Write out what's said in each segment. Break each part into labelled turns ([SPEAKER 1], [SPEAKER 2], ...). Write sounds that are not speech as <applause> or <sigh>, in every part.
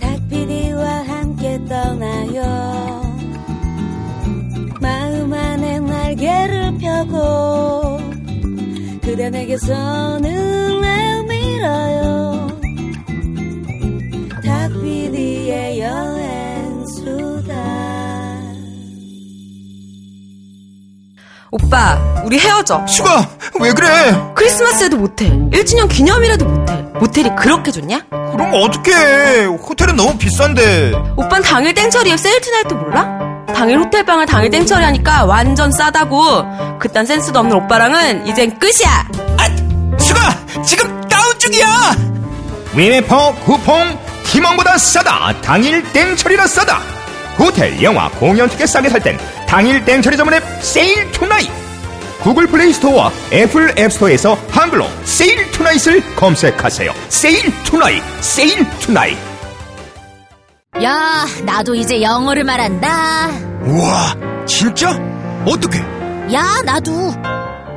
[SPEAKER 1] 닭피디와 함께 떠나요 마음 안에 날개를 펴고 그대 내게 손을 내밀어요 닭피디의 여행수다
[SPEAKER 2] 오빠, 우리 헤어져.
[SPEAKER 3] 슈가 왜 그래?
[SPEAKER 2] 크리스마스에도 모텔, 1주년 기념이라도 모텔. 모텔이 그렇게 좋냐?
[SPEAKER 3] 그럼 어떡해? 호텔은 너무 비싼데.
[SPEAKER 2] 오빤 당일 땡처리에 세일 투나이트 몰라? 당일 호텔방을 당일 땡처리 하니까 완전 싸다고. 그딴 센스도 없는 오빠랑은 이젠 끝이야.
[SPEAKER 3] 아, 슈가 지금 다운 중이야. 위메퍼 쿠폰 팀원보다 싸다. 당일 땡처리라 싸다. 호텔, 영화, 공연 티켓 싸게 살 땐 당일 땡처리 전문 앱 세일 투나잇. 구글 플레이 스토어와 애플 앱 스토어에서 한글로 세일 투나잇을 검색하세요. 세일 투나잇, 세일 투나잇.
[SPEAKER 4] 야, 나도 이제 영어를 말한다.
[SPEAKER 3] 우와, 진짜? 어떻게?
[SPEAKER 4] 야, 나도.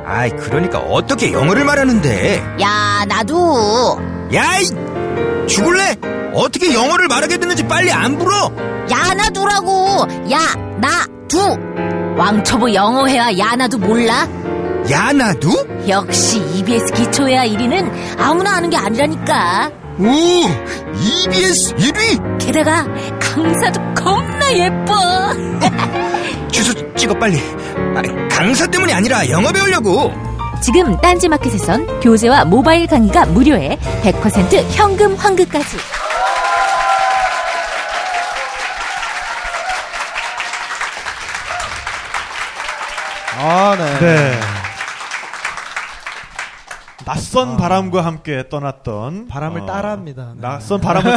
[SPEAKER 3] 아이, 그러니까 어떻게 영어를 말하는데?
[SPEAKER 4] 야, 나도.
[SPEAKER 3] 야이 죽을래? 어떻게 영어를 말하게 됐는지 빨리 안 불어?
[SPEAKER 4] 야, 나도라고. 야, 나, 두. 왕초보 영어회화 야, 나도 몰라?
[SPEAKER 3] 야나두?
[SPEAKER 4] 역시 EBS 기초회화 1위는 아무나 아는 게 아니라니까.
[SPEAKER 3] 오 E EBS 1위
[SPEAKER 4] 게다가 강사도 겁나 예뻐.
[SPEAKER 3] 주소 찍어 빨리 아, 강사 때문이 아니라 영어 배우려고
[SPEAKER 4] 지금 딴지마켓에선 교재와 모바일 강의가 무료해 100% 현금 환급까지.
[SPEAKER 5] 아, 네.
[SPEAKER 6] 네.
[SPEAKER 5] 아.
[SPEAKER 6] 낯선 바람과 함께 떠났던
[SPEAKER 5] 바람을 따라합니다. 네.
[SPEAKER 6] 낯선 바람을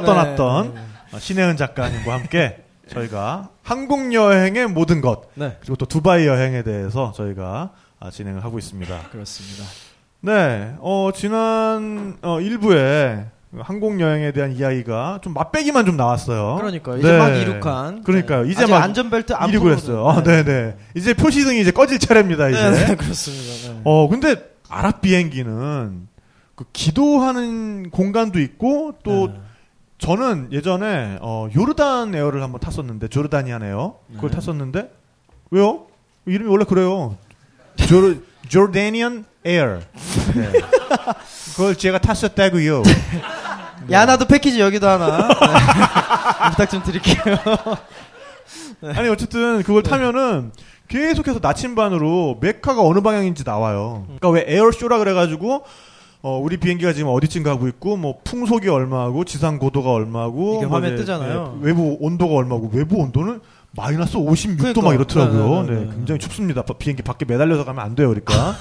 [SPEAKER 5] <laughs> 네.
[SPEAKER 6] 떠났던 어, 신혜은 작가님과 함께 저희가 한국 여행의 모든 것
[SPEAKER 5] 네.
[SPEAKER 6] 그리고 또 두바이 여행에 대해서 저희가 아, 진행을 하고 있습니다.
[SPEAKER 5] 그렇습니다.
[SPEAKER 6] 네, 어, 지난 어, 1부에 항공 여행에 대한 이야기가 좀 맛배기만 좀 나왔어요. 네.
[SPEAKER 5] 그러니까 이제 막 이륙한.
[SPEAKER 6] 그러니까요.
[SPEAKER 5] 네.
[SPEAKER 6] 이제
[SPEAKER 5] 아직
[SPEAKER 6] 막
[SPEAKER 5] 안전벨트 안
[SPEAKER 6] 이륙을 했어요. 어, 네, 네. 이제 표시등이 이제 꺼질 차례입니다. 이제.
[SPEAKER 5] 네, 네, 그렇습니다. 네.
[SPEAKER 6] 어, 근데 아랍 비행기는 그 기도하는 공간도 있고 또
[SPEAKER 5] 네.
[SPEAKER 6] 저는 예전에 어, 요르단 에어를 한번 탔었는데 조르다니안 에어
[SPEAKER 5] 네.
[SPEAKER 6] 그걸 탔었는데 왜요? 이름이 원래 그래요. 조르 조르다니안 에어. 네. <laughs> 그걸 제가 탔었다고요.
[SPEAKER 5] 네. 야, 나도 패키지 여기도 <laughs> 하나. 네. 부탁 좀 드릴게요.
[SPEAKER 6] <laughs> 아니 어쨌든 그걸
[SPEAKER 5] 네.
[SPEAKER 6] 타면은 계속해서 나침반으로 메카가 어느 방향인지 나와요. 그러니까 왜 에어쇼라 그래가지고 어, 우리 비행기가 지금 어디쯤 가고 있고 뭐 풍속이 얼마고 지상 고도가 얼마고
[SPEAKER 5] 이게
[SPEAKER 6] 뭐
[SPEAKER 5] 화면
[SPEAKER 6] 이제,
[SPEAKER 5] 뜨잖아요.
[SPEAKER 6] 예, 외부 온도가 얼마고 외부 온도는 마이너스 56도
[SPEAKER 5] 그러니까.
[SPEAKER 6] 막
[SPEAKER 5] 네,
[SPEAKER 6] 이렇더라고요.
[SPEAKER 5] 네, 네,
[SPEAKER 6] 네,
[SPEAKER 5] 네.
[SPEAKER 6] 굉장히 춥습니다. 바- 비행기 밖에 매달려서 가면 안 돼요, 그러니까.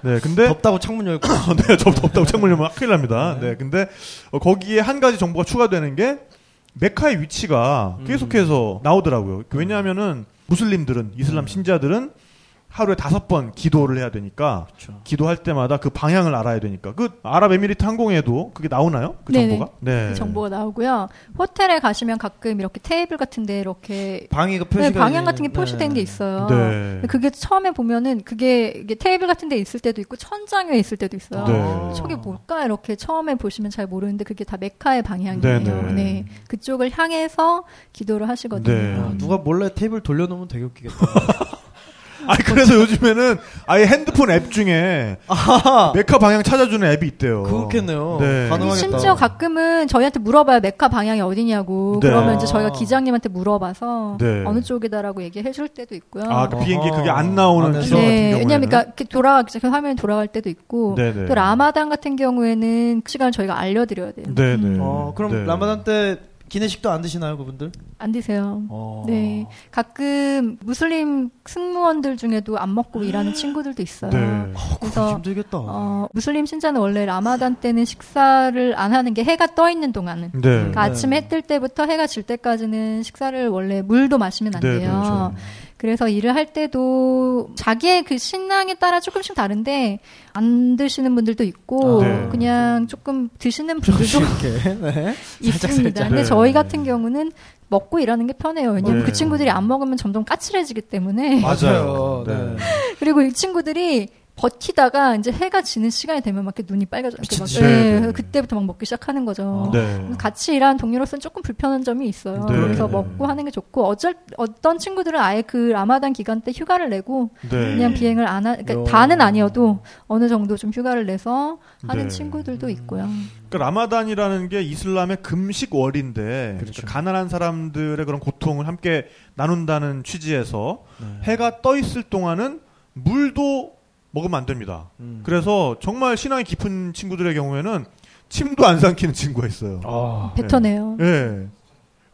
[SPEAKER 6] 네, 근데
[SPEAKER 5] 덥다고 창문 열고.
[SPEAKER 6] 네, 덥, 덥다고 창문 열면 큰일 납니다. 네, 근데 어, 거기에 한 가지 정보가 추가되는 게 메카의 위치가
[SPEAKER 5] 음.
[SPEAKER 6] 계속해서 나오더라고요. 그 왜냐하면은 무슬림들은
[SPEAKER 5] 음.
[SPEAKER 6] 이슬람 신자들은 하루에 다섯 번 기도를 해야 되니까
[SPEAKER 5] 그렇죠.
[SPEAKER 6] 기도할 때마다 그 방향을 알아야 되니까 그 아랍에미리트 항공에도 그게 나오나요? 그
[SPEAKER 7] 네네.
[SPEAKER 6] 정보가? 네.
[SPEAKER 7] 이 정보가 나오고요. 호텔에 가시면 가끔 이렇게 테이블 같은데 이렇게
[SPEAKER 5] 방해가
[SPEAKER 7] 네,
[SPEAKER 5] 표시가
[SPEAKER 7] 방향
[SPEAKER 5] 되는-
[SPEAKER 7] 같은 게 표시된
[SPEAKER 5] 네.
[SPEAKER 7] 게 있어요.
[SPEAKER 6] 네.
[SPEAKER 7] 근데 그게 처음에 보면은 그게 이게 테이블 같은 데 있을 때도 있고 천장 위에 있을 때도 있어요.
[SPEAKER 6] 네.
[SPEAKER 7] 저게 뭘까 이렇게 처음에 보시면 잘 모르는데 그게 다 메카의
[SPEAKER 6] 네,
[SPEAKER 7] 방향이에요.
[SPEAKER 6] 네.
[SPEAKER 7] 네, 그쪽을 향해서 기도를 하시거든요.
[SPEAKER 6] 네.
[SPEAKER 5] 야, 아, 누가 몰래 테이블 돌려놓으면 되게 <laughs> 웃기겠다.
[SPEAKER 6] 아 그래서 요즘에는 아예 핸드폰 앱 중에
[SPEAKER 5] 아하!
[SPEAKER 6] 메카 방향 찾아주는 앱이 있대요.
[SPEAKER 5] 그렇겠네요.
[SPEAKER 6] 네.
[SPEAKER 5] 가능하겠다.
[SPEAKER 7] 심지어 가끔은 저희한테 물어봐요. 메카 방향이 어디냐고.
[SPEAKER 6] 네.
[SPEAKER 7] 그러면 이제 저희가
[SPEAKER 5] 아.
[SPEAKER 7] 기장님한테 물어봐서
[SPEAKER 6] 네.
[SPEAKER 7] 어느 쪽이다라고 얘기해 줄 때도 있고요.
[SPEAKER 6] 아, 그 비행기 그게 안
[SPEAKER 5] 아,
[SPEAKER 6] 나오는
[SPEAKER 5] 네.
[SPEAKER 6] 기사 같은 경우에는
[SPEAKER 7] 왜냐면 그러니까 이렇게 돌아가기 시작 화면이 돌아갈 때도 있고
[SPEAKER 6] 네네.
[SPEAKER 7] 또 라마단 같은 경우에는 그 시간을 저희가 알려드려야 돼요. 음.
[SPEAKER 6] 네네.
[SPEAKER 5] 어, 그럼
[SPEAKER 6] 네.
[SPEAKER 5] 라마단 때 기내식도 안 드시나요, 그분들?
[SPEAKER 7] 안 드세요.
[SPEAKER 5] 어.
[SPEAKER 7] 네, 가끔 무슬림 승무원들 중에도 안 먹고 일하는 친구들도 있어요.
[SPEAKER 6] 네.
[SPEAKER 5] 그거
[SPEAKER 7] 그래서
[SPEAKER 5] 힘들겠다.
[SPEAKER 7] 어, 무슬림 신자는 원래 라마단 때는 식사를 안 하는 게 해가 떠 있는 동안은.
[SPEAKER 6] 네.
[SPEAKER 7] 그러니까 아침에 해 뜰 때부터 해가 질 때까지는 식사를 원래 물도 마시면 안
[SPEAKER 6] 네,
[SPEAKER 7] 돼요.
[SPEAKER 6] 그렇죠.
[SPEAKER 7] 그래서 일을 할 때도 자기의 그 신앙에 따라 조금씩 다른데 안 드시는 분들도 있고
[SPEAKER 6] 아, 네.
[SPEAKER 7] 그냥 조금 드시는 분들도 <laughs>
[SPEAKER 5] 이렇게. 네.
[SPEAKER 7] 있습니다. 근데
[SPEAKER 6] 네.
[SPEAKER 7] 저희 같은 경우는 먹고 일하는 게 편해요. 왜냐면
[SPEAKER 6] 네.
[SPEAKER 7] 그 <laughs> 친구들이 안 먹으면 점점 까칠해지기 때문에
[SPEAKER 5] 맞아요.
[SPEAKER 6] 맞아요.
[SPEAKER 5] 네.
[SPEAKER 7] 그리고 이 친구들이 버티다가 이제 해가 지는 시간이 되면 막 이렇게 눈이 빨개져. 이렇게 막,
[SPEAKER 6] 미치지.
[SPEAKER 7] 예,
[SPEAKER 6] 네.
[SPEAKER 7] 그때부터 막 먹기 시작하는 음, 거죠.
[SPEAKER 6] 네.
[SPEAKER 7] 같이 일하는 동료로서는 조금 불편한 점이 있어요.
[SPEAKER 6] 네.
[SPEAKER 7] 그래서 먹고 하는 게 좋고 어쩔 어떤 친구들은 아예 그 라마단 기간 때 휴가를 내고
[SPEAKER 6] 네.
[SPEAKER 7] 그냥 비행을 안 하,
[SPEAKER 6] 요.
[SPEAKER 7] 그러니까 다는 아니어도 어느 정도 좀 휴가를 내서
[SPEAKER 6] 네.
[SPEAKER 7] 하는 친구들도 있고요.
[SPEAKER 6] 그 라마단이라는 게 이슬람의 금식월인데
[SPEAKER 5] 그렇죠.
[SPEAKER 6] 그러니까 가난한 사람들의 그런 고통을 함께 나눈다는 취지에서
[SPEAKER 5] 네.
[SPEAKER 6] 해가 떠 있을 동안은 물도 먹으면 안 됩니다.
[SPEAKER 5] 음.
[SPEAKER 6] 그래서 정말 신앙이 깊은 친구들의 경우에는 침도 안 삼키는 친구가 있어요.
[SPEAKER 5] 아,
[SPEAKER 6] 네.
[SPEAKER 7] 뱉어내요.
[SPEAKER 6] 예.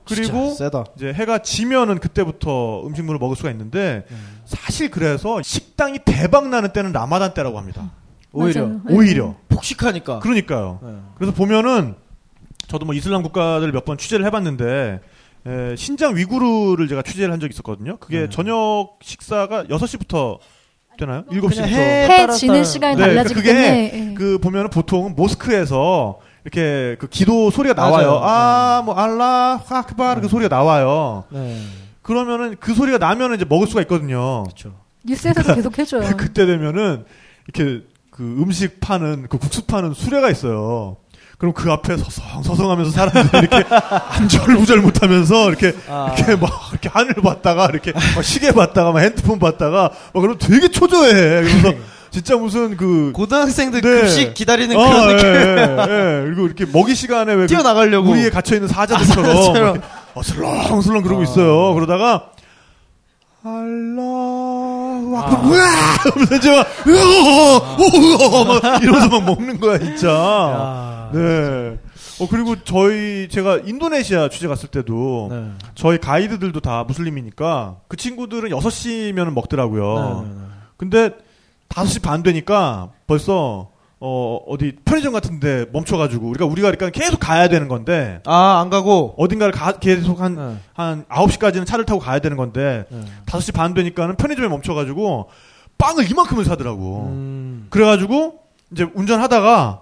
[SPEAKER 6] 그리고
[SPEAKER 5] 진짜 세다.
[SPEAKER 6] 이제 해가 지면은 그때부터 음식물을 먹을 수가 있는데
[SPEAKER 5] 음.
[SPEAKER 6] 사실 그래서 식당이 대박 나는 때는 라마단 때라고 합니다.
[SPEAKER 5] 오히려
[SPEAKER 7] 맞아요. 예.
[SPEAKER 6] 오히려
[SPEAKER 5] 폭식하니까.
[SPEAKER 6] 그러니까요.
[SPEAKER 5] 네.
[SPEAKER 6] 그래서 보면은 저도 뭐 이슬람 국가들 몇 번 취재를 해봤는데 에, 신장 위구르를 제가 취재를 한 적이 있었거든요.
[SPEAKER 5] 네.
[SPEAKER 6] 그게 저녁 식사가 6시부터 되나요? 7시부터.
[SPEAKER 7] 해 지는 시간이
[SPEAKER 6] 네,
[SPEAKER 7] 달라지기
[SPEAKER 6] 그게
[SPEAKER 7] 때문에 예.
[SPEAKER 6] 그 보면은 보통 모스크에서 이렇게 그 기도 소리가
[SPEAKER 5] 맞아요.
[SPEAKER 6] 나와요.
[SPEAKER 5] 음.
[SPEAKER 6] 아, 뭐 알라 화크바 그 소리가 나와요.
[SPEAKER 5] 네.
[SPEAKER 6] 그러면은 그 소리가 나면은 이제 먹을 수가 있거든요.
[SPEAKER 5] 그렇죠.
[SPEAKER 7] 뉴스에서도 계속 해줘요.
[SPEAKER 5] 어.
[SPEAKER 6] 그때 되면은 이렇게 그 음식 파는 그 국수 파는 수레가 있어요. 그럼 그 앞에 서성 서성하면서 사람들이 이렇게
[SPEAKER 5] <laughs>
[SPEAKER 6] 안절부절 못하면서 이렇게
[SPEAKER 5] 아.
[SPEAKER 6] 이렇게 막 이렇게 하늘 봤다가 이렇게 막 시계 봤다가 막 핸드폰 봤다가 막 그럼 되게
[SPEAKER 5] <laughs>
[SPEAKER 6] 초조해. 그래서 진짜 무슨 그
[SPEAKER 5] 고등학생들
[SPEAKER 6] 네.
[SPEAKER 5] 급식 기다리는
[SPEAKER 6] 아,
[SPEAKER 5] 그런
[SPEAKER 6] 예,
[SPEAKER 5] 느낌. <laughs>
[SPEAKER 6] 예, 예. 그리고 이렇게 먹이 시간에 왜
[SPEAKER 5] 뛰어나가려고.
[SPEAKER 6] 우리에 갇혀 있는 사자들처럼
[SPEAKER 5] 아, 사자처럼. 아.
[SPEAKER 6] 이렇게 어슬렁슬렁 그러고 있어요. 그러다가 알라 와
[SPEAKER 5] 아.
[SPEAKER 6] 하면서 이제 막 으어 막 이러면서 막 먹는 거야 진짜.
[SPEAKER 5] 아.
[SPEAKER 6] 네. 어 그리고 저희 제가 인도네시아 취재 갔을 때도
[SPEAKER 5] 네.
[SPEAKER 6] 저희 가이드들도 다 무슬림이니까 그 친구들은 6시면 먹더라고요.
[SPEAKER 5] 네, 네, 네.
[SPEAKER 6] 근데 5시 반 되니까 벌써 어 어디 편의점 같은 데 멈춰 가지고 우리가 우리가 그러니까 계속 가야 되는 건데
[SPEAKER 5] 아, 안 가고.
[SPEAKER 6] 어딘가를 가- 계속 한 한
[SPEAKER 5] 네.
[SPEAKER 6] 9시까지는 차를 타고 가야 되는 건데
[SPEAKER 5] 네.
[SPEAKER 6] 5시 반 되니까는 편의점에 멈춰 가지고 빵을 이만큼을 사더라고.
[SPEAKER 5] 음.
[SPEAKER 6] 그래 가지고 이제 운전하다가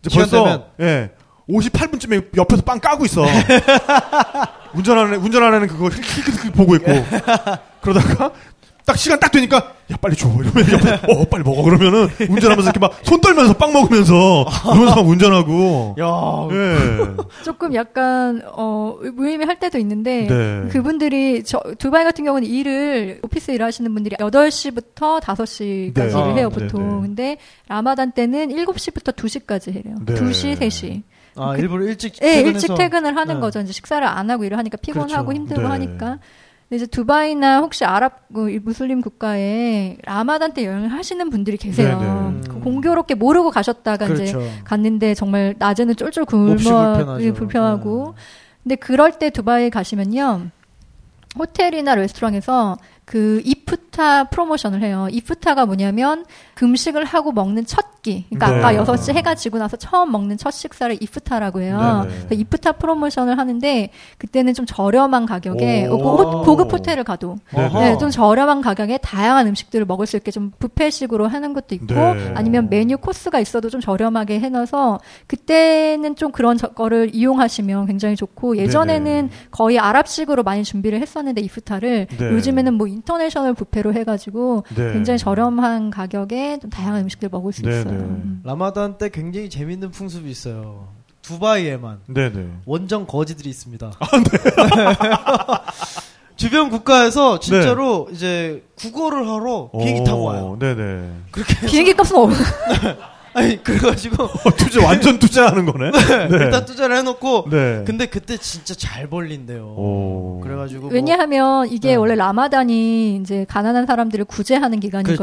[SPEAKER 6] 이제
[SPEAKER 5] 시간
[SPEAKER 6] 벌써
[SPEAKER 5] 되면.
[SPEAKER 6] 예. 58분쯤에 옆에서 빵
[SPEAKER 5] <laughs>
[SPEAKER 6] 까고 있어. 운전하는 애- 운전하는 애는 그거 힐끗힐끗
[SPEAKER 5] <laughs>
[SPEAKER 6] 보고 있고. 그러다가 딱 시간 딱 되니까 야 빨리 줘 이러면 옆에 어 빨리 먹어 그러면은 운전하면서 이렇게 막 손 떨면서 빵 먹으면서 그러면서 막 운전하고
[SPEAKER 5] 야.
[SPEAKER 6] 예.
[SPEAKER 7] 조금 약간 어 무의미할 때도 있는데
[SPEAKER 6] 네.
[SPEAKER 7] 그분들이 저 두바이 같은 경우는 일을 오피스 일하시는 분들이 8시부터 5시까지를
[SPEAKER 6] 네. 아, 네,
[SPEAKER 7] 해요 보통.
[SPEAKER 6] 네.
[SPEAKER 7] 근데 라마단 때는 7시부터 2시까지 해요.
[SPEAKER 6] 네.
[SPEAKER 7] 2시, 3시.
[SPEAKER 5] 아,
[SPEAKER 7] 그-
[SPEAKER 5] 일부러 일찍
[SPEAKER 7] 예,
[SPEAKER 5] 퇴근해서.
[SPEAKER 7] 일찍 퇴근을 하는
[SPEAKER 5] 네.
[SPEAKER 7] 거죠. 이제 식사를 안 하고 일을 하니까 피곤하고
[SPEAKER 5] 그렇죠.
[SPEAKER 7] 힘들고
[SPEAKER 6] 네.
[SPEAKER 7] 하니까. 근데 이제 두바이나 혹시 아랍 그 무슬림 국가에 라마단 때 여행을 하시는 분들이 계세요.
[SPEAKER 6] 네,
[SPEAKER 5] 네.
[SPEAKER 7] 그 공교롭게 모르고 가셨다가 이제
[SPEAKER 5] 그렇죠.
[SPEAKER 7] 갔는데 정말 낮에는 쫄쫄
[SPEAKER 5] 몹시
[SPEAKER 7] 굶어
[SPEAKER 5] 불편하죠. 네.
[SPEAKER 7] 예, 불편하고 근데 그럴 때 두바이 가시면요 호텔이나 레스토랑에서 그 이프타 프로모션을 해요. 이프타가 뭐냐면 금식을 하고 먹는 첫 끼. 그러니까
[SPEAKER 6] 네.
[SPEAKER 7] 아까 여섯 시 해가 지고 나서 처음 먹는 첫 식사를 이프타라고 해요.
[SPEAKER 6] 네.
[SPEAKER 7] 그래서 이프타 프로모션을 하는데 그때는 좀 저렴한 가격에
[SPEAKER 6] 오.
[SPEAKER 7] 고- 고급 호텔을 가도
[SPEAKER 6] 어허.
[SPEAKER 7] 네, 좀 저렴한 가격에 다양한 음식들을 먹을 수 있게 좀 뷔페식으로 하는 것도 있고
[SPEAKER 6] 네.
[SPEAKER 7] 아니면 메뉴 코스가 있어도 좀 저렴하게 해놔서 그때는 좀 그런 저- 거를 이용하시면 굉장히 좋고 예전에는
[SPEAKER 6] 네네.
[SPEAKER 7] 거의 아랍식으로 많이 준비를 했었는데 이프타를
[SPEAKER 6] 네.
[SPEAKER 7] 요즘에는 뭐 인터내셔널 뷔페로 해가지고
[SPEAKER 6] 네.
[SPEAKER 7] 굉장히 저렴한 가격에 좀 다양한 음식들 먹을 수
[SPEAKER 6] 네네.
[SPEAKER 7] 있어요. 음.
[SPEAKER 5] 라마단 때 굉장히 재밌는 풍습이 있어요. 두바이에만
[SPEAKER 6] 네네.
[SPEAKER 5] 원정 거지들이 있습니다. 네. <laughs> 주변 국가에서 진짜로 이제 국어를 하러 비행기 타고
[SPEAKER 6] 오,
[SPEAKER 5] 와요. <laughs>
[SPEAKER 6] 네네.
[SPEAKER 5] 그렇게
[SPEAKER 7] 비행기 값은 없는
[SPEAKER 5] 아니 그래가지고
[SPEAKER 6] 어, 투자 완전 투자하는 거네.
[SPEAKER 5] 일단 투자를 해놓고
[SPEAKER 6] 네.
[SPEAKER 5] 근데 그때 진짜 잘 벌린대요.
[SPEAKER 6] 오.
[SPEAKER 5] 그래가지고 뭐-
[SPEAKER 7] 왜냐하면 이게
[SPEAKER 5] 네.
[SPEAKER 7] 원래 라마단이 이제 가난한 사람들을 구제하는 기간이거든요.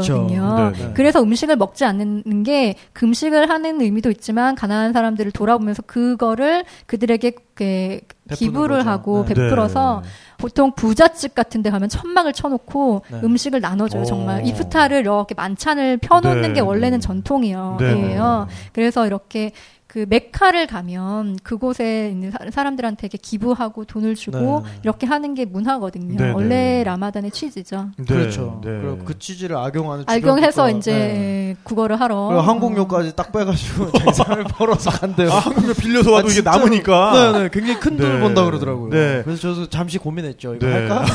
[SPEAKER 6] 그렇죠.
[SPEAKER 5] 네네.
[SPEAKER 7] 그래서 음식을 먹지 않는 게 금식을 하는 의미도 있지만 가난한 사람들을 돌아보면서 그거를 그들에게 이렇게
[SPEAKER 5] 베푸는
[SPEAKER 7] 기부를
[SPEAKER 5] 거죠.
[SPEAKER 7] 하고
[SPEAKER 5] 네.
[SPEAKER 7] 베풀어서 보통 부잣집 같은 데 가면 천막을 쳐놓고
[SPEAKER 5] 네.
[SPEAKER 7] 음식을 나눠줘요
[SPEAKER 6] 오.
[SPEAKER 7] 정말 이프타를 이렇게 만찬을 펴놓는
[SPEAKER 6] 네.
[SPEAKER 7] 게 원래는 전통이에요
[SPEAKER 6] 네네.
[SPEAKER 7] 예요. 그래서 이렇게 그 메카를 가면 그곳에 있는 사- 사람들한테 이렇게 기부하고 돈을 주고
[SPEAKER 5] 네.
[SPEAKER 7] 이렇게 하는 게 문화거든요.
[SPEAKER 6] 네네.
[SPEAKER 7] 원래 라마단의 취지죠.
[SPEAKER 6] 네,
[SPEAKER 5] 그렇죠.
[SPEAKER 6] 네.
[SPEAKER 5] 그리고 그 취지를 악용하는
[SPEAKER 7] 아, 악용해서
[SPEAKER 5] 주변 국가.
[SPEAKER 7] 이제 예,
[SPEAKER 5] 네.
[SPEAKER 7] 국어를 하러
[SPEAKER 5] 그리고 항공료까지 딱
[SPEAKER 6] <laughs>
[SPEAKER 5] 빼가지고 자기상을 벌어서 간대요. <laughs>
[SPEAKER 6] 아, 한국에 빌려서 와도
[SPEAKER 5] 아,
[SPEAKER 6] 이게
[SPEAKER 5] 진짜로.
[SPEAKER 6] 남으니까.
[SPEAKER 5] 네네 굉장히 큰 돈을
[SPEAKER 6] 네.
[SPEAKER 5] 번다 그러더라고요.
[SPEAKER 6] 네.
[SPEAKER 5] 그래서 저도 잠시 고민했죠. 이거
[SPEAKER 6] 네.
[SPEAKER 5] 할까? <laughs> 네.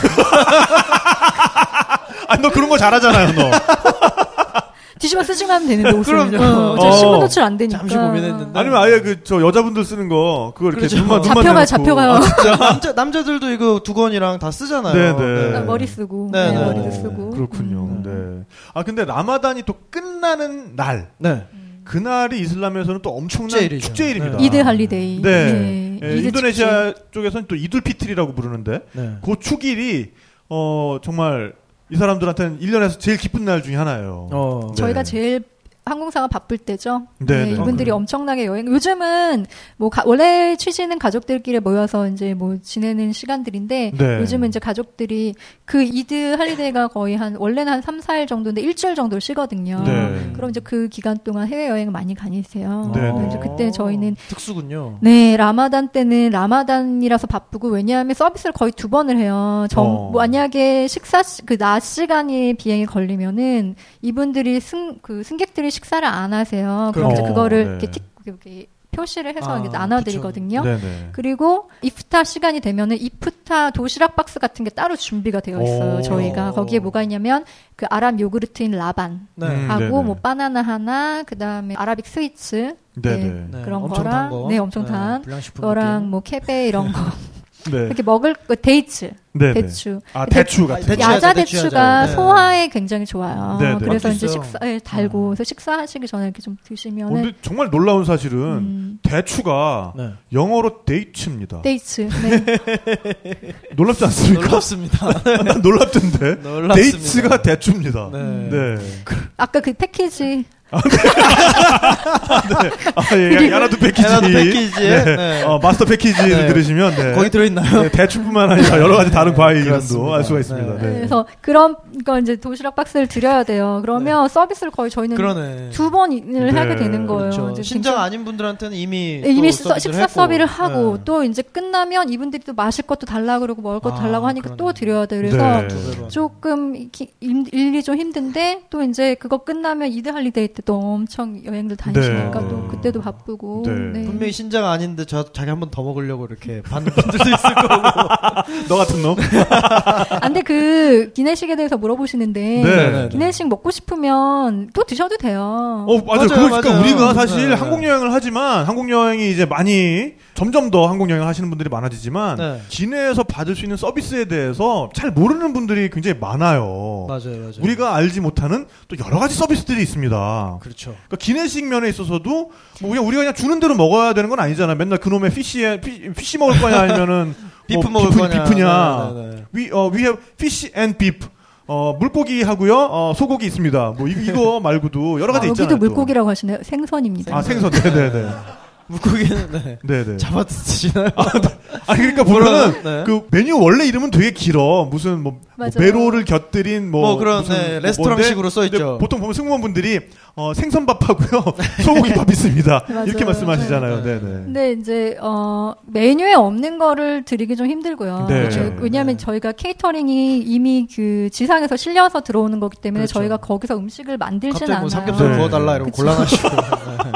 [SPEAKER 6] 아, 너 그런 거 잘하잖아요, 너.
[SPEAKER 7] 뒤집어 쓰기만 하면 되는데 옷을.
[SPEAKER 5] 그럼요.
[SPEAKER 7] 어, 어차피
[SPEAKER 6] 어.
[SPEAKER 7] 신분 노출 안 되니까.
[SPEAKER 5] <laughs> 잠시 고민했는데.
[SPEAKER 6] 아니면 아예 그 저 여자분들 쓰는 거 그거 이렇게
[SPEAKER 5] 그렇죠.
[SPEAKER 6] 눈만 눈만
[SPEAKER 7] 잡혀가요,
[SPEAKER 6] 대놓고.
[SPEAKER 7] 잡혀가요.
[SPEAKER 5] 어. <laughs> 남자 남자들도 이거 두건이랑 다 쓰잖아요.
[SPEAKER 6] 아, 네네.
[SPEAKER 7] 나 머리 쓰고
[SPEAKER 5] 네,
[SPEAKER 7] 네,
[SPEAKER 5] 네.
[SPEAKER 7] 머리도
[SPEAKER 6] 어,
[SPEAKER 7] 쓰고.
[SPEAKER 6] 그렇군요.
[SPEAKER 7] 음.
[SPEAKER 6] 네. 아 근데 라마단이 또 끝나는 날
[SPEAKER 5] 네.
[SPEAKER 6] 그날이 이슬람에서는 또 엄청난
[SPEAKER 5] 축제일이죠.
[SPEAKER 6] 축제일입니다.
[SPEAKER 5] 네.
[SPEAKER 7] 이드 할리데이.
[SPEAKER 6] 네. 예,
[SPEAKER 7] 이드 축제.
[SPEAKER 6] 인도네시아 쪽에서는 또 이둘피트리라고 부르는데
[SPEAKER 5] 네.
[SPEAKER 6] 그 축일이 어 정말 이 사람들한테는 1년에서 제일 기쁜 날 중에 하나예요.
[SPEAKER 5] 어.
[SPEAKER 6] 저-
[SPEAKER 7] 저희가
[SPEAKER 6] 네.
[SPEAKER 7] 제일 항공사가 바쁠 때죠. 예,
[SPEAKER 6] 네, 네.
[SPEAKER 7] 이분들이
[SPEAKER 6] 아, 그래요?
[SPEAKER 7] 엄청나게 여행. 요즘은 뭐 가- 원래 취지는 가족들끼리 모여서 이제 뭐 지내는 시간들인데
[SPEAKER 6] 네.
[SPEAKER 7] 요즘은 이제 가족들이 그 이드 할리데이가 거의 한 원래는 한 3, 4일 정도인데 일주일 정도 쉬거든요.
[SPEAKER 5] 아,
[SPEAKER 6] 네.
[SPEAKER 7] 그럼 이제 그 기간 동안 해외 여행 많이 다니세요.
[SPEAKER 6] 네,
[SPEAKER 7] 그래서
[SPEAKER 6] 네.
[SPEAKER 7] 이제
[SPEAKER 5] 어.
[SPEAKER 7] 그때 저희는
[SPEAKER 5] 특수군요.
[SPEAKER 7] 네, 라마단 때는 라마단이라서 바쁘고 왜냐하면 서비스를 거의 두 번을 해요. 정,
[SPEAKER 6] 어.
[SPEAKER 7] 만약에 식사 그 낮 시간이 비행이 걸리면은 이분들이 승 그 승객들이 식사를 안 하세요. 그럼
[SPEAKER 6] 그럼.
[SPEAKER 7] 그 그거를
[SPEAKER 6] 네.
[SPEAKER 7] 이렇게 틱 이렇게 표시를 해서
[SPEAKER 5] 아,
[SPEAKER 7] 이렇게 나눠드리거든요.
[SPEAKER 6] 네네.
[SPEAKER 7] 그리고 이프타 시간이 되면은 이프타 도시락 박스 같은 게 따로 준비가 되어 있어요.
[SPEAKER 6] 오.
[SPEAKER 7] 저희가 거기에 뭐가 있냐면 그 아랍 요구르트인 라반
[SPEAKER 5] 네.
[SPEAKER 6] 음.
[SPEAKER 7] 하고
[SPEAKER 6] 네네.
[SPEAKER 7] 뭐 바나나 하나, 그 다음에 아라빅 스위츠,
[SPEAKER 6] 네네.
[SPEAKER 5] 네.
[SPEAKER 7] 아, 그런
[SPEAKER 5] 엄청
[SPEAKER 7] 거랑-
[SPEAKER 5] 탄 거.
[SPEAKER 7] 네, 엄청 탄
[SPEAKER 5] 불량식품
[SPEAKER 7] 그거랑
[SPEAKER 5] 느낌.
[SPEAKER 7] 뭐 케베 이런 거
[SPEAKER 6] <laughs>
[SPEAKER 5] 그
[SPEAKER 6] 네.
[SPEAKER 7] 이렇게 먹을 거 데이츠,
[SPEAKER 6] 네네.
[SPEAKER 7] 대추. 그
[SPEAKER 6] 아 대추
[SPEAKER 5] 아,
[SPEAKER 6] 같은.
[SPEAKER 5] 대추. 대추야자,
[SPEAKER 7] 야자
[SPEAKER 5] 대추야자.
[SPEAKER 7] 대추가
[SPEAKER 5] 네. 그렇죠.
[SPEAKER 7] 소화에 굉장히 좋아요.
[SPEAKER 6] 네, 음. 네.
[SPEAKER 7] 그래서 이제
[SPEAKER 5] 맛있어요.
[SPEAKER 7] 식사 예, 달고 그래서 식사하시기 전에 이렇게 좀
[SPEAKER 6] 어,
[SPEAKER 7] 드시면은
[SPEAKER 6] 근데 정말 놀라운 사실은
[SPEAKER 7] 음,
[SPEAKER 6] 대추가
[SPEAKER 5] 네.
[SPEAKER 6] 영어로 데이츠입니다.
[SPEAKER 7] 데이츠. 네.
[SPEAKER 6] 놀랍지
[SPEAKER 7] 뭐
[SPEAKER 6] 않습니까?
[SPEAKER 5] 놀랍습니다.
[SPEAKER 6] 난 <laughs> 놀랍던데.
[SPEAKER 5] 놀랍습니다.
[SPEAKER 6] 데이츠가 대추입니다. 네.
[SPEAKER 5] 네.
[SPEAKER 7] 아까 그 패키지
[SPEAKER 6] 아, 예, 야나두 패키지.
[SPEAKER 5] 야나두 패키지.
[SPEAKER 6] 네.
[SPEAKER 5] 네.
[SPEAKER 6] 어, 마스터 패키지를
[SPEAKER 5] 네.
[SPEAKER 6] 들으시면, 네.
[SPEAKER 5] 거기 들어있나요?
[SPEAKER 6] 네, 대추뿐만 아니라 여러 가지 다른
[SPEAKER 5] 네,
[SPEAKER 6] 과일
[SPEAKER 5] 그렇습니다.
[SPEAKER 6] 이름도 알 수가 있습니다.
[SPEAKER 5] 네.
[SPEAKER 6] <laughs> 네.
[SPEAKER 7] 그래서 그런 거 이제 도시락 박스를 드려야 돼요. 그러면 서비스를 거의 저희는
[SPEAKER 5] <laughs> 그러네.
[SPEAKER 7] 두 번을
[SPEAKER 6] 네,
[SPEAKER 7] 하게 되는 거예요.
[SPEAKER 5] 그렇죠.
[SPEAKER 7] 이제
[SPEAKER 5] 신장
[SPEAKER 7] 굉장히- 네,
[SPEAKER 5] 아닌 분들한테는 이미
[SPEAKER 7] 이미
[SPEAKER 5] 또
[SPEAKER 7] 서-
[SPEAKER 5] 서비스를
[SPEAKER 7] 식사
[SPEAKER 5] 했고.
[SPEAKER 7] 서비를 하고
[SPEAKER 5] 네.
[SPEAKER 7] 또 이제 끝나면 이분들이 또 마실 것도 달라고 그러고 먹을 것도
[SPEAKER 5] 아,
[SPEAKER 7] 달라고 하니까 또
[SPEAKER 5] 그러네.
[SPEAKER 7] 드려야 돼요. 그래서
[SPEAKER 6] 네.
[SPEAKER 5] 두 배로.
[SPEAKER 7] 조금 기- 일- 일이 좀 힘든데 또 이제 그거 끝나면 이드 할리데이 때도 엄청 여행들 다니시니까
[SPEAKER 6] 네.
[SPEAKER 7] 또 그때도 바쁘고
[SPEAKER 6] 네.
[SPEAKER 7] 네.
[SPEAKER 5] 분명히 신장 아닌데 저 자기 한 번 더 먹으려고 이렇게 받는 분들도 있을 거고.
[SPEAKER 6] <laughs> 너 같은 놈?
[SPEAKER 7] 아, 근데 그 기내식에 대해서 물어보시는데
[SPEAKER 6] 네.
[SPEAKER 7] 기내식 먹고 싶으면 또 드셔도 돼요.
[SPEAKER 6] 어, 맞아요.
[SPEAKER 5] 맞아요,
[SPEAKER 6] 그러니까
[SPEAKER 5] 맞아요.
[SPEAKER 6] 우리가 사실
[SPEAKER 5] 네.
[SPEAKER 6] 항공 여행을 하지만 항공 여행이 이제 많이 점점 더 항공 여행 하시는 분들이 많아지지만
[SPEAKER 5] 네.
[SPEAKER 6] 기내에서 받을 수 있는 서비스에 대해서 잘 모르는 분들이 굉장히 많아요.
[SPEAKER 5] 맞아요, 맞아요.
[SPEAKER 6] 우리가 알지 못하는 또 여러 가지 서비스들이 있습니다.
[SPEAKER 5] 그렇죠.
[SPEAKER 6] 그러니까 기내식 면에 있어서도 뭐 그냥 우리가 그냥 주는 대로 먹어야 되는 건 아니잖아. 맨날 그놈의 피시에 피, 피시 먹을 거냐 아니면은
[SPEAKER 5] <laughs> 비프
[SPEAKER 6] 뭐
[SPEAKER 5] 먹을
[SPEAKER 6] 비프,
[SPEAKER 5] 거냐.
[SPEAKER 6] 비프냐.
[SPEAKER 5] 네, 네, 네.
[SPEAKER 6] We 어 we have fish and beef. 어 물고기 하고요. 어 소고기 있습니다. 뭐 이, 거 <laughs> 말고도 여러
[SPEAKER 7] 아,
[SPEAKER 6] 가지 있잖아요.
[SPEAKER 7] 여기도
[SPEAKER 6] 또.
[SPEAKER 7] 물고기라고 하시네요. 생선입니다.
[SPEAKER 6] 아 생선. 네네네.
[SPEAKER 5] 물고기는 네.
[SPEAKER 6] 네네.
[SPEAKER 5] 잡아 드시나요?
[SPEAKER 6] 아 그러니까
[SPEAKER 5] 물론,
[SPEAKER 6] 보면은
[SPEAKER 5] 네.
[SPEAKER 6] 그 메뉴 원래 이름은 되게 길어. 무슨 뭐, 뭐
[SPEAKER 7] 맞아요.
[SPEAKER 6] 배로를 곁들인 뭐,
[SPEAKER 5] 뭐 그런,
[SPEAKER 6] 무슨
[SPEAKER 5] 네,
[SPEAKER 6] 뭐
[SPEAKER 5] 레스토랑식으로
[SPEAKER 6] 뭔데?
[SPEAKER 5] 써 있죠.
[SPEAKER 6] 근데 보통 보면 승무원분들이 어, 생선밥하고요 <laughs> 소고기밥 있습니다.
[SPEAKER 7] <laughs> 맞아요.
[SPEAKER 6] 이렇게 말씀하시잖아요.
[SPEAKER 5] 네,
[SPEAKER 6] 네네.
[SPEAKER 7] 근데 이제 어 메뉴에 없는 거를 드리기 좀 힘들고요.
[SPEAKER 6] 네.
[SPEAKER 7] 저희- 왜냐하면
[SPEAKER 5] 네.
[SPEAKER 7] 저희가 케이터링이 이미 그 지상에서 실려서 들어오는 거기 때문에
[SPEAKER 5] 그렇죠.
[SPEAKER 7] 저희가 거기서 음식을 만들진
[SPEAKER 5] 갑자기
[SPEAKER 7] 않아요.
[SPEAKER 5] 뭐 삼겹살
[SPEAKER 6] 네.
[SPEAKER 5] 구워달라 이러면
[SPEAKER 7] 그쵸.
[SPEAKER 5] 곤란하시고.
[SPEAKER 7] <laughs>
[SPEAKER 5] 네.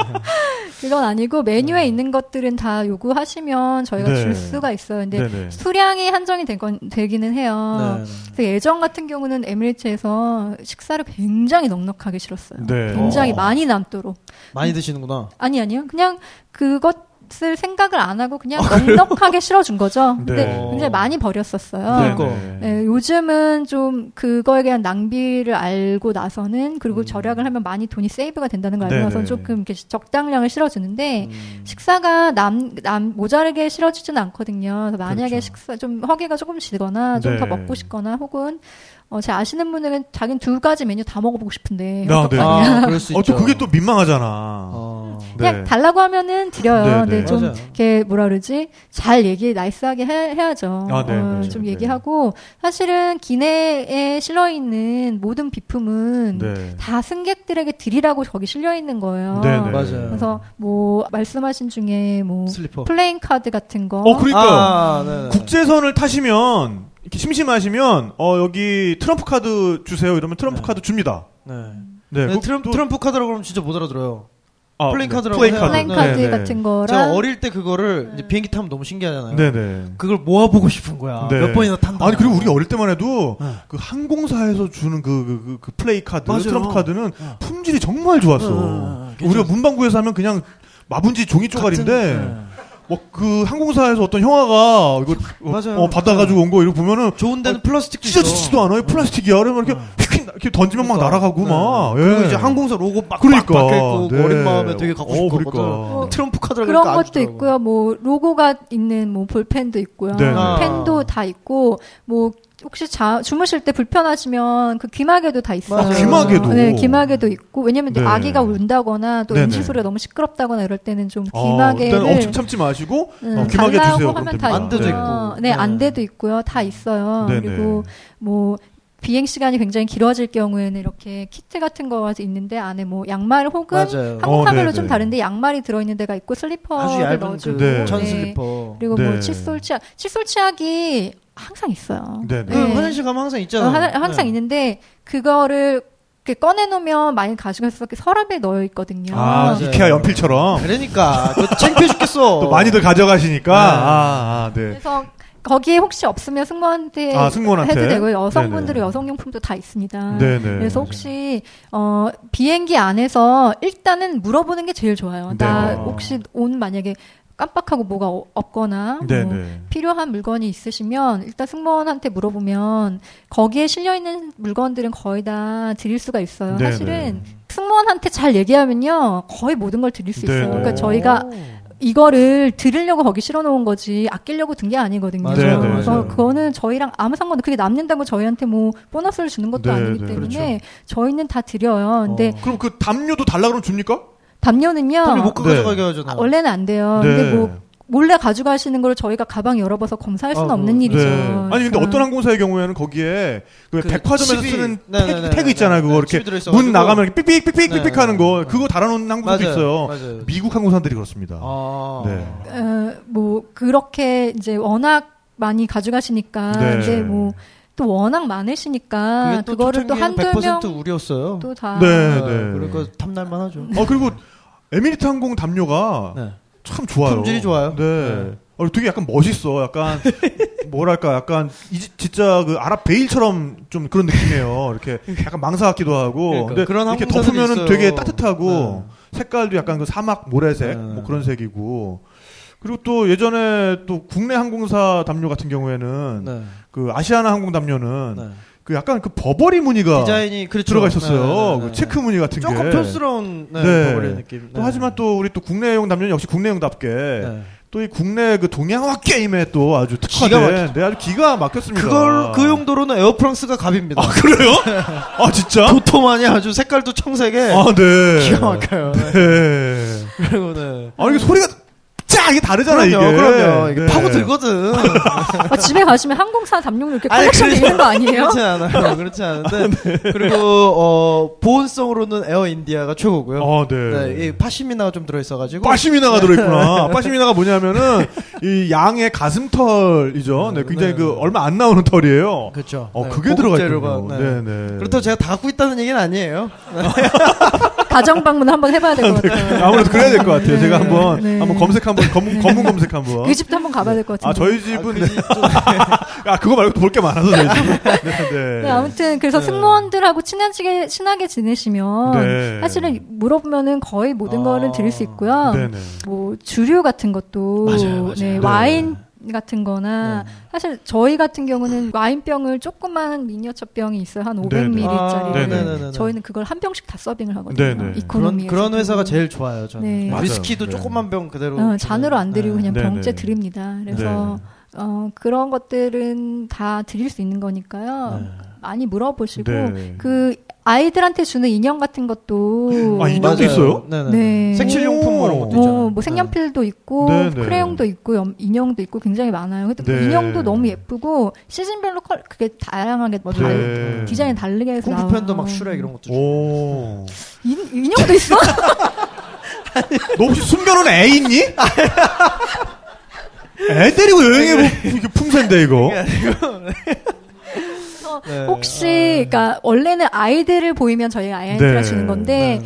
[SPEAKER 7] 그건 아니고 메뉴에 있는 것들은 다 요구하시면 저희가
[SPEAKER 6] 음. 네.
[SPEAKER 7] 줄 수가 있어요. 근데
[SPEAKER 6] 네네.
[SPEAKER 7] 수량이 한정이 된 건 되기는 해요.
[SPEAKER 5] 네.
[SPEAKER 7] 그래서 예전 같은 경우는 에미레이트에서 식사를 굉장히 넉넉하게 실었어요.
[SPEAKER 6] 네.
[SPEAKER 7] 굉장히
[SPEAKER 6] 어.
[SPEAKER 7] 많이 남도록.
[SPEAKER 5] 많이 드시는구나.
[SPEAKER 7] 아니 아니요. 그냥 그것을 생각을 안 하고 그냥 넉넉하게
[SPEAKER 6] <laughs>
[SPEAKER 7] 실어준 거죠. 근데
[SPEAKER 6] 아, 네.
[SPEAKER 7] 굉장히 많이 버렸었어요.
[SPEAKER 5] 네.
[SPEAKER 7] 예, 요즘은 좀 그거에 대한 낭비를 알고 나서는 그리고 절약을 하면 많이 돈이 세이브가 된다는 걸
[SPEAKER 6] 음.
[SPEAKER 7] 알고
[SPEAKER 6] 네네. 음.
[SPEAKER 7] 나서 조금 이렇게 적당량을 실어주는데 식사가 남, 남 모자르게 실어주지는 않거든요. 그래서 만약에
[SPEAKER 6] 그렇죠.
[SPEAKER 7] 식사 좀 허기가 조금 지거나 좀
[SPEAKER 6] 네.
[SPEAKER 7] 더 먹고 싶거나 혹은 어, 제 아시는 분은 자기는 두 가지 메뉴 다 먹어보고 싶은데
[SPEAKER 6] 아, 네.
[SPEAKER 5] 아, 그럴 수 있죠.
[SPEAKER 6] 어, 또 그게 또 민망하잖아.
[SPEAKER 5] 어.
[SPEAKER 7] 그냥
[SPEAKER 6] 네.
[SPEAKER 7] 달라고 하면은 드려요.
[SPEAKER 6] 네네.
[SPEAKER 7] 근데 좀
[SPEAKER 5] 맞아요.
[SPEAKER 7] 이렇게 뭐라 그러지? 잘 얘기 나이스하게 해, 해야죠.
[SPEAKER 6] 아, 네,
[SPEAKER 7] 어,
[SPEAKER 6] 네,
[SPEAKER 7] 좀
[SPEAKER 6] 네.
[SPEAKER 7] 얘기하고 사실은 기내에 실려 있는 모든 비품은
[SPEAKER 6] 네.
[SPEAKER 7] 다 승객들에게 드리라고 거기 실려 있는 거예요.
[SPEAKER 6] 네, 네.
[SPEAKER 5] 맞아요.
[SPEAKER 7] 그래서 뭐 말씀하신 중에 뭐
[SPEAKER 5] 슬리퍼.
[SPEAKER 7] 플레인 카드 같은 거
[SPEAKER 6] 어, 그러니까
[SPEAKER 5] 아, 네네.
[SPEAKER 6] 국제선을 타시면 이렇게 심심하시면 어 여기 트럼프 카드 주세요. 이러면 트럼프
[SPEAKER 5] 네.
[SPEAKER 6] 카드 줍니다.
[SPEAKER 5] 네.
[SPEAKER 6] 네.
[SPEAKER 5] 네,
[SPEAKER 6] 그-
[SPEAKER 5] 트럼프,
[SPEAKER 6] 또-
[SPEAKER 5] 트럼프 카드라고 그러면 진짜 못 알아들어요.
[SPEAKER 6] 아,
[SPEAKER 5] 플랜카드라고
[SPEAKER 6] 플랜
[SPEAKER 5] 해요.
[SPEAKER 6] 카드.
[SPEAKER 5] 플랜
[SPEAKER 7] 플랜카드
[SPEAKER 6] 네, 네.
[SPEAKER 7] 같은
[SPEAKER 5] 제가
[SPEAKER 7] 거랑
[SPEAKER 5] 어릴 때 그거를
[SPEAKER 7] 네.
[SPEAKER 5] 이제 비행기 타면 너무 신기하잖아요.
[SPEAKER 6] 네네.
[SPEAKER 5] 그걸 모아보고 싶은 거야.
[SPEAKER 6] 네.
[SPEAKER 5] 몇 번이나 탄다.
[SPEAKER 6] 아니 그리고 우리가 어릴 때만 해도
[SPEAKER 5] 네.
[SPEAKER 6] 그 항공사에서 주는 그, 그, 그, 그 플레이 카드,
[SPEAKER 5] 맞아요.
[SPEAKER 6] 트럼프 카드는
[SPEAKER 5] 어.
[SPEAKER 6] 품질이 정말 좋았어.
[SPEAKER 5] 어, 어, 어,
[SPEAKER 6] 우리가
[SPEAKER 5] 괜찮았어.
[SPEAKER 6] 문방구에서 하면 그냥 마분지 종이 쪼가리인데
[SPEAKER 5] 같은, 네.
[SPEAKER 6] 뭐 그 항공사에서 어떤 형아가 이거 어,
[SPEAKER 5] 맞아요. 그러니까.
[SPEAKER 6] 어, 받아가지고 온 거 이러고 보면은
[SPEAKER 5] 좋은 데는 플라스틱도 그러니까.
[SPEAKER 6] 찢어지지도 않아요. 플라스틱이야. 그러면 이렇게 휙휙 이렇게 던지면 막 날아가고 막.
[SPEAKER 5] 네. 그리고
[SPEAKER 6] 예.
[SPEAKER 5] 이제 항공사 로고 막
[SPEAKER 6] 그러니까.
[SPEAKER 5] 박혀있고
[SPEAKER 6] 네.
[SPEAKER 5] 어린 마음에 되게 갖고
[SPEAKER 6] 어,
[SPEAKER 5] 싶거든.
[SPEAKER 6] 그러니까. 어.
[SPEAKER 5] 트럼프 카드를
[SPEAKER 7] 그런
[SPEAKER 5] 그러니까 안
[SPEAKER 7] 것도
[SPEAKER 5] 주더라고.
[SPEAKER 7] 있고요. 뭐 로고가 있는 뭐 볼펜도 있고요.
[SPEAKER 6] 네.
[SPEAKER 5] 아.
[SPEAKER 7] 펜도 다 있고 뭐 혹시 자, 주무실 때 불편하시면 그 귀마개도 다 있어요.
[SPEAKER 5] 아,
[SPEAKER 6] 귀마개도?
[SPEAKER 7] 네, 귀마개도 있고 왜냐면 또
[SPEAKER 6] 네.
[SPEAKER 7] 아기가 운다거나 또
[SPEAKER 6] 네네.
[SPEAKER 7] 음식 소리가 너무 시끄럽다거나 이럴 때는 좀
[SPEAKER 6] 어,
[SPEAKER 7] 귀마개를
[SPEAKER 6] 일단 엄청 참지 마시고
[SPEAKER 7] 음,
[SPEAKER 6] 어, 귀마개
[SPEAKER 7] 달라고
[SPEAKER 6] 주세요.
[SPEAKER 7] 하면
[SPEAKER 6] 그럼
[SPEAKER 7] 다
[SPEAKER 6] 됩니다.
[SPEAKER 5] 안 되죠,
[SPEAKER 6] 네.
[SPEAKER 5] 이거.
[SPEAKER 7] 어, 네,
[SPEAKER 5] 네.
[SPEAKER 7] 안대도 있고요. 다 있어요.
[SPEAKER 6] 네네.
[SPEAKER 7] 그리고 뭐 비행 시간이 굉장히 길어질 경우에는 이렇게 키트 같은 거가 있는데 안에 뭐 양말 혹은
[SPEAKER 5] 맞아요.
[SPEAKER 7] 항공사별로
[SPEAKER 6] 어,
[SPEAKER 7] 좀
[SPEAKER 6] 네네.
[SPEAKER 7] 다른데 양말이 들어있는 데가 있고
[SPEAKER 5] 아주
[SPEAKER 7] 슬리퍼를
[SPEAKER 5] 얇은 그
[SPEAKER 7] 넣어주고
[SPEAKER 6] 네.
[SPEAKER 5] 천
[SPEAKER 7] 네.
[SPEAKER 5] 슬리퍼.
[SPEAKER 7] 그리고
[SPEAKER 6] 네.
[SPEAKER 7] 뭐 칫솔 치약 칫솔 치약이 항상 있어요.
[SPEAKER 6] 네네.
[SPEAKER 5] 그
[SPEAKER 7] 네.
[SPEAKER 5] 화장실 가면 항상
[SPEAKER 7] 어,
[SPEAKER 5] 있잖아요.
[SPEAKER 7] 하- 항상
[SPEAKER 5] 네.
[SPEAKER 7] 있는데 그거를 이렇게 꺼내놓으면 많이 가지고 있어서 이렇게 서랍에 넣어 있거든요.
[SPEAKER 6] 아,
[SPEAKER 7] 네.
[SPEAKER 5] 맞아요.
[SPEAKER 6] 이케아 연필처럼
[SPEAKER 5] 그러니까 그거 창피해 죽겠어.
[SPEAKER 6] 어. 또 많이들
[SPEAKER 5] 네.
[SPEAKER 6] 가져가시니까 아, 아, 네.
[SPEAKER 7] 그래서 거기에 혹시 없으면 승무원한테
[SPEAKER 6] 아, 승무원한테?
[SPEAKER 7] 해도 되고 여성분들은
[SPEAKER 6] 네네.
[SPEAKER 7] 여성용품도 다 있습니다.
[SPEAKER 6] 네네.
[SPEAKER 7] 아, 그래서 혹시 어, 비행기 안에서 일단은 물어보는 게 제일 좋아요. 나
[SPEAKER 6] 네.
[SPEAKER 7] 혹시 온 만약에 깜빡하고 뭐가 어- 없거나 뭐
[SPEAKER 6] 네, 네.
[SPEAKER 7] 필요한 물건이 있으시면 일단 승무원한테 물어보면 거기에 실려 있는 물건들은 거의 다 드릴 수가 있어요.
[SPEAKER 6] 네네.
[SPEAKER 7] 사실은 승무원한테 잘 얘기하면요 거의 모든 걸 드릴 수 있어요.
[SPEAKER 6] 네네.
[SPEAKER 7] 그러니까 저희가 이거를 들으려고 거기 실어놓은 거지 아끼려고 든 게 아니거든요.
[SPEAKER 5] 맞아요,
[SPEAKER 6] 네네.
[SPEAKER 7] 그래서
[SPEAKER 5] 맞아요.
[SPEAKER 7] 그거는 저희랑 아무 상관도 그게 남는다고 저희한테 뭐 보너스를 주는 것도
[SPEAKER 6] 네네.
[SPEAKER 7] 아니기 때문에
[SPEAKER 5] 그렇죠.
[SPEAKER 7] 저희는 다 드려요. 근데
[SPEAKER 5] 어.
[SPEAKER 6] 그럼 그 담요도 달라 그러면 줍니까?
[SPEAKER 7] 담요는요
[SPEAKER 5] 돈을 못
[SPEAKER 6] 네.
[SPEAKER 5] 가져가게 하잖아.
[SPEAKER 7] 아, 원래는 안 돼요.
[SPEAKER 5] 네.
[SPEAKER 7] 근데 뭐 몰래 가져가시는 걸 저희가 가방 열어봐서 검사할 수는
[SPEAKER 5] 아,
[SPEAKER 7] 없는
[SPEAKER 5] 네.
[SPEAKER 7] 일이죠.
[SPEAKER 6] 뭐, 아니 근데
[SPEAKER 7] 그러니까.
[SPEAKER 6] 어떤 항공사의 경우에는 거기에 그
[SPEAKER 5] 그
[SPEAKER 6] 백화점에서
[SPEAKER 5] 칩이-
[SPEAKER 6] 쓰는
[SPEAKER 5] 네, 네,
[SPEAKER 6] 태그,
[SPEAKER 5] 네,
[SPEAKER 6] 태그
[SPEAKER 5] 네,
[SPEAKER 6] 있잖아요.
[SPEAKER 5] 네,
[SPEAKER 6] 그거
[SPEAKER 5] 네.
[SPEAKER 6] 이렇게
[SPEAKER 5] 칩이 들어있어가지고.
[SPEAKER 6] 문 나가면 이렇게 삑삑 삑삑
[SPEAKER 5] 네, 네,
[SPEAKER 6] 삑삑 하는 거
[SPEAKER 5] 네.
[SPEAKER 6] 그거 달아놓는 항공사도
[SPEAKER 5] 맞아요,
[SPEAKER 6] 있어요.
[SPEAKER 5] 맞아요.
[SPEAKER 6] 미국 항공사들이 그렇습니다.
[SPEAKER 5] 아.
[SPEAKER 6] 네.
[SPEAKER 7] 어, 뭐 그렇게 이제 워낙 많이 가져가시니까
[SPEAKER 6] 네.
[SPEAKER 7] 근데 뭐 또 워낙 많으시니까
[SPEAKER 5] 그게 또
[SPEAKER 7] 아, 그거를 또 한두
[SPEAKER 5] 100%
[SPEAKER 7] 명또
[SPEAKER 5] 우리였어요.
[SPEAKER 7] 다.
[SPEAKER 6] 네.
[SPEAKER 5] 그러니까 탐날만 하죠.
[SPEAKER 6] 어 그리고 에미리트 항공 담요가
[SPEAKER 5] 네.
[SPEAKER 6] 참 좋아요.
[SPEAKER 5] 품질이 좋아요.
[SPEAKER 6] 네.
[SPEAKER 5] 네.
[SPEAKER 6] 어, 되게 약간
[SPEAKER 5] <laughs>
[SPEAKER 6] 멋있어. 약간 뭐랄까, 약간 이- 진짜 그 아랍 베일처럼 좀 그런 느낌이에요. 이렇게 약간 망사 같기도 하고.
[SPEAKER 5] 그러니까
[SPEAKER 6] 근데
[SPEAKER 5] 그런
[SPEAKER 6] 이렇게
[SPEAKER 5] 항공사들이
[SPEAKER 6] 덮으면은
[SPEAKER 5] 있어요.
[SPEAKER 6] 되게 따뜻하고 색깔도 약간 그 사막 모래색
[SPEAKER 5] 네.
[SPEAKER 6] 뭐 그런 색이고. 그리고 또 예전에 또 국내 항공사 담요 같은 경우에는
[SPEAKER 5] 네.
[SPEAKER 6] 그 아시아나 항공 담요는
[SPEAKER 5] 네.
[SPEAKER 6] 그 약간 그 버버리 무늬가
[SPEAKER 5] 디자인이 그렇죠.
[SPEAKER 6] 들어가 있었어요.
[SPEAKER 5] 네, 네, 네,
[SPEAKER 6] 그
[SPEAKER 5] 네.
[SPEAKER 6] 체크 무늬 같은 게.
[SPEAKER 5] 조금 촌스러운 네,
[SPEAKER 6] 네.
[SPEAKER 5] 버버리 느낌.
[SPEAKER 6] 또 하지만 또 우리 또 국내용 담요는 역시 국내용답게
[SPEAKER 5] 네.
[SPEAKER 6] 또 이 국내 그 동양화 게임에 또 아주
[SPEAKER 5] 기가
[SPEAKER 6] 특화된
[SPEAKER 5] 막혔-
[SPEAKER 6] 네, 아주 기가 막혔습니다.
[SPEAKER 5] 그걸 그 용도로는 에어프랑스가 갑입니다.
[SPEAKER 6] 아 그래요? 아 진짜?
[SPEAKER 5] <laughs> 도톰하니 아주 색깔도 청색에
[SPEAKER 6] 아 네.
[SPEAKER 5] 기가 막혀요. 네.
[SPEAKER 6] 네.
[SPEAKER 5] 그리고 네.
[SPEAKER 6] 아 이게 소리가 짜 이게 다르잖아
[SPEAKER 5] 그럼요,
[SPEAKER 6] 이게.
[SPEAKER 5] 그럼요. 이게
[SPEAKER 6] 네.
[SPEAKER 5] 파고 들거든.
[SPEAKER 7] 아, 집에 가시면 항공사 담요 이렇게
[SPEAKER 5] 아니,
[SPEAKER 7] 컬렉션 되
[SPEAKER 5] 그래서-
[SPEAKER 7] 있는 거 아니에요?
[SPEAKER 5] 그렇진 않아요. 그렇지 않은데.
[SPEAKER 6] 네.
[SPEAKER 5] 그리고, 어, 보온성으로는 에어 인디아가 최고고요.
[SPEAKER 6] 아 네. 그
[SPEAKER 5] 네, 이 네. 파시미나가 좀 들어있어가지고.
[SPEAKER 6] 빠시미나가 들어있구나. 빠시미나가
[SPEAKER 5] <laughs>
[SPEAKER 6] 뭐냐면은 이 양의 가슴털이죠. 네, 굉장히
[SPEAKER 5] 네.
[SPEAKER 6] 그 얼마 안 나오는 털이에요.
[SPEAKER 5] 그렇죠.
[SPEAKER 6] 어
[SPEAKER 5] 네,
[SPEAKER 6] 그게
[SPEAKER 5] 고급
[SPEAKER 6] 들어가
[SPEAKER 5] 재료가,
[SPEAKER 6] 있군요.
[SPEAKER 5] 네.
[SPEAKER 6] 네. 네
[SPEAKER 5] 그렇다고 제가 다 갖고 있다는 얘기는 아니에요.
[SPEAKER 7] <laughs> 가정 방문 한번 해봐야 될 것 같아요.
[SPEAKER 6] 아무래도 네. 그래야 될 것 같아요.
[SPEAKER 7] 네.
[SPEAKER 6] 제가 한번
[SPEAKER 7] 네.
[SPEAKER 6] 한번 검색 한번 검은 검은 검색 한번.
[SPEAKER 7] 그 집도 한번 가봐야 될 것 같은데.
[SPEAKER 6] 아 저희
[SPEAKER 5] 아,
[SPEAKER 6] 집은
[SPEAKER 5] 그 또-
[SPEAKER 6] 아 그거 말고 볼 게 많아서 저희 집은. 네. 네.
[SPEAKER 7] 네, 아무튼 그래서 승무원들하고 친하게 친하게 지내시면
[SPEAKER 6] 네.
[SPEAKER 7] 사실은 물어보면은 거의 모든
[SPEAKER 5] 아.
[SPEAKER 7] 거를 드릴 수 있고요.
[SPEAKER 6] 네네.
[SPEAKER 7] 뭐 주류 같은 것도
[SPEAKER 5] 맞아요, 맞아요.
[SPEAKER 7] 네,
[SPEAKER 5] 네.
[SPEAKER 7] 와인 같은 거나 사실 저희 같은 경우는 와인병을 조그만 미니어처 병이 있어요. 한
[SPEAKER 5] 아,
[SPEAKER 7] 500ml짜리를.
[SPEAKER 5] 네네네네.
[SPEAKER 7] 저희는 그걸 한 병씩 다 서빙을 하거든요.
[SPEAKER 6] 네네.
[SPEAKER 7] 이코노미에서.
[SPEAKER 5] 그런, 그런 회사가 제일 좋아요, 저는.
[SPEAKER 7] 네.
[SPEAKER 6] 맞아요.
[SPEAKER 5] 위스키도
[SPEAKER 6] 네.
[SPEAKER 5] 조금만 병 그대로.
[SPEAKER 7] 어, 잔으로 안 드리고 그냥
[SPEAKER 6] 네네.
[SPEAKER 7] 병째 드립니다. 그래서 어, 그런 것들은 다 드릴 수 있는 거니까요. 많이 물어보시고
[SPEAKER 6] 네.
[SPEAKER 7] 그 아이들한테 주는 인형 같은 것도
[SPEAKER 6] 아, 인형도 있어요?
[SPEAKER 5] 네네.
[SPEAKER 7] 네.
[SPEAKER 5] 색칠용품 뭐 이런 것도 있잖아요.
[SPEAKER 7] 어, 뭐 색연필도 있고
[SPEAKER 6] 네, 네.
[SPEAKER 7] 크레용도 있고 염- 인형도 있고 굉장히 많아요. 근데
[SPEAKER 6] 네.
[SPEAKER 7] 인형도 너무 예쁘고 시즌별로 컬 그게 다양하게 다,
[SPEAKER 5] 맞아요.
[SPEAKER 6] 네.
[SPEAKER 7] 디자인 다르게 해서
[SPEAKER 5] 공부편도
[SPEAKER 7] 나와요.
[SPEAKER 5] 막 슈렉 이런 것도.
[SPEAKER 6] 오.
[SPEAKER 7] 인, 인형도 있어?
[SPEAKER 5] <laughs>
[SPEAKER 6] 너 혹시 순별은 애 있니? 애 데리고 여행해 보 이게 풍선데 이거.
[SPEAKER 5] 네.
[SPEAKER 7] 혹시 그러니까 원래는 아이들을 보이면 저희가 아이한테
[SPEAKER 6] 네.
[SPEAKER 7] 주는 건데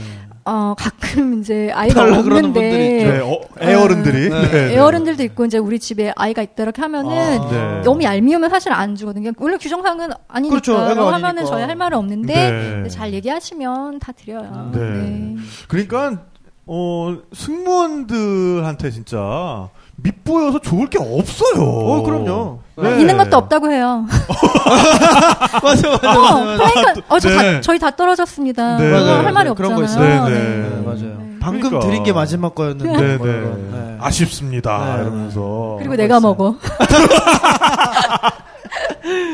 [SPEAKER 7] 어, 어, 가끔 이제 아이가
[SPEAKER 5] 달라 그러는 분들이
[SPEAKER 7] 없는데
[SPEAKER 6] 네, 어, 애어른들이.
[SPEAKER 5] 네.
[SPEAKER 6] 네, 네.
[SPEAKER 7] 아. 애어른들도 있고 이제 우리 집에 아이가 있다 이렇게 하면은
[SPEAKER 6] 네.
[SPEAKER 7] 너무 얄미우면 사실 안 주거든요. 원래 규정상은 아니니까
[SPEAKER 5] 그렇죠. 애가
[SPEAKER 7] 라고
[SPEAKER 5] 아니니까.
[SPEAKER 7] 하면은 저희 할 말은 없는데
[SPEAKER 6] 네.
[SPEAKER 7] 근데 잘 얘기하시면 다 드려요.
[SPEAKER 6] 네.
[SPEAKER 7] 네.
[SPEAKER 6] 그러니까 어 승무원들한테 진짜 밑보여서 좋을 게 없어요.
[SPEAKER 5] 어, 그럼요.
[SPEAKER 6] 네.
[SPEAKER 7] 아, 있는 것도 없다고 해요.
[SPEAKER 5] 맞아, 맞아,
[SPEAKER 7] <laughs> 어, 그러니까 어, 저 다-
[SPEAKER 6] 네.
[SPEAKER 7] 저희 다 떨어졌습니다.
[SPEAKER 6] 네.
[SPEAKER 7] 그거
[SPEAKER 6] 맞아요.
[SPEAKER 7] 할 말이
[SPEAKER 5] 그런 거
[SPEAKER 7] 없잖아요.
[SPEAKER 6] 있어요. 네,
[SPEAKER 5] 네,
[SPEAKER 6] 네.
[SPEAKER 5] 맞아요.
[SPEAKER 7] 네.
[SPEAKER 5] 방금
[SPEAKER 6] 그러니까.
[SPEAKER 5] 드린 게 마지막 거였는데.
[SPEAKER 6] 네네.
[SPEAKER 5] 뭐 이런 건. 네.
[SPEAKER 6] 아쉽습니다.
[SPEAKER 5] 네,
[SPEAKER 6] 이러면서.
[SPEAKER 7] 그리고 내가 먹어.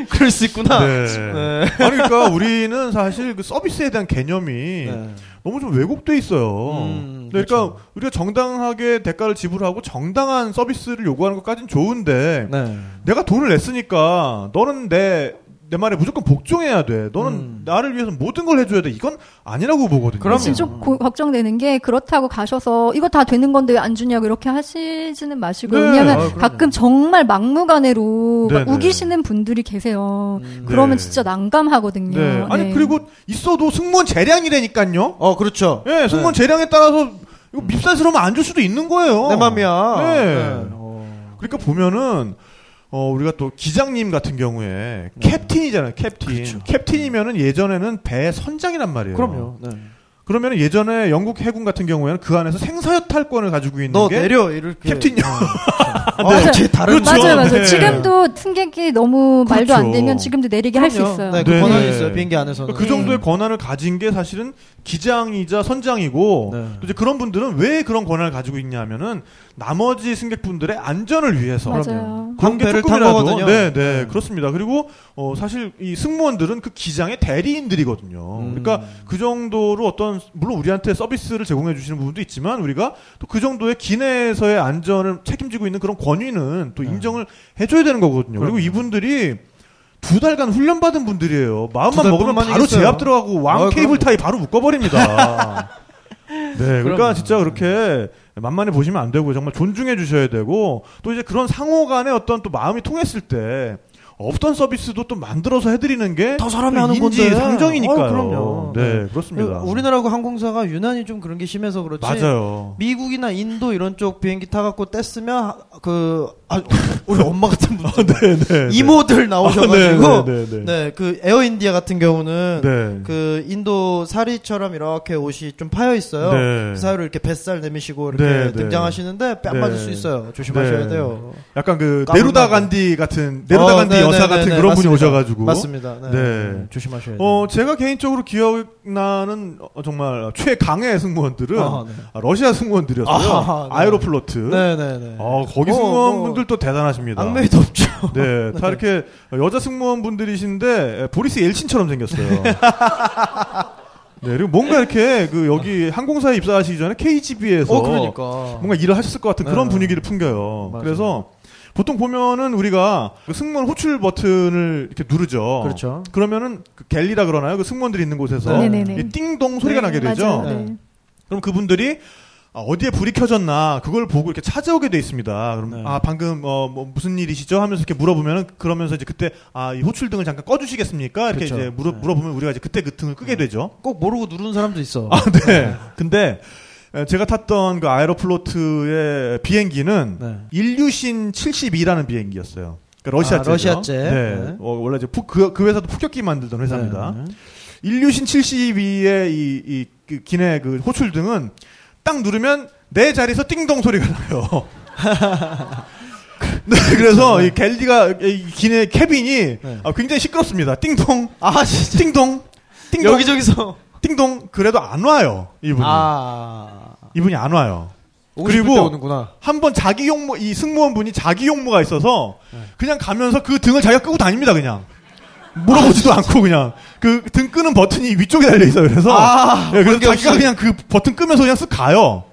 [SPEAKER 5] 그럴 수 있구나.
[SPEAKER 6] 네. 아니 그러니까 우리는 사실 그 서비스에 대한 개념이
[SPEAKER 5] 네.
[SPEAKER 6] 너무 좀 왜곡돼 있어요.
[SPEAKER 5] 음,
[SPEAKER 6] 네, 그러니까
[SPEAKER 5] 그렇죠.
[SPEAKER 6] 우리가 정당하게 대가를 지불하고 정당한 서비스를 요구하는 것까진 좋은데
[SPEAKER 5] 네.
[SPEAKER 6] 내가 돈을 냈으니까 너는 내 내 말에 무조건 복종해야 돼. 너는
[SPEAKER 5] 음.
[SPEAKER 6] 나를 위해서 모든 걸 해줘야 돼. 이건 아니라고 보거든요.
[SPEAKER 5] 그럼요.
[SPEAKER 7] 지금 좀 고- 걱정되는 게 그렇다고 가셔서 이거 다 되는 건데 왜 안 주냐고 이렇게 하시지는 마시고요.
[SPEAKER 6] 네,
[SPEAKER 7] 왜냐하면
[SPEAKER 6] 아,
[SPEAKER 5] 그럼요.
[SPEAKER 7] 가끔 정말 막무가내로 막
[SPEAKER 6] 네, 네.
[SPEAKER 7] 우기시는 분들이 계세요.
[SPEAKER 5] 음.
[SPEAKER 7] 그러면
[SPEAKER 6] 네.
[SPEAKER 7] 진짜 난감하거든요.
[SPEAKER 6] 네. 아니
[SPEAKER 7] 네.
[SPEAKER 6] 그리고 있어도 승무원 재량이라니까요.
[SPEAKER 5] 어, 그렇죠.
[SPEAKER 6] 예, 승무원 재량에 따라서 이거 밉살스러우면 안 줄 수도 있는 거예요.
[SPEAKER 5] 내 맘이야.
[SPEAKER 6] 네.
[SPEAKER 5] 어.
[SPEAKER 6] 그러니까 보면은 어 우리가 또 기장님 같은 경우에
[SPEAKER 5] 네.
[SPEAKER 6] 캡틴이잖아요. 캡틴. 캡틴이면은 예전에는 배 선장이란 말이에요.
[SPEAKER 5] 그렇죠. 그럼요. 네.
[SPEAKER 6] 그러면 예전에 영국 해군 같은 경우에는 그 안에서 생사여탈권을 가지고 있는
[SPEAKER 5] 너
[SPEAKER 6] 게
[SPEAKER 5] 내려 이렇게.
[SPEAKER 6] 캡틴요. <laughs> 아,
[SPEAKER 5] 어,
[SPEAKER 7] 네.
[SPEAKER 5] 제 다른
[SPEAKER 6] 그렇죠.
[SPEAKER 7] 맞아요, 맞아요.
[SPEAKER 6] 네.
[SPEAKER 7] 지금도 승객이 너무 말도 안
[SPEAKER 6] 그렇죠.
[SPEAKER 7] 되면 지금도 내리게 할 수 있어요.
[SPEAKER 5] 네,
[SPEAKER 6] 네,
[SPEAKER 5] 그 권한이
[SPEAKER 6] 네.
[SPEAKER 5] 있어요. 비행기 안에서는.
[SPEAKER 6] 그 정도의 권한을 가진 게 사실은 기장이자 선장이고
[SPEAKER 5] 네.
[SPEAKER 6] 또 이제 그런 분들은 왜 그런 권한을 가지고 있냐면은 나머지 승객분들의 안전을 위해서
[SPEAKER 7] 맞아요.
[SPEAKER 6] 그런 게
[SPEAKER 5] 광배를 탄
[SPEAKER 6] 조금이라도
[SPEAKER 5] 거거든요.
[SPEAKER 6] 네, 네,
[SPEAKER 5] 네.
[SPEAKER 6] 그렇습니다. 그리고 어 사실 이 승무원들은 그 기장의 대리인들이거든요.
[SPEAKER 5] 음.
[SPEAKER 6] 그러니까 그 정도로 어떤 물론 우리한테 서비스를 제공해 주시는 부분도 있지만 우리가 또 그 정도의 기내에서의 안전을 책임지고 있는 그런 권위는 또 인정을 해줘야 되는 거거든요. 그리고
[SPEAKER 5] 네. 그럼요.
[SPEAKER 6] 이분들이 두 달간 훈련 받은 분들이에요. 마음만
[SPEAKER 5] 두달
[SPEAKER 6] 먹으면
[SPEAKER 5] 뿐만이
[SPEAKER 6] 바로
[SPEAKER 5] 있어요.
[SPEAKER 6] 제압 들어가고 왕
[SPEAKER 5] 아, 그럼요.
[SPEAKER 6] 케이블 타이
[SPEAKER 5] <laughs>
[SPEAKER 6] 바로 묶어버립니다. 네, 그러니까
[SPEAKER 5] 그럼요.
[SPEAKER 6] 진짜 그렇게 만만히 보시면 안 되고 정말 존중해 주셔야 되고 또 이제 그런 상호 간의 어떤 또 마음이 통했을 때 없던 서비스도 또 만들어서 해드리는 게
[SPEAKER 5] 더 사람이
[SPEAKER 6] 또
[SPEAKER 5] 하는
[SPEAKER 6] 인지
[SPEAKER 5] 건데.
[SPEAKER 6] 상정이니까요.
[SPEAKER 5] 어, 그럼요.
[SPEAKER 6] 네,
[SPEAKER 5] 네.
[SPEAKER 6] 그렇습니다.
[SPEAKER 5] 우리나라고 항공사가 유난히 좀 그런 게 심해서 그렇지.
[SPEAKER 6] 맞아요.
[SPEAKER 5] 미국이나 인도 이런 쪽 비행기 타갖고 뗐으면 그 아, 우리 엄마 같은 분들
[SPEAKER 6] 네,
[SPEAKER 5] 이모들 나오셔가지고
[SPEAKER 6] 아,
[SPEAKER 5] 네
[SPEAKER 6] 네, 네, 네.
[SPEAKER 5] 그 에어인디아 같은 경우는
[SPEAKER 6] 네.
[SPEAKER 5] 그 인도 사리처럼 이렇게 옷이 좀 파여 있어요.
[SPEAKER 6] 네.
[SPEAKER 5] 그 사이로 이렇게 뱃살 내미시고 이렇게
[SPEAKER 6] 네, 네.
[SPEAKER 5] 등장하시는데 뺨
[SPEAKER 6] 네.
[SPEAKER 5] 맞을 수 있어요. 조심하셔야
[SPEAKER 6] 네.
[SPEAKER 5] 돼요.
[SPEAKER 6] 약간 그
[SPEAKER 5] 까불나고.
[SPEAKER 6] 네루다 간디 같은 네루다
[SPEAKER 5] 어,
[SPEAKER 6] 간디
[SPEAKER 5] 네, 네,
[SPEAKER 6] 여사 같은
[SPEAKER 5] 네, 네.
[SPEAKER 6] 그런 분이
[SPEAKER 5] 맞습니다.
[SPEAKER 6] 오셔가지고
[SPEAKER 5] 맞습니다. 네.
[SPEAKER 6] 네.
[SPEAKER 5] 조심하셔야 돼요.
[SPEAKER 6] 어, 제가 개인적으로 기억나는 어, 정말 최강의 승무원들은
[SPEAKER 5] 아하, 네.
[SPEAKER 6] 아, 러시아 승무원들이었어요.
[SPEAKER 5] 아하, 네.
[SPEAKER 6] 아, 이로플로트
[SPEAKER 5] 네네네.
[SPEAKER 6] 어, 거기
[SPEAKER 5] 어,
[SPEAKER 6] 승무원분들 또 대단하십니다.
[SPEAKER 5] 악명이 높죠.
[SPEAKER 6] 네, 다 이렇게 여자 승무원분들이신데 에, 보리스
[SPEAKER 5] <laughs>
[SPEAKER 6] 옐친처럼 생겼어요. 네, 그리고 뭔가 이렇게 그 여기 항공사에 입사하시기 전에
[SPEAKER 5] <laughs>
[SPEAKER 6] KGB에서
[SPEAKER 5] 어, 그러니까.
[SPEAKER 6] 뭔가 일을 하셨을 것 같은 그런
[SPEAKER 5] 네.
[SPEAKER 6] 분위기를 풍겨요.
[SPEAKER 5] 맞아요.
[SPEAKER 6] 그래서 보통 보면은 우리가 그 승무원 호출 버튼을 이렇게 누르죠.
[SPEAKER 5] 그렇죠.
[SPEAKER 6] 그러면은 그 갤리라 그러나요? 그 승무원들이 있는 곳에서
[SPEAKER 5] 네.
[SPEAKER 7] 네네네.
[SPEAKER 6] 이 띵동 소리가 나게 되죠.
[SPEAKER 7] 맞아요.
[SPEAKER 5] 네.
[SPEAKER 7] 네.
[SPEAKER 6] 그럼 그분들이 아, 어디에 불이 켜졌나 그걸 보고 이렇게 찾아오게 돼 있습니다. 그럼
[SPEAKER 5] 네.
[SPEAKER 6] 아 방금 어, 뭐 무슨 일이시죠? 하면서 이렇게 물어보면 그러면서 이제 그때 아 이 호출등을 잠깐 꺼주시겠습니까? 이렇게
[SPEAKER 5] 그쵸.
[SPEAKER 6] 이제 물어,
[SPEAKER 5] 네.
[SPEAKER 6] 물어보면 우리가 이제 그때 그 등을 끄게 되죠.
[SPEAKER 5] <laughs> 꼭 모르고 누르는 사람도 있어.
[SPEAKER 6] 아 네. <laughs> 근데 에, 제가 탔던 그 아에로플로트의 비행기는
[SPEAKER 5] 네.
[SPEAKER 6] 인류신 72라는 비행기였어요. 그러니까
[SPEAKER 5] 아,
[SPEAKER 6] 러시아제.
[SPEAKER 5] 러시아제.
[SPEAKER 6] 네.
[SPEAKER 5] 네.
[SPEAKER 6] 어, 원래 이제 폭- 그, 그 회사도 폭격기 만들던 회사입니다. 인류신 72의 이, 이, 그 기내 그 호출 등은 딱 누르면 내 자리에서 띵동 소리가 나요. <laughs> 네, 그래서 이 갤리가 이 기내 캐빈이
[SPEAKER 5] 네.
[SPEAKER 6] 아, 굉장히 시끄럽습니다. 띵동,
[SPEAKER 5] 아, 진짜.
[SPEAKER 6] 띵동, <laughs> 띵동,
[SPEAKER 5] 여기저기서.
[SPEAKER 6] 띵동. 그래도 안 와요. 이분이.
[SPEAKER 5] 아.
[SPEAKER 6] 이분이 안 와요.
[SPEAKER 5] 오고 싶을
[SPEAKER 6] 그리고-
[SPEAKER 5] 때 오는구나.
[SPEAKER 6] 한 번 자기 용모 이 승무원분이 자기 용모가 있어서 그냥 가면서 그 등을 자기가 끄고 다닙니다 그냥 물어보지도 않고 그냥 그 등 끄는 버튼이 위쪽에 달려 있어요 그래서
[SPEAKER 5] 아,
[SPEAKER 6] 예, 그래서
[SPEAKER 5] 관계 없이.
[SPEAKER 6] 자기가 그냥 그 버튼 끄면서 그냥 쓱 가요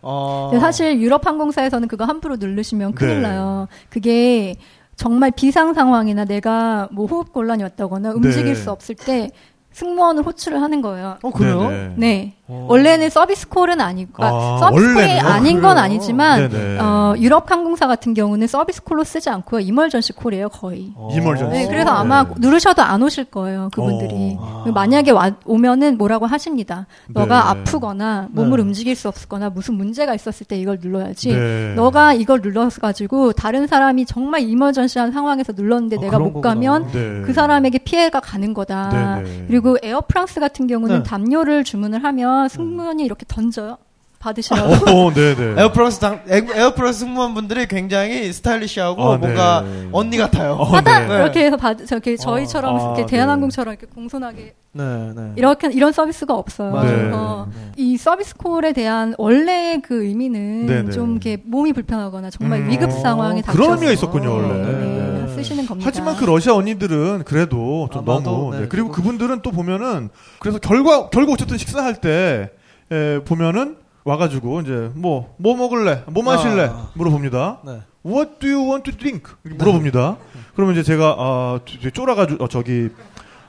[SPEAKER 5] 어.
[SPEAKER 7] 근데 네, 사실 유럽 항공사에서는 그거 함부로 누르시면 큰일
[SPEAKER 6] 네.
[SPEAKER 7] 나요. 그게 정말 비상 상황이나 내가 뭐 호흡 곤란이 왔다거나
[SPEAKER 6] 네.
[SPEAKER 7] 움직일 수 없을 때 승무원을 호출을 하는 거예요.
[SPEAKER 5] 어, 그래요?
[SPEAKER 6] 네네.
[SPEAKER 7] 네. 원래는 서비스 콜은 아니고 그러니까
[SPEAKER 6] 아,
[SPEAKER 7] 서비스 콜이
[SPEAKER 6] 원래는?
[SPEAKER 7] 아닌 건
[SPEAKER 6] 그래요?
[SPEAKER 7] 아니지만
[SPEAKER 6] 네네.
[SPEAKER 7] 어, 유럽 항공사 같은 경우는 서비스 콜로 쓰지 않고요 이멀전시 콜이에요 거의.
[SPEAKER 5] 어.
[SPEAKER 6] 이멀전시.
[SPEAKER 7] 네, 그래서
[SPEAKER 6] 네. 어.
[SPEAKER 7] 아마 누르셔도 안 오실 거예요 그분들이.
[SPEAKER 5] 아.
[SPEAKER 7] 만약에 와- 오면은 뭐라고 하십니다. 너가
[SPEAKER 6] 네.
[SPEAKER 7] 아프거나 몸을
[SPEAKER 5] 네.
[SPEAKER 7] 움직일 수 없거나 무슨 문제가 있었을 때 이걸 눌러야지.
[SPEAKER 6] 네.
[SPEAKER 7] 너가 이걸 눌러서 가지고 다른 사람이 정말 이머전시한 상황에서 눌렀는데
[SPEAKER 5] 아,
[SPEAKER 7] 내가
[SPEAKER 5] 그런
[SPEAKER 7] 못
[SPEAKER 5] 거구나.
[SPEAKER 7] 가면
[SPEAKER 6] 네.
[SPEAKER 7] 그 사람에게 피해가 가는 거다.
[SPEAKER 6] 네네.
[SPEAKER 7] 그리고 에어프랑스 같은 경우는
[SPEAKER 5] 네.
[SPEAKER 7] 담요를 주문을 하면 승무원이 이렇게
[SPEAKER 5] <laughs>
[SPEAKER 7] 던져요. 받으시라고.
[SPEAKER 6] 어, 네네.
[SPEAKER 5] 에어프랑스 당 에- 에어프랑스 승무원분들이 굉장히 스타일리시하고
[SPEAKER 6] 아, 네.
[SPEAKER 5] 뭔가 언니 같아요.
[SPEAKER 6] 어,
[SPEAKER 7] 받아!
[SPEAKER 6] 네.
[SPEAKER 7] 이렇게 해서 받,
[SPEAKER 5] 어,
[SPEAKER 7] 저렇게 저희처럼
[SPEAKER 6] 아,
[SPEAKER 7] 이렇게
[SPEAKER 6] 네.
[SPEAKER 7] 대한항공처럼 이렇게 공손하게
[SPEAKER 5] 네, 네.
[SPEAKER 7] 이렇게 이런 서비스가 없어요.
[SPEAKER 5] 맞아요.
[SPEAKER 7] 그래서
[SPEAKER 6] 네.
[SPEAKER 7] 이 서비스 콜에 대한 원래 그 의미는
[SPEAKER 6] 네네.
[SPEAKER 7] 좀 이렇게 몸이 불편하거나 정말
[SPEAKER 6] 음,
[SPEAKER 7] 위급
[SPEAKER 6] 어,
[SPEAKER 7] 상황에 닥쳐
[SPEAKER 6] 그런 의미가 있었군요, 원래.
[SPEAKER 7] 네,
[SPEAKER 5] 네.
[SPEAKER 7] 쓰시는 겁니다.
[SPEAKER 6] 하지만 그 러시아 언니들은 그래도 좀
[SPEAKER 5] 아마도,
[SPEAKER 6] 너무
[SPEAKER 5] 네,
[SPEAKER 6] 네. 그리고
[SPEAKER 5] 조금.
[SPEAKER 6] 그분들은 또 보면은 그래서 결과 결국 어쨌든 식사할 때 에, 보면은 와가지고 이제 뭐 뭐 먹을래 뭐 마실래
[SPEAKER 5] 아.
[SPEAKER 6] 물어봅니다.
[SPEAKER 5] 네.
[SPEAKER 6] What do you want to drink? 이렇게 물어봅니다. 그러면 이제 제가 아 이제 쫄아가지고 어, 저기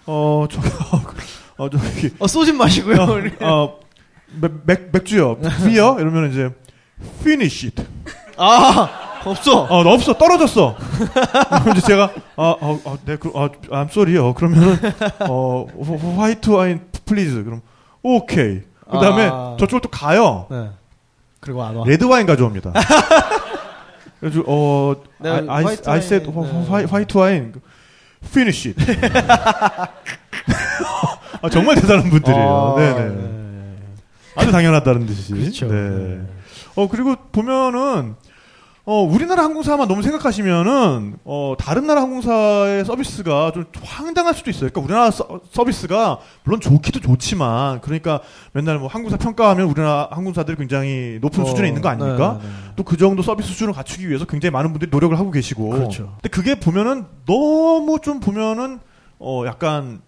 [SPEAKER 6] 어 저기 <laughs> 어 저기
[SPEAKER 5] 어, 소진 마시고요.
[SPEAKER 6] 어 맥, 맥, 맥주요 비어 이러면 이제 finish it.
[SPEAKER 5] 아, 없어.
[SPEAKER 6] 어, 나 없어. 떨어졌어. 그럼 이제 제가, 아, 어, 어, 네, 그, 아, I'm sorry요. 그러면은, 어, 화이트 와인, please. 그럼, 오케이. 그 다음에
[SPEAKER 5] 아.
[SPEAKER 6] 저쪽으로 또 가요.
[SPEAKER 5] 네. 그리고 안 와.
[SPEAKER 6] 레드 와인 가져옵니다. 그래서, 어,
[SPEAKER 5] 네,
[SPEAKER 6] I, I,
[SPEAKER 5] 화이트
[SPEAKER 6] I said,
[SPEAKER 5] 와인,
[SPEAKER 6] 화-
[SPEAKER 5] 네.
[SPEAKER 6] 화- 화이트 와인. Finish it. <laughs> 아, 정말 대단한 분들이에요.
[SPEAKER 5] 아,
[SPEAKER 6] 네네.
[SPEAKER 5] 네.
[SPEAKER 6] 아주 당연하다는 듯이.
[SPEAKER 5] 그렇죠.
[SPEAKER 6] 네. 어 그리고 보면은 어 우리나라 항공사만 너무 생각하시면은 어 다른 나라 항공사의 서비스가 좀 황당할 수도 있어요. 그러니까 우리나라 서, 비스가 물론 좋기도 좋지만 그러니까 맨날 뭐 항공사 평가하면 우리나라 항공사들이 굉장히 높은
[SPEAKER 5] 어,
[SPEAKER 6] 수준에 있는 거 아닙니까?
[SPEAKER 5] 네, 네.
[SPEAKER 6] 또 그 정도 서비스 수준을 갖추기 위해서 굉장히 많은 분들이 노력을 하고 계시고.
[SPEAKER 5] 그렇죠.
[SPEAKER 6] 근데 그게 보면은 너무 좀 보면은 어 약간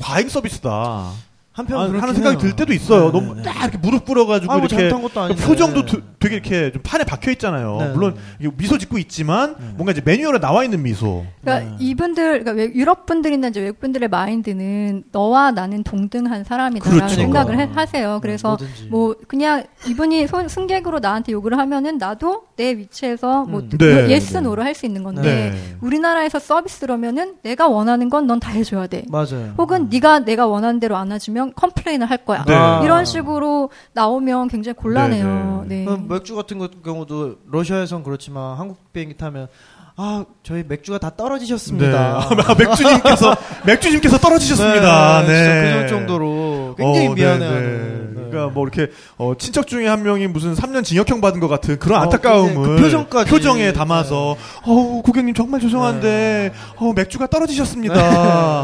[SPEAKER 6] 과잉 서비스다.
[SPEAKER 5] 한편
[SPEAKER 6] 아, 하는
[SPEAKER 5] 그렇긴
[SPEAKER 6] 생각이
[SPEAKER 5] 해요.
[SPEAKER 6] 들 때도
[SPEAKER 5] 네,
[SPEAKER 6] 있어요. 너무
[SPEAKER 5] 네,
[SPEAKER 6] 딱 이렇게 무릎 꿇어가지고
[SPEAKER 5] 아, 뭐
[SPEAKER 6] 이렇게 그러니까
[SPEAKER 5] 잘못한 것도 아닌데.
[SPEAKER 6] 표정도 두- 되게 이렇게 좀 판에 박혀 있잖아요.
[SPEAKER 5] 네,
[SPEAKER 6] 물론
[SPEAKER 5] 네,
[SPEAKER 6] 이게 미소 짓고 있지만 뭔가 이제 매뉴얼에 나와 있는 미소.
[SPEAKER 7] 그러니까 이분들, 그러니까 외- 유럽 분들이나 이제 외국 분들의 마인드는 너와 나는 동등한 사람이다라는
[SPEAKER 6] 그렇죠.
[SPEAKER 7] 생각을 해-
[SPEAKER 5] 그러니까.
[SPEAKER 7] 하세요. 그래서
[SPEAKER 5] 뭐든지.
[SPEAKER 7] 뭐 그냥 이분이 손- 승객으로 나한테 요구를 하면은 나도 내 위치에서 뭐
[SPEAKER 5] 음.
[SPEAKER 6] 네,
[SPEAKER 7] 예스
[SPEAKER 6] 네.
[SPEAKER 7] 노로 할 수 있는 건데
[SPEAKER 6] 네.
[SPEAKER 7] 우리나라에서 서비스라면은 내가 원하는 건 넌 다 해줘야 돼.
[SPEAKER 5] 맞아요.
[SPEAKER 7] 혹은 네가 내가 원하는 대로 안 해주면 컴플레인을 할 거야.
[SPEAKER 6] 네. 아.
[SPEAKER 7] 이런 식으로 나오면 굉장히 곤란해요.
[SPEAKER 6] 네,
[SPEAKER 7] 네.
[SPEAKER 5] 그럼 맥주 같은 것- 경우도 러시아에선 그렇지만 한국 비행기 타면 아 저희 맥주가 다 떨어지셨습니다.
[SPEAKER 6] 네. <laughs> 아, 맥주님께서 맥주님께서 떨어지셨습니다. 네.
[SPEAKER 5] 진짜 그 정도로 굉장히
[SPEAKER 6] 어, 네,
[SPEAKER 5] 미안해하는.
[SPEAKER 6] 네.
[SPEAKER 5] 네.
[SPEAKER 6] 그러니까 뭐 이렇게 어, 친척 중에 한 명이 무슨 3년 징역형 받은 것 같은 그런
[SPEAKER 5] 어,
[SPEAKER 6] 안타까움을
[SPEAKER 5] 근데 그 표정까지. 네.
[SPEAKER 6] 에 담아서 어우 고객님 정말 죄송한데 어, 맥주가 떨어지셨습니다.
[SPEAKER 5] 네.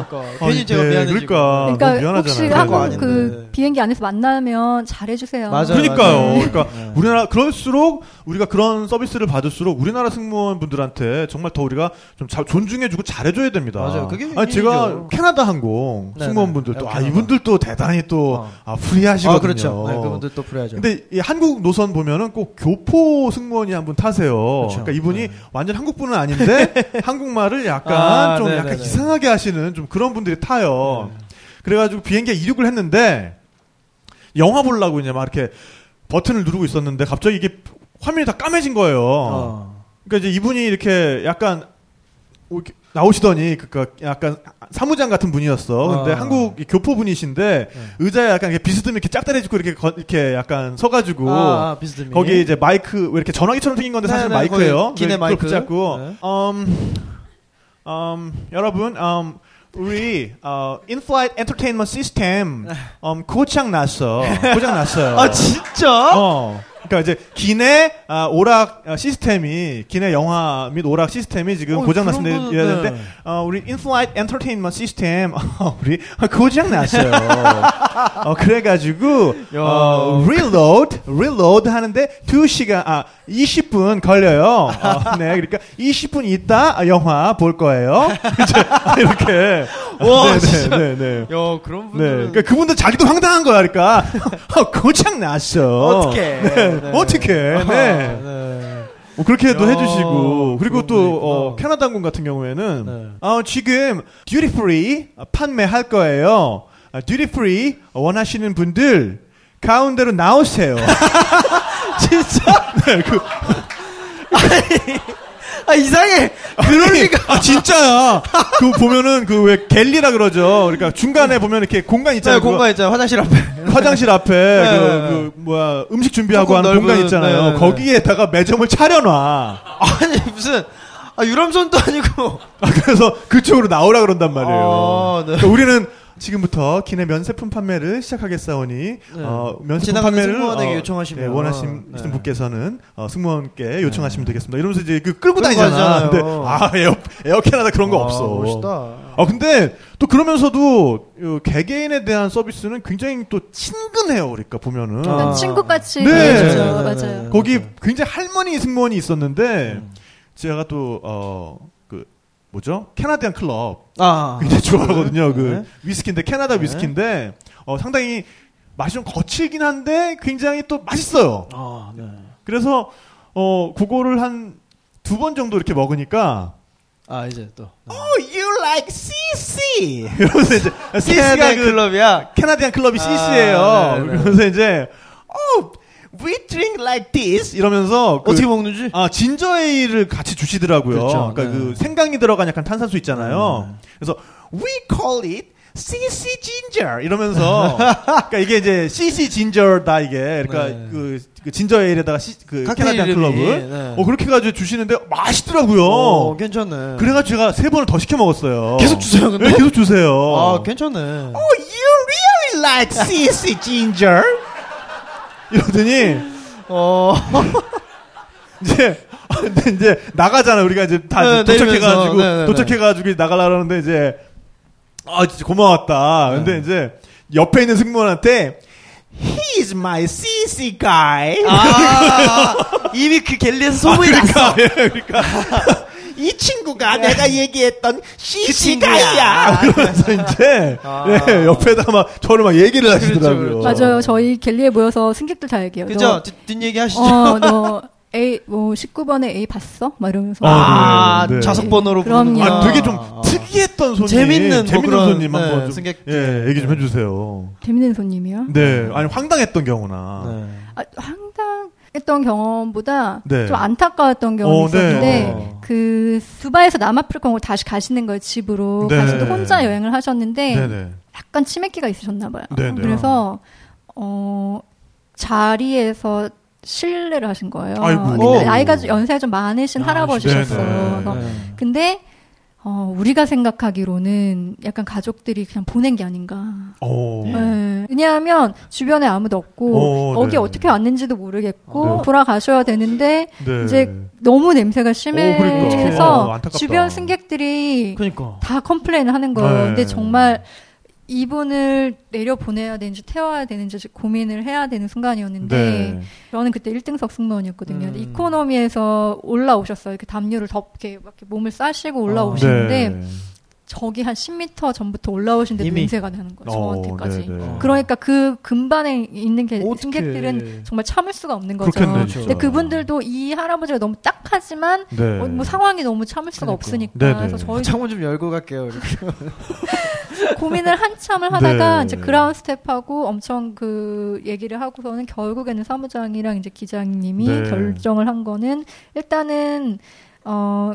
[SPEAKER 5] 그러니까. 괜히 제가
[SPEAKER 6] 네,
[SPEAKER 5] 미안해지고.
[SPEAKER 6] 그러니까,
[SPEAKER 7] 그러니까
[SPEAKER 6] 너무
[SPEAKER 7] 혹시
[SPEAKER 6] 미안하잖아요.
[SPEAKER 5] 그거
[SPEAKER 7] 하고
[SPEAKER 5] 아닌데.
[SPEAKER 7] 그 비행기 안에서 만나면 잘해주세요.
[SPEAKER 5] 맞아요.
[SPEAKER 6] 그러니까요.
[SPEAKER 5] 맞아요. 네.
[SPEAKER 6] 그러니까 우리나라 그럴수록 우리가 그런 서비스를 받을수록 우리나라 승무원분들한테 정말 더 우리가 좀 자- 존중해주고 잘해줘야 됩니다.
[SPEAKER 5] 맞아요. 그게
[SPEAKER 6] 아니, 제가
[SPEAKER 5] 의미죠.
[SPEAKER 6] 캐나다 항공
[SPEAKER 5] 네네.
[SPEAKER 6] 승무원분들 또
[SPEAKER 5] 아,
[SPEAKER 6] 아
[SPEAKER 5] 캐나다.
[SPEAKER 6] 이분들도 대단히 또
[SPEAKER 5] 어.
[SPEAKER 6] 아, 프리하시거든요.
[SPEAKER 5] 아 그렇죠. 네, 그분들 또 풀어야죠.
[SPEAKER 6] 근데 이 한국 노선 보면은 꼭 교포 승무원이 한 분 타세요. 그러니까 이분이
[SPEAKER 5] 네.
[SPEAKER 6] 완전 한국
[SPEAKER 5] <laughs>
[SPEAKER 6] 분은 아닌데 한국말을 약간
[SPEAKER 5] 아,
[SPEAKER 6] 좀
[SPEAKER 5] 네,
[SPEAKER 6] 약간
[SPEAKER 5] 네, 네.
[SPEAKER 6] 이상하게 하시는 좀 그런 분들이 타요. 그래가지고 비행기에 이륙을 했는데 영화 보려고 이제 막 이렇게 버튼을 누르고 있었는데 갑자기 이게 화면이 다 까매진 거예요.
[SPEAKER 5] 어.
[SPEAKER 6] 그러니까 이제 이분이 이렇게 약간 오- 이렇게 나오시더니 그니까 약간 사무장 같은 분이었어. 근데
[SPEAKER 5] 아. 네.
[SPEAKER 6] 한국 교포 분이신데 의자에 약간 이렇게 비스듬히 이렇게 짝다리지고 이렇게 거- 이렇게 약간 서가지고
[SPEAKER 5] 아, 아, 비스듬히.
[SPEAKER 6] 거기 이제 마이크 왜 이렇게 전화기처럼 생긴 건데 사실
[SPEAKER 5] 네, 네,
[SPEAKER 6] 마이크예요.
[SPEAKER 5] 거기 기내
[SPEAKER 6] 그걸
[SPEAKER 5] 마이크.
[SPEAKER 6] 붙잡고
[SPEAKER 5] 네.
[SPEAKER 6] 음, 음, 여러분 음, 우리 어, 인플라이트 엔터테인먼트 시스템 음, 고장 났어. 고장 났어요.
[SPEAKER 5] 네. <laughs> 아 진짜?
[SPEAKER 6] 어. 그러니까 이제 기내 아, 오락 아, 시스템이 기내 영화 및 오락 시스템이 지금
[SPEAKER 5] 어,
[SPEAKER 6] 고장 났습니다.
[SPEAKER 5] 그런
[SPEAKER 6] 이래야
[SPEAKER 5] 거는,
[SPEAKER 6] 되는데
[SPEAKER 5] 네.
[SPEAKER 6] 어, 우리 인플라이트 엔터테인먼트 시스템 <laughs> 어, 우리 고장
[SPEAKER 5] <laughs>
[SPEAKER 6] 났어요. 어, 그래가지고
[SPEAKER 5] 야.
[SPEAKER 6] 어, reload reload 하는데 2 시간 아 20분 걸려요.
[SPEAKER 5] <laughs>
[SPEAKER 6] 어, 네, 그러니까 20분 있다 영화 볼 거예요. <laughs> 이제 이렇게
[SPEAKER 5] 와,
[SPEAKER 6] 네,
[SPEAKER 5] 진짜.
[SPEAKER 6] 네, 네, 네.
[SPEAKER 5] 야 그런
[SPEAKER 6] 네.
[SPEAKER 5] 분들은
[SPEAKER 6] 그러니까 그분들 자기도 황당한 거야,
[SPEAKER 5] <laughs>
[SPEAKER 6] 그러니까. 어, 고장 났어.
[SPEAKER 5] 어떻게?
[SPEAKER 6] 네. 어떻게?
[SPEAKER 5] 아,
[SPEAKER 6] 네.
[SPEAKER 5] 네.
[SPEAKER 6] <laughs> 뭐 그렇게도
[SPEAKER 5] 야,
[SPEAKER 6] 해주시고. 그리고
[SPEAKER 5] 그런 분이
[SPEAKER 6] 또, 어,
[SPEAKER 5] 있구나.
[SPEAKER 6] 캐나다 항공 같은 경우에는,
[SPEAKER 5] 네.
[SPEAKER 6] 어, 지금, 듀리 프리 판매할 거예요. 아, 듀리 프리 원하시는 분들, 가운데로 나오세요.
[SPEAKER 5] <laughs> 진짜?
[SPEAKER 6] 네, 그,
[SPEAKER 5] 아
[SPEAKER 6] 네,
[SPEAKER 5] 이상해. <laughs> 그럴
[SPEAKER 6] 아니,
[SPEAKER 5] 리가. <laughs>
[SPEAKER 6] 아 진짜야. 그 보면은 그 왜 갤리라 그러죠. 그러니까 중간에 보면 이렇게 공간
[SPEAKER 5] 네,
[SPEAKER 6] 있잖아요.
[SPEAKER 5] 공간 있잖아 화장실 앞에.
[SPEAKER 6] 그거 화장실 앞에
[SPEAKER 5] <laughs> 네,
[SPEAKER 6] 그,
[SPEAKER 5] 네,
[SPEAKER 6] 그 뭐야 음식 준비하고
[SPEAKER 5] 조금
[SPEAKER 6] 하는
[SPEAKER 5] 넓은,
[SPEAKER 6] 공간 있잖아요.
[SPEAKER 5] 네, 네.
[SPEAKER 6] 거기에다가 매점을 차려놔. <laughs>
[SPEAKER 5] 아니 무슨 아 유람선도 아니고.
[SPEAKER 6] 아, 그래서 그쪽으로 나오라 그런단 말이에요.
[SPEAKER 5] 아, 네.
[SPEAKER 6] 그러니까 우리는 지금부터 기내 면세품 판매를 시작하겠사오니 어, 면세품
[SPEAKER 5] 네. 지나가는
[SPEAKER 6] 판매를
[SPEAKER 5] 승무원에게
[SPEAKER 6] 어,
[SPEAKER 5] 요청하시면.
[SPEAKER 6] 네, 원하시는
[SPEAKER 5] 네.
[SPEAKER 6] 분께서는 어, 승무원께 요청하시면 되겠습니다. 이러면서 이제 그
[SPEAKER 5] 끌고
[SPEAKER 6] 끌고 다니잖아.
[SPEAKER 5] 다니잖아요.
[SPEAKER 6] 근데 아 에어 에어 캐나다 그런 거
[SPEAKER 5] 아,
[SPEAKER 6] 없어.
[SPEAKER 5] 멋있다.
[SPEAKER 6] 아 근데 또 그러면서도 요 개개인에 대한 서비스는 굉장히 또 친근해요. 그러니까 보면은
[SPEAKER 5] 아.
[SPEAKER 7] 친구같이
[SPEAKER 6] 네.
[SPEAKER 7] 대해줘요.
[SPEAKER 5] 네. 음.
[SPEAKER 7] 맞아요.
[SPEAKER 6] 거기 굉장히 할머니 승무원이 있었는데 제가 또어그 뭐죠 캐나디안 클럽
[SPEAKER 5] 아.
[SPEAKER 6] 굉장히 좋아하거든요. 그
[SPEAKER 5] 네.
[SPEAKER 6] 위스키인데 캐나다 위스키인데 어, 상당히 맛이 좀 거칠긴 한데 굉장히 또 맛있어요.
[SPEAKER 5] 아 네.
[SPEAKER 6] 그래서 어 그거를 한 두 번 정도 이렇게 먹으니까
[SPEAKER 5] 아 이제 또. 네.
[SPEAKER 6] Oh, you like CC <laughs> 이러면서 이제
[SPEAKER 5] <laughs>
[SPEAKER 6] CC가
[SPEAKER 5] 캐나다
[SPEAKER 6] 그
[SPEAKER 5] 클럽이야.
[SPEAKER 6] 캐나디안 클럽이
[SPEAKER 5] 아,
[SPEAKER 6] CC예요.
[SPEAKER 5] 네, 네.
[SPEAKER 6] 그러면서 이제 Oh, we drink like this 이러면서 그
[SPEAKER 5] 어떻게 먹는지?
[SPEAKER 6] 아 진저에이를 같이 주시더라고요. 그
[SPEAKER 5] 그렇죠.
[SPEAKER 6] 러니까
[SPEAKER 5] 네. 음.
[SPEAKER 6] 그 생강이 들어간 약간 탄산수 있잖아요. 그래서 we call it CC ginger
[SPEAKER 5] <laughs>
[SPEAKER 6] 이러면서 그러니까 이게 이제 CC ginger다 이게 그러니까
[SPEAKER 5] 네.
[SPEAKER 6] 그, 그 진저에일에다가 시- 그
[SPEAKER 5] 칵테일
[SPEAKER 6] 캐나디안
[SPEAKER 5] 이름이,
[SPEAKER 6] 클럽을
[SPEAKER 5] 네.
[SPEAKER 6] 어 그렇게 가지고 주시는데 맛있더라고요.
[SPEAKER 5] 어, 괜찮네.
[SPEAKER 6] 그래가지고 제가 세 번을 더 시켜 먹었어요.
[SPEAKER 5] 계속 주세요, 근데?
[SPEAKER 6] 네, 계속 주세요.
[SPEAKER 5] 아 괜찮네.
[SPEAKER 6] Oh, you really like CC ginger? <laughs> 이러더니
[SPEAKER 5] 어.
[SPEAKER 6] 이제 아, 근데 이제 나가잖아 우리가 이제 다
[SPEAKER 5] 네,
[SPEAKER 6] 도착해가지고
[SPEAKER 5] 내리면서. 네, 네, 네.
[SPEAKER 6] 도착해가지고 나가려는데 이제 아 진짜 고마웠다.
[SPEAKER 5] 네.
[SPEAKER 6] 근데 이제 옆에 있는 승무원한테 He is my CC guy.
[SPEAKER 5] 아, <laughs> 이미 그 갤리에서 소문이 났어.
[SPEAKER 6] 예, <laughs> 그러니까
[SPEAKER 5] 이 친구가 내가 얘기했던 CC
[SPEAKER 6] 아, 그러면서 이제
[SPEAKER 5] 아.
[SPEAKER 6] 예, 옆에다 막 저를 막 얘기를 하시더라고요.
[SPEAKER 5] 그렇죠,
[SPEAKER 7] 맞아요. 저희 갤리에 모여서 승객들 다 얘기해요.
[SPEAKER 5] 그죠? 뒷, 얘기 하시죠.
[SPEAKER 7] 어, 너 A 뭐 19번에 A 봤어? 막 이러면서.
[SPEAKER 5] 아,
[SPEAKER 6] 아, 네, 네.
[SPEAKER 5] 좌석 번호로
[SPEAKER 7] 그럼요.
[SPEAKER 5] 부르는구나.
[SPEAKER 6] 아, 되게 좀
[SPEAKER 5] 아.
[SPEAKER 6] 특이했던 손님.
[SPEAKER 5] 재밌는 뭐
[SPEAKER 6] 재밌는
[SPEAKER 5] 그런,
[SPEAKER 6] 손님
[SPEAKER 5] 네,
[SPEAKER 6] 한번 좀
[SPEAKER 5] 승객들.
[SPEAKER 6] 예, 얘기 좀 해주세요.
[SPEAKER 7] 재밌는 손님이요.
[SPEAKER 6] 네, 아니 황당했던 경우나.
[SPEAKER 5] 네.
[SPEAKER 7] 아, 황당했던 경험보다
[SPEAKER 6] 네.
[SPEAKER 7] 좀 안타까웠던 경험이
[SPEAKER 6] 어, 네.
[SPEAKER 7] 있었는데
[SPEAKER 5] 어.
[SPEAKER 7] 그 두바이에서 남아프리카 공을 다시 가시는 거예요. 집으로
[SPEAKER 6] 네.
[SPEAKER 7] 가시도 혼자 여행을 하셨는데
[SPEAKER 6] 네네.
[SPEAKER 7] 약간 치매기가 있으셨나 봐요.
[SPEAKER 6] 네, 네.
[SPEAKER 7] 그래서 어 자리에서 실례를 하신 거예요.
[SPEAKER 6] 아이고. 어.
[SPEAKER 7] 근데 나이가 좀- 연세가 좀 많으신 할아버지셨어요.
[SPEAKER 6] 네, 네.
[SPEAKER 7] 그래서 근데 어, 우리가 생각하기로는 약간 가족들이 그냥 보낸 게 아닌가.
[SPEAKER 6] 오.
[SPEAKER 7] 네. 왜냐하면 주변에 아무도 없고
[SPEAKER 6] 예. 오,
[SPEAKER 7] 여기
[SPEAKER 6] 네.
[SPEAKER 7] 어떻게 왔는지도 모르겠고
[SPEAKER 6] 네.
[SPEAKER 7] 돌아가셔야 되는데
[SPEAKER 6] 네.
[SPEAKER 7] 이제 너무 냄새가 심해서
[SPEAKER 6] 어, 안타깝다.
[SPEAKER 7] 주변 승객들이
[SPEAKER 5] 그니까.
[SPEAKER 7] 다 컴플레인을 하는 거예요.
[SPEAKER 6] 네.
[SPEAKER 7] 근데 정말 이분을 내려 보내야 되는지 태워야 되는지 고민을 해야 되는 순간이었는데
[SPEAKER 6] 네.
[SPEAKER 7] 저는 그때 1등석 승무원이었거든요.
[SPEAKER 5] 음.
[SPEAKER 7] 이코노미에서 올라오셨어요. 이렇게 담요를 덮게 막 이렇게 몸을 싸시고 올라오시는데
[SPEAKER 6] 아, 네.
[SPEAKER 7] 저기 한 10m 전부터 올라오신데
[SPEAKER 5] 이미.
[SPEAKER 7] 냄새가 나는 거예요. 저한테까지.
[SPEAKER 6] 네, 네.
[SPEAKER 7] 그러니까 그 근반에 있는 게
[SPEAKER 5] 어떡해.
[SPEAKER 7] 승객들은 정말 참을 수가 없는 거죠.
[SPEAKER 6] 그렇겠네, 진짜.
[SPEAKER 7] 근데 그분들도 이 할아버지가 너무 딱하지만
[SPEAKER 6] 네.
[SPEAKER 7] 어, 뭐 상황이 너무 참을 수가
[SPEAKER 5] 그러니까.
[SPEAKER 7] 없으니까
[SPEAKER 6] 네, 네.
[SPEAKER 7] 그래서 저희
[SPEAKER 5] 창문 좀 열고 갈게요. 이렇게.
[SPEAKER 7] 고민을 한참을 하다가
[SPEAKER 6] 네.
[SPEAKER 7] 이제 그라운 스텝하고 엄청 그 얘기를 하고서는 결국에는 사무장이랑 이제 기장님이
[SPEAKER 6] 네.
[SPEAKER 7] 결정을 한 거는 일단은 어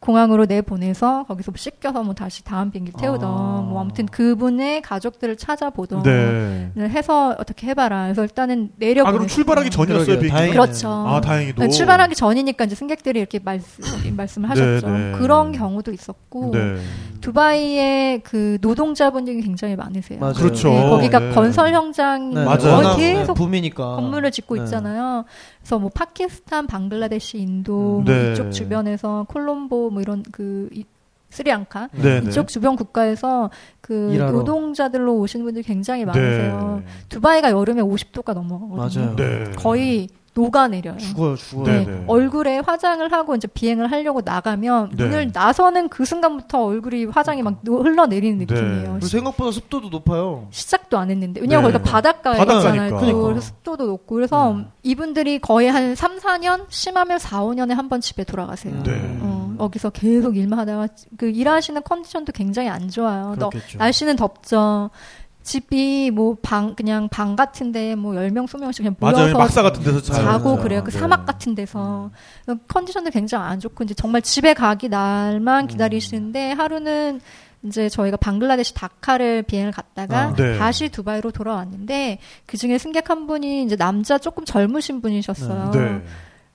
[SPEAKER 7] 공항으로 내 보내서 거기서 씻겨서 뭐 다시 다음 비행기 태우던
[SPEAKER 5] 아.
[SPEAKER 7] 뭐 아무튼 그분의 가족들을 찾아보던
[SPEAKER 6] 네.
[SPEAKER 7] 를 해서 어떻게 해봐라. 그래서 일단은 내려.
[SPEAKER 6] 아, 그럼 출발하기 전이었어요,
[SPEAKER 5] 그러게요,
[SPEAKER 6] 비행기.
[SPEAKER 5] 다행이네요.
[SPEAKER 7] 그렇죠.
[SPEAKER 6] 아, 다행히도.
[SPEAKER 7] 네, 출발하기 전이니까 이제 승객들이 이렇게 말씀 말씀을 하셨죠.
[SPEAKER 6] 네, 네.
[SPEAKER 7] 그런 경우도 있었고
[SPEAKER 6] 네.
[SPEAKER 7] 두바이에 그 노동자분들이 굉장히 많으세요.
[SPEAKER 5] 맞아요.
[SPEAKER 6] 그렇죠.
[SPEAKER 7] 네, 거기가
[SPEAKER 6] 네.
[SPEAKER 7] 건설 현장이
[SPEAKER 5] 네,
[SPEAKER 6] 맞아요.
[SPEAKER 7] 거의
[SPEAKER 5] 워낙,
[SPEAKER 7] 뭐 계속
[SPEAKER 5] 네, 붐이니까.
[SPEAKER 7] 건물을 짓고
[SPEAKER 5] 네.
[SPEAKER 7] 있잖아요. 그래서 뭐 파키스탄, 방글라데시, 인도 뭐
[SPEAKER 6] 음, 네.
[SPEAKER 7] 이쪽 주변에서 콜롬보 뭐 이런 그 이- 스리랑카
[SPEAKER 6] 네. 네.
[SPEAKER 7] 이쪽 주변 국가에서 그
[SPEAKER 5] 일하러.
[SPEAKER 7] 노동자들로 오시는 분들이
[SPEAKER 6] 네.
[SPEAKER 7] 굉장히 많으세요. 두바이가 여름에 50도가 넘어가거든요.
[SPEAKER 5] 맞아요.
[SPEAKER 6] 네. 네.
[SPEAKER 7] 거의 녹아내려요.
[SPEAKER 5] 죽어요, 죽어요.
[SPEAKER 7] 네.
[SPEAKER 6] 네네.
[SPEAKER 7] 얼굴에 화장을 하고 이제 비행을 하려고 나가면
[SPEAKER 6] 네.
[SPEAKER 7] 눈을 나서는 그 순간부터 얼굴이 화장이 막 노- 흘러내리는
[SPEAKER 6] 네.
[SPEAKER 7] 느낌이에요.
[SPEAKER 5] 그리고 생각보다 습도도 높아요.
[SPEAKER 7] 시작도 안 했는데 왜냐면
[SPEAKER 6] 네.
[SPEAKER 7] 거기가 바닷가에
[SPEAKER 6] 바닷가니까.
[SPEAKER 7] 있잖아요.
[SPEAKER 6] 그러니까.
[SPEAKER 7] 그래서 습도도 높고 그래서
[SPEAKER 5] 음.
[SPEAKER 7] 이분들이 거의 한 3, 4년 심하면 4, 5년에 한 번 집에 돌아가세요.
[SPEAKER 5] 음.
[SPEAKER 6] 네.
[SPEAKER 7] 어, 여기서 계속 일만 하다가 그 일하시는 컨디션도 굉장히 안 좋아요. 너-
[SPEAKER 5] 그렇겠죠.
[SPEAKER 7] 날씨는 덥죠. 집이 뭐 방 그냥 방 같은데 뭐 10명 20명씩 그냥
[SPEAKER 6] 맞아요.
[SPEAKER 7] 모여서
[SPEAKER 6] 막사 같은 데서 자요.
[SPEAKER 7] 자고
[SPEAKER 6] 진짜.
[SPEAKER 7] 그래요. 그
[SPEAKER 6] 네.
[SPEAKER 7] 사막 같은 데서 그 컨디션도 굉장히 안 좋고 이제 정말 집에 가기
[SPEAKER 6] 음.
[SPEAKER 7] 날만 기다리시는데 하루는 이제 저희가 방글라데시 다카를 비행을 갔다가
[SPEAKER 6] 아, 네.
[SPEAKER 7] 다시 두바이로 돌아왔는데 그 중에 승객 한 분이 이제 남자 조금 젊으신 분이셨어요.
[SPEAKER 6] 네.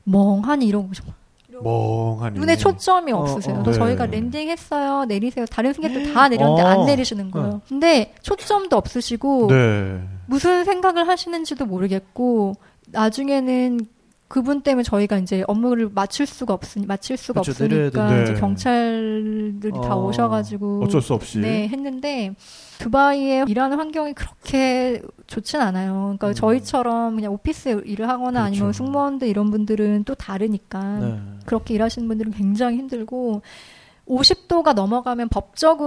[SPEAKER 7] 멍하니 이러고 정말
[SPEAKER 6] 멍하니.
[SPEAKER 7] 눈에 초점이
[SPEAKER 5] 어,
[SPEAKER 7] 없으세요.
[SPEAKER 5] 어.
[SPEAKER 7] 그래서
[SPEAKER 6] 네.
[SPEAKER 7] 저희가 랜딩했어요. 내리세요. 다른 승객들 다 내렸는데
[SPEAKER 5] 어.
[SPEAKER 7] 안 내리시는 거예요. 근데 초점도 없으시고
[SPEAKER 6] 네.
[SPEAKER 7] 무슨 생각을 하시는지도 모르겠고 나중에는 그분 때문에 저희가 이제 업무를 마칠 수가 없으니 마칠 수가
[SPEAKER 5] 그쵸, 내려야 네.
[SPEAKER 7] 없으니까
[SPEAKER 6] 되는데.
[SPEAKER 7] 이제 경찰들이 다
[SPEAKER 5] 어.
[SPEAKER 7] 오셔가지고
[SPEAKER 6] 어쩔 수 없이.
[SPEAKER 7] 네 했는데 두바이의 일하는 환경이 그렇게 좋진 않아요. 그러니까
[SPEAKER 5] 음.
[SPEAKER 7] 저희처럼 그냥 오피스 일을 하거나 아니면
[SPEAKER 6] 그렇죠.
[SPEAKER 7] 승무원들 이런 분들은 또 다르니까
[SPEAKER 5] 네.
[SPEAKER 7] 그렇게 일하시는 분들은 굉장히 힘들고 50도가 넘어가면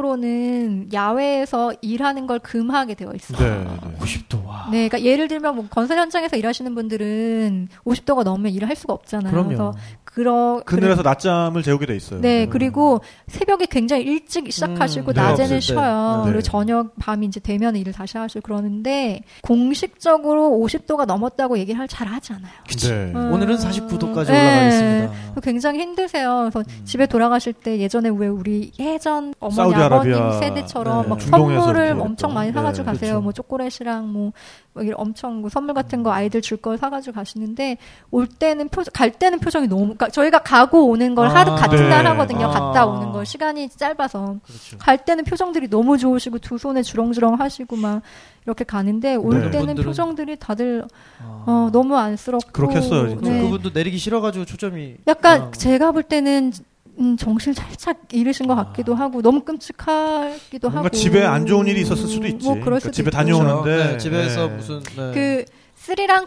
[SPEAKER 7] 법적으로는 야외에서 일하는 걸 금하게 되어 있어요.
[SPEAKER 6] 네. 네.
[SPEAKER 5] 90도 와.
[SPEAKER 7] 네, 그러니까 예를 들면 뭐 건설 현장에서 일하시는 분들은 50도가 넘으면 일을 할 수가 없잖아요.
[SPEAKER 5] 그럼요.
[SPEAKER 7] 래서 그러
[SPEAKER 6] 그늘에서 낮잠을 재우게 돼 있어요.
[SPEAKER 7] 그래- 네, 그리고 새벽에 굉장히 일찍 시작하시고
[SPEAKER 5] 음, 네,
[SPEAKER 7] 낮에는
[SPEAKER 5] 없을 때.
[SPEAKER 7] 쉬어요.
[SPEAKER 6] 네.
[SPEAKER 7] 그리고 저녁 밤이 이제 되면 일을 다시 하시고 그러는데 공식적으로 50도가 넘었다고 얘기를 할- 잘 하지 않아요.
[SPEAKER 6] 네.
[SPEAKER 7] 음.
[SPEAKER 5] 오늘은 49도까지
[SPEAKER 7] 네.
[SPEAKER 5] 올라가겠습니다.
[SPEAKER 7] 그래서 굉장히 힘드세요. 그래서 집에 돌아가실 때 예전에 왜 우리 예전 어머니
[SPEAKER 6] 음. 사우디아라비아,
[SPEAKER 7] 아버님 세대처럼
[SPEAKER 5] 네,
[SPEAKER 7] 막
[SPEAKER 6] 중동에서
[SPEAKER 7] 선물을
[SPEAKER 6] 그랬죠.
[SPEAKER 7] 엄청 많이 사가지고
[SPEAKER 6] 네,
[SPEAKER 7] 가세요.
[SPEAKER 5] 그렇죠.
[SPEAKER 7] 뭐 초콜릿이랑 뭐, 뭐 이런 엄청 뭐 선물 같은 거 아이들 줄 걸 사가지고 가시는데 올 때는 표정, 갈 때는 표정이 너무 그러니까 저희가 가고 오는 걸
[SPEAKER 5] 아,
[SPEAKER 7] 하루 같은
[SPEAKER 6] 네.
[SPEAKER 7] 날 하거든요.
[SPEAKER 5] 아.
[SPEAKER 7] 갔다 오는 걸 시간이 짧아서
[SPEAKER 5] 그렇죠.
[SPEAKER 7] 갈 때는 표정들이 너무 좋으시고 두 손에 주렁주렁 하시고 막 이렇게 가는데 올
[SPEAKER 6] 네.
[SPEAKER 7] 때는
[SPEAKER 5] 분들은-
[SPEAKER 7] 표정들이 다들
[SPEAKER 5] 아. 그렇죠.
[SPEAKER 7] 어, 너무 안쓰럽고
[SPEAKER 6] 그렇겠어요, 진짜.
[SPEAKER 7] 네.
[SPEAKER 5] 그분도 내리기 싫어가지고 초점이
[SPEAKER 7] 약간
[SPEAKER 6] 어.
[SPEAKER 5] 아,
[SPEAKER 7] 제가 볼 때는 음, 정신 살짝 잃으신 것 같기도 하고 너무 끔찍하기도
[SPEAKER 6] 아. 뭔가
[SPEAKER 7] 하고
[SPEAKER 6] 집에 안 좋은 일이 있었을 수도 있지.
[SPEAKER 7] 뭐 그럴
[SPEAKER 6] 그러니까
[SPEAKER 7] 수도
[SPEAKER 6] 집에
[SPEAKER 7] 있고.
[SPEAKER 6] 다녀오는- 다녀오는데,
[SPEAKER 5] 네, 집에서
[SPEAKER 6] 네.
[SPEAKER 5] 무슨 네.
[SPEAKER 7] 그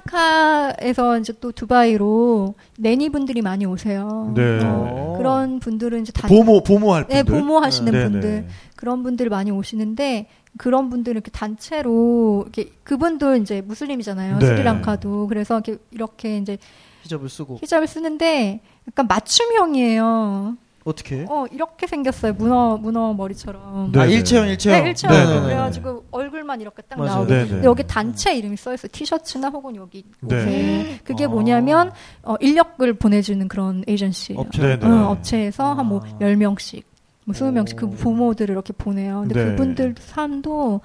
[SPEAKER 7] 스리랑카에서 이제 또 두바이로 내니 분들이 많이 오세요.
[SPEAKER 6] 네.
[SPEAKER 5] 어.
[SPEAKER 7] 그런 분들은 이제 단-
[SPEAKER 6] 보모 보모할
[SPEAKER 7] 네,
[SPEAKER 6] 분들.
[SPEAKER 7] 보모하시는
[SPEAKER 6] 네,
[SPEAKER 7] 분들
[SPEAKER 6] 네.
[SPEAKER 7] 그런 분들 많이 오시는데 그런 분들은 이렇게 단체로 이렇게 그분도 이제 무슬림이잖아요.
[SPEAKER 6] 네.
[SPEAKER 7] 스리랑카도 그래서 이렇게, 이렇게 이제
[SPEAKER 5] 히잡을 쓰고
[SPEAKER 7] 히잡을 쓰는데 약간 맞춤형이에요.
[SPEAKER 5] 어떻게?
[SPEAKER 7] 어 이렇게 생겼어요 문어 문어 머리처럼
[SPEAKER 6] 예? 네.
[SPEAKER 5] 아 일체형 일체형.
[SPEAKER 7] 네, 일체형으로
[SPEAKER 6] 네, 네, 네.
[SPEAKER 7] 그래가지고 얼굴만 이렇게 딱
[SPEAKER 5] 맞아요.
[SPEAKER 7] 나오고
[SPEAKER 6] 네, 네.
[SPEAKER 7] 근데 여기 단체 이름이 써있어 요 티셔츠나 혹은 여기
[SPEAKER 6] 네.
[SPEAKER 7] 옷에 그게
[SPEAKER 5] 아.
[SPEAKER 7] 뭐냐면 어, 인력을 보내주는 그런 에이전시예요
[SPEAKER 5] 업체.
[SPEAKER 6] 네, 네.
[SPEAKER 7] 어, 업체에서 한 뭐
[SPEAKER 5] 아.
[SPEAKER 7] 10명씩 뭐 20명씩 그
[SPEAKER 5] 오.
[SPEAKER 7] 부모들을 이렇게 보내요 근데
[SPEAKER 6] 네.
[SPEAKER 7] 그분들 삶도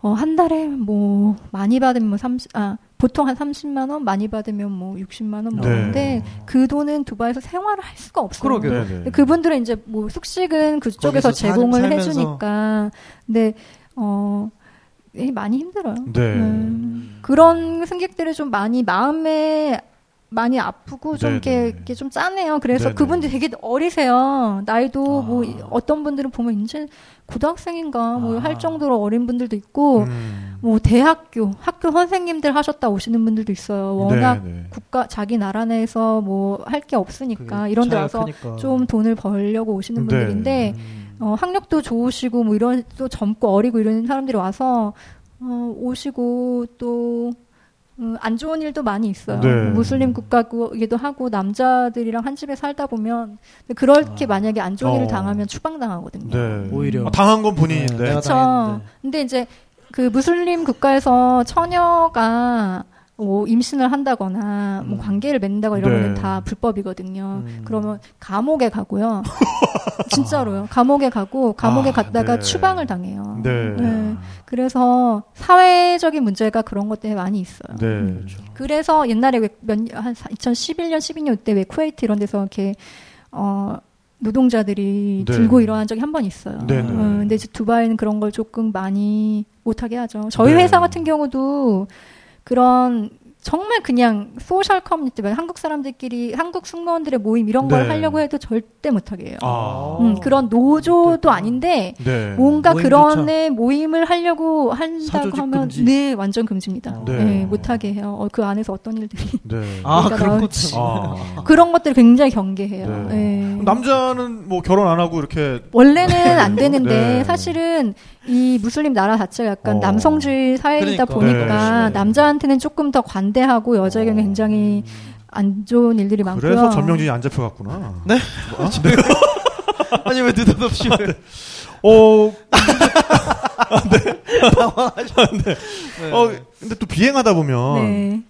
[SPEAKER 7] 어, 한 달에 뭐 많이 받으면 뭐 30, 아 보통 한 30만 원 많이 받으면 뭐 60만 원
[SPEAKER 6] 네.
[SPEAKER 7] 먹는데 그 돈은 두바이에서 생활을 할 수가 없어요
[SPEAKER 5] 그러게요.
[SPEAKER 6] 네, 네.
[SPEAKER 7] 근데 그분들은 이제 뭐 숙식은 그쪽에서
[SPEAKER 5] 거기서 살-
[SPEAKER 7] 제공을
[SPEAKER 5] 살면서.
[SPEAKER 7] 해주니까 근데 어 예, 많이 힘들어요.
[SPEAKER 6] 네.
[SPEAKER 7] 음, 그런 승객들이 좀 많이 마음에 많이 아프고 좀
[SPEAKER 6] 네, 네.
[SPEAKER 7] 이렇게, 이렇게 좀 짠해요. 그래서
[SPEAKER 6] 네, 네.
[SPEAKER 7] 그분들 되게 어리세요. 나이도
[SPEAKER 5] 아.
[SPEAKER 7] 뭐 어떤 분들은 보면 이제 고등학생인가 뭐
[SPEAKER 5] 아.
[SPEAKER 7] 할 정도로 어린 분들도 있고
[SPEAKER 6] 음.
[SPEAKER 7] 뭐 대학교 학교 선생님들 하셨다 오시는 분들도 있어요. 워낙
[SPEAKER 6] 네, 네.
[SPEAKER 7] 국가 자기 나라 내에서 뭐 할 게 없으니까
[SPEAKER 5] 그게
[SPEAKER 7] 이런 데
[SPEAKER 5] 차이가
[SPEAKER 7] 와서
[SPEAKER 5] 크니까. 음.
[SPEAKER 7] 좀 돈을 벌려고 오시는
[SPEAKER 6] 네.
[SPEAKER 7] 분들인데 어, 학력도 좋으시고 뭐 이런 또 젊고 어리고 이런 사람들이 와서 어, 오시고 또 음, 안 좋은 일도 많이 있어요.
[SPEAKER 6] 네.
[SPEAKER 7] 무슬림 국가이기도 하고 남자들이랑 한 집에 살다 보면 근데 그렇게
[SPEAKER 5] 아.
[SPEAKER 7] 만약에 안 좋은 일을
[SPEAKER 6] 어.
[SPEAKER 7] 당하면 추방당하거든요.
[SPEAKER 6] 네.
[SPEAKER 5] 오히려.
[SPEAKER 6] 아, 당한 건
[SPEAKER 5] 네,
[SPEAKER 6] 본인인데.
[SPEAKER 5] 내가
[SPEAKER 7] 그렇죠.
[SPEAKER 5] 당했는데.
[SPEAKER 7] 근데 이제 그 무슬림 국가에서 처녀가 뭐 임신을 한다거나 뭐
[SPEAKER 5] 음.
[SPEAKER 7] 관계를 맺는다거나 이런 거는
[SPEAKER 6] 네.
[SPEAKER 7] 다 불법이거든요.
[SPEAKER 5] 음.
[SPEAKER 7] 그러면 감옥에
[SPEAKER 6] <laughs>
[SPEAKER 7] 가고요. 진짜로요. 감옥에 가고 감옥에
[SPEAKER 6] 아,
[SPEAKER 7] 갔다가
[SPEAKER 6] 네.
[SPEAKER 7] 추방을 당해요.
[SPEAKER 6] 네.
[SPEAKER 7] 네. 그래서 사회적인 문제가 그런 것 때문에 많이 있어요.
[SPEAKER 6] 네.
[SPEAKER 7] 그렇죠. 그래서 옛날에 왜 몇, 년- 한 2011년, 12년 때 왜 쿠웨이트 이런 데서 이렇게, 어, 노동자들이
[SPEAKER 6] 네.
[SPEAKER 7] 들고 일어난 적이 한 번 있어요.
[SPEAKER 6] 네, 네.
[SPEAKER 7] 음, 근데 이제 두바이는 그런 걸 조금 많이 못하게 하죠. 저희
[SPEAKER 6] 네.
[SPEAKER 7] 회사 같은 경우도 그런 정말 그냥 소셜 커뮤니티, 뭐 한국 사람들끼리, 한국 승무원들의 모임 이런 걸
[SPEAKER 6] 네.
[SPEAKER 7] 하려고 해도 절대 못하게 해요.
[SPEAKER 6] 아.
[SPEAKER 7] 음, 그런 노조도 아닌데
[SPEAKER 6] 네.
[SPEAKER 7] 뭔가
[SPEAKER 5] 모임조차.
[SPEAKER 7] 그런 애 모임을 하려고 한다고
[SPEAKER 5] 사조직
[SPEAKER 7] 하면
[SPEAKER 5] 금지.
[SPEAKER 7] 네 완전 금지입니다.
[SPEAKER 6] 네.
[SPEAKER 7] 네. 못하게 해요. 어, 그 안에서 어떤 일들이 <laughs>
[SPEAKER 6] 네.
[SPEAKER 5] 아
[SPEAKER 7] 그러니까
[SPEAKER 5] 그런
[SPEAKER 7] 나온-
[SPEAKER 5] 거지.
[SPEAKER 6] 아.
[SPEAKER 7] 그런 것들 굉장히 경계해요.
[SPEAKER 6] 네.
[SPEAKER 7] 네.
[SPEAKER 6] 남자는 뭐 결혼 안 하고 이렇게
[SPEAKER 7] 원래는 안 되는데
[SPEAKER 6] 네.
[SPEAKER 7] 사실은 이 무슬림 나라 자체가 약간
[SPEAKER 6] 어.
[SPEAKER 7] 남성주의 사회이다
[SPEAKER 5] 그러니까.
[SPEAKER 7] 보니까
[SPEAKER 6] 네. 어.
[SPEAKER 7] 남자한테는 조금 더 관대하고 여자에게는 굉장히 안 좋은 일들이 많고요.
[SPEAKER 6] 그래서 전명진이 안 잡혀갔구나.
[SPEAKER 5] 네.
[SPEAKER 6] 어?
[SPEAKER 5] <laughs>
[SPEAKER 6] 아, 네.
[SPEAKER 5] 아니 왜 느닷없이 왜?
[SPEAKER 6] 어
[SPEAKER 5] 네.
[SPEAKER 6] 어, 근데 또 비행하다 보면
[SPEAKER 7] 네.